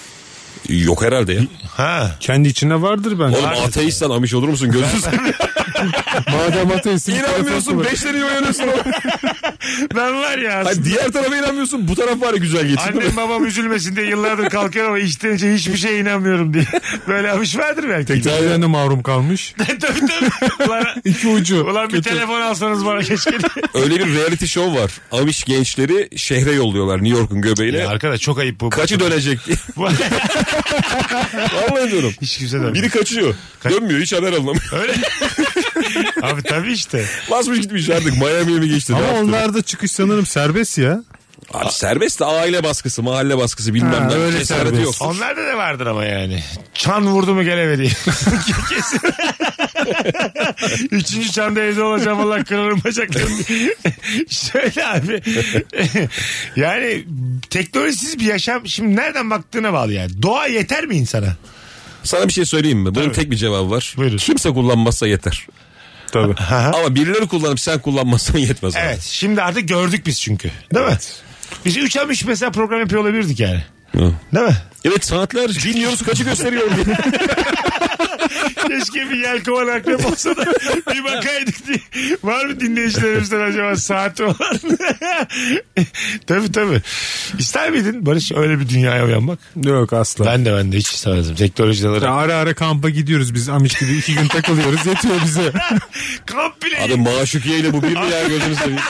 [SPEAKER 3] Yok herhalde ya.
[SPEAKER 2] Ha.
[SPEAKER 4] Kendi içinde vardır bence.
[SPEAKER 3] Oğlum ateistsen amiş olur musun? Gözünü seveyim.
[SPEAKER 4] Madem ateistsin.
[SPEAKER 3] İnanmıyorsun. Beşleri uyanıyorsun.
[SPEAKER 2] Ben var ya aslında.
[SPEAKER 3] Hayır, diğer tarafa inanmıyorsun. Bu taraf var ya güzel geçti.
[SPEAKER 2] Annem babam üzülmesin diye yıllardır kalkıyorum ama içten içe hiçbir şeye inanmıyorum diye. (laughs) Böyle amış vardır belki.
[SPEAKER 4] Diğerlerine mahrum kalmış.
[SPEAKER 2] tabii tabii. (laughs) Ulan,
[SPEAKER 4] İki ucu.
[SPEAKER 2] ulan bir
[SPEAKER 4] Kötü.
[SPEAKER 2] telefon alsanız bana keşke. diye.
[SPEAKER 3] Öyle bir reality show var. Amiş gençleri şehre yolluyorlar New York'un
[SPEAKER 2] (laughs)
[SPEAKER 3] göbeğiyle.
[SPEAKER 2] Ya arkadaş çok ayıp bu.
[SPEAKER 3] Kaçı dönecek diye.
[SPEAKER 2] Bu-
[SPEAKER 3] Vallahi diyorum.
[SPEAKER 2] (laughs) Hiç kimse dönmüyor.
[SPEAKER 3] Biri kaçıyor. Dönmüyor hiç haber alamıyor.
[SPEAKER 2] Öyle. Abi tabii (laughs) işte.
[SPEAKER 3] Basmış gitmiş artık Miami'ye mi geçti? ne
[SPEAKER 4] Ama
[SPEAKER 3] yaptı?
[SPEAKER 4] onlar da çıkış sanırım serbest ya.
[SPEAKER 3] Abi serbest de aile baskısı, mahalle baskısı bilmem
[SPEAKER 4] Ha,
[SPEAKER 3] ne.
[SPEAKER 4] öyle
[SPEAKER 3] Cesareti yok.
[SPEAKER 4] serbest.
[SPEAKER 2] Onlarda da vardır ama yani. Çan vurdu mu gelemedi. Kesin. (laughs) Üçüncü çanda evde olacağım Allah kırarım bacaklarım. (laughs) Şöyle abi. (laughs) yani teknolojisiz bir yaşam şimdi nereden baktığına bağlı yani. Doğa yeter mi insana?
[SPEAKER 3] Sana bir şey söyleyeyim mi? Bunun tek bir cevabı var.
[SPEAKER 2] Buyurun.
[SPEAKER 3] Kimse kullanmazsa yeter.
[SPEAKER 4] Tabii.
[SPEAKER 3] Ama birileri kullanıp sen kullanmazsan yetmez. abi.
[SPEAKER 2] Evet. Şimdi artık gördük biz çünkü. Değil mi? Biz üç amış mesela program yapıyor olabilirdik yani.
[SPEAKER 3] Hı.
[SPEAKER 2] Değil mi?
[SPEAKER 3] Evet saatler bilmiyoruz kaçı gösteriyor diye.
[SPEAKER 2] (laughs) Keşke bir yelkovan akrep olsa (laughs) da bir bakaydık diye. Var mı dinleyicilerimizden acaba saati olan? (laughs) tabii tabii. İster miydin Barış öyle bir dünyaya uyanmak?
[SPEAKER 4] Yok asla.
[SPEAKER 2] Ben de ben de hiç istemezdim. Teknolojiden
[SPEAKER 4] Ya
[SPEAKER 2] olarak.
[SPEAKER 4] Ara ara kampa gidiyoruz biz Amiş gibi iki gün takılıyoruz (laughs) yetiyor bize.
[SPEAKER 2] Kamp bile
[SPEAKER 3] Abi maşukiye ile bu bir mi ya gözünü seveyim.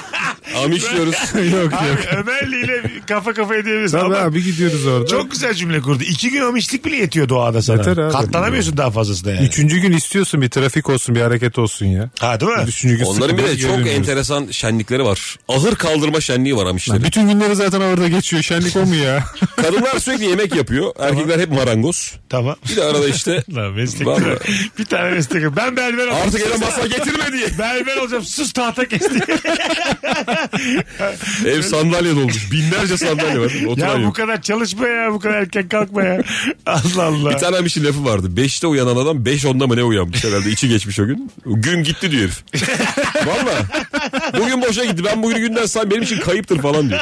[SPEAKER 3] Amiş diyoruz.
[SPEAKER 4] yok yok.
[SPEAKER 2] Abi Ömer'le ile kafa kafaya diyebiliriz.
[SPEAKER 4] Tabii
[SPEAKER 2] Ama
[SPEAKER 4] abi gidiyoruz orada.
[SPEAKER 2] Çok güzel cümle kurdu. İki gün omişlik bile yetiyor doğada sana.
[SPEAKER 4] Yeter abi.
[SPEAKER 2] Katlanamıyorsun daha fazlasına yani.
[SPEAKER 4] Üçüncü gün istiyorsun bir trafik olsun bir hareket olsun ya.
[SPEAKER 2] Ha değil mi?
[SPEAKER 4] Üçüncü gün
[SPEAKER 3] Onların bir de
[SPEAKER 4] sıkılıyoruz,
[SPEAKER 3] çok
[SPEAKER 4] geri dönüyoruz.
[SPEAKER 3] enteresan şenlikleri var. Ahır kaldırma şenliği
[SPEAKER 2] (laughs)
[SPEAKER 3] var Amişlerin.
[SPEAKER 4] Bütün günleri zaten orada geçiyor şenlik o mu ya?
[SPEAKER 3] Kadınlar sürekli yemek yapıyor. Erkekler hep marangoz.
[SPEAKER 2] Tamam.
[SPEAKER 3] Bir de arada işte
[SPEAKER 2] (laughs) Lan meslek.
[SPEAKER 3] Vallahi.
[SPEAKER 2] bir tane meslek. Ben berber oldum.
[SPEAKER 3] artık ele masa getirme diye.
[SPEAKER 2] Berber olacağım. Sus tahta kes diye.
[SPEAKER 3] Ev sandalye dolmuş. Binlerce sandalye var. Oturan
[SPEAKER 2] (laughs) Ya bu
[SPEAKER 3] yok.
[SPEAKER 2] kadar çalışma ya bu kadar erken kalkma ya. Allah Allah.
[SPEAKER 3] Bir tane Amiş'in lafı vardı. Beşte uyanan adam beş onda mı ne uyanmış herhalde. içi geçmiş o gün. Gün gitti diyor herif.
[SPEAKER 2] (laughs)
[SPEAKER 3] Valla. Bugün boşa gitti. Ben bugün günden say benim için kayıptır falan diyor.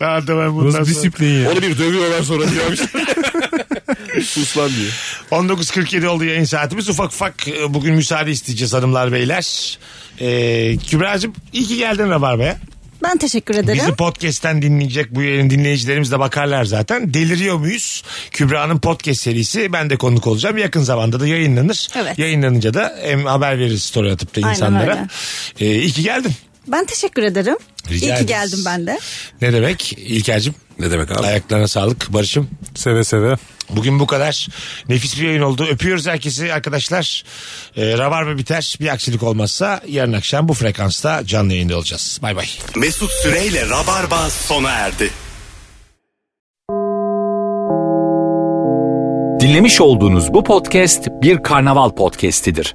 [SPEAKER 2] Daha da ben bundan
[SPEAKER 4] Nasıl
[SPEAKER 2] sonra.
[SPEAKER 4] disiplin ya?
[SPEAKER 3] Onu bir dövüyorlar sonra
[SPEAKER 2] (laughs)
[SPEAKER 3] diyor Amiş. Sus lan diyor.
[SPEAKER 2] 19.47 oldu yayın saatimiz. Ufak ufak e, bugün müsaade isteyeceğiz hanımlar beyler. Ee, Kübra'cığım iyi ki geldin Rabarba'ya.
[SPEAKER 5] Ben teşekkür ederim.
[SPEAKER 2] Bizi podcast'ten dinleyecek bu yayın dinleyicilerimiz de bakarlar zaten. Deliriyor muyuz? Kübra'nın podcast serisi ben de konuk olacağım. Yakın zamanda da yayınlanır.
[SPEAKER 5] Evet.
[SPEAKER 2] Yayınlanınca da hem haber veririz story atıp da
[SPEAKER 5] Aynen
[SPEAKER 2] insanlara. Ee, iyi ki geldin.
[SPEAKER 5] Ben teşekkür ederim.
[SPEAKER 2] Rica
[SPEAKER 5] İyi ki
[SPEAKER 2] ederiz.
[SPEAKER 5] geldim ben de.
[SPEAKER 2] Ne demek İlker'cim?
[SPEAKER 3] Ne demek abi?
[SPEAKER 2] Ayaklarına sağlık Barış'ım.
[SPEAKER 4] (laughs) Seve seve.
[SPEAKER 2] Bugün bu kadar. Nefis bir yayın oldu. Öpüyoruz herkesi arkadaşlar. Ee, Rabarba biter. Bir aksilik olmazsa yarın akşam bu frekansta canlı yayında olacağız. Bay bay.
[SPEAKER 1] Mesut Süreyle Rabarba sona erdi.
[SPEAKER 7] Dinlemiş olduğunuz bu podcast bir karnaval podcastidir.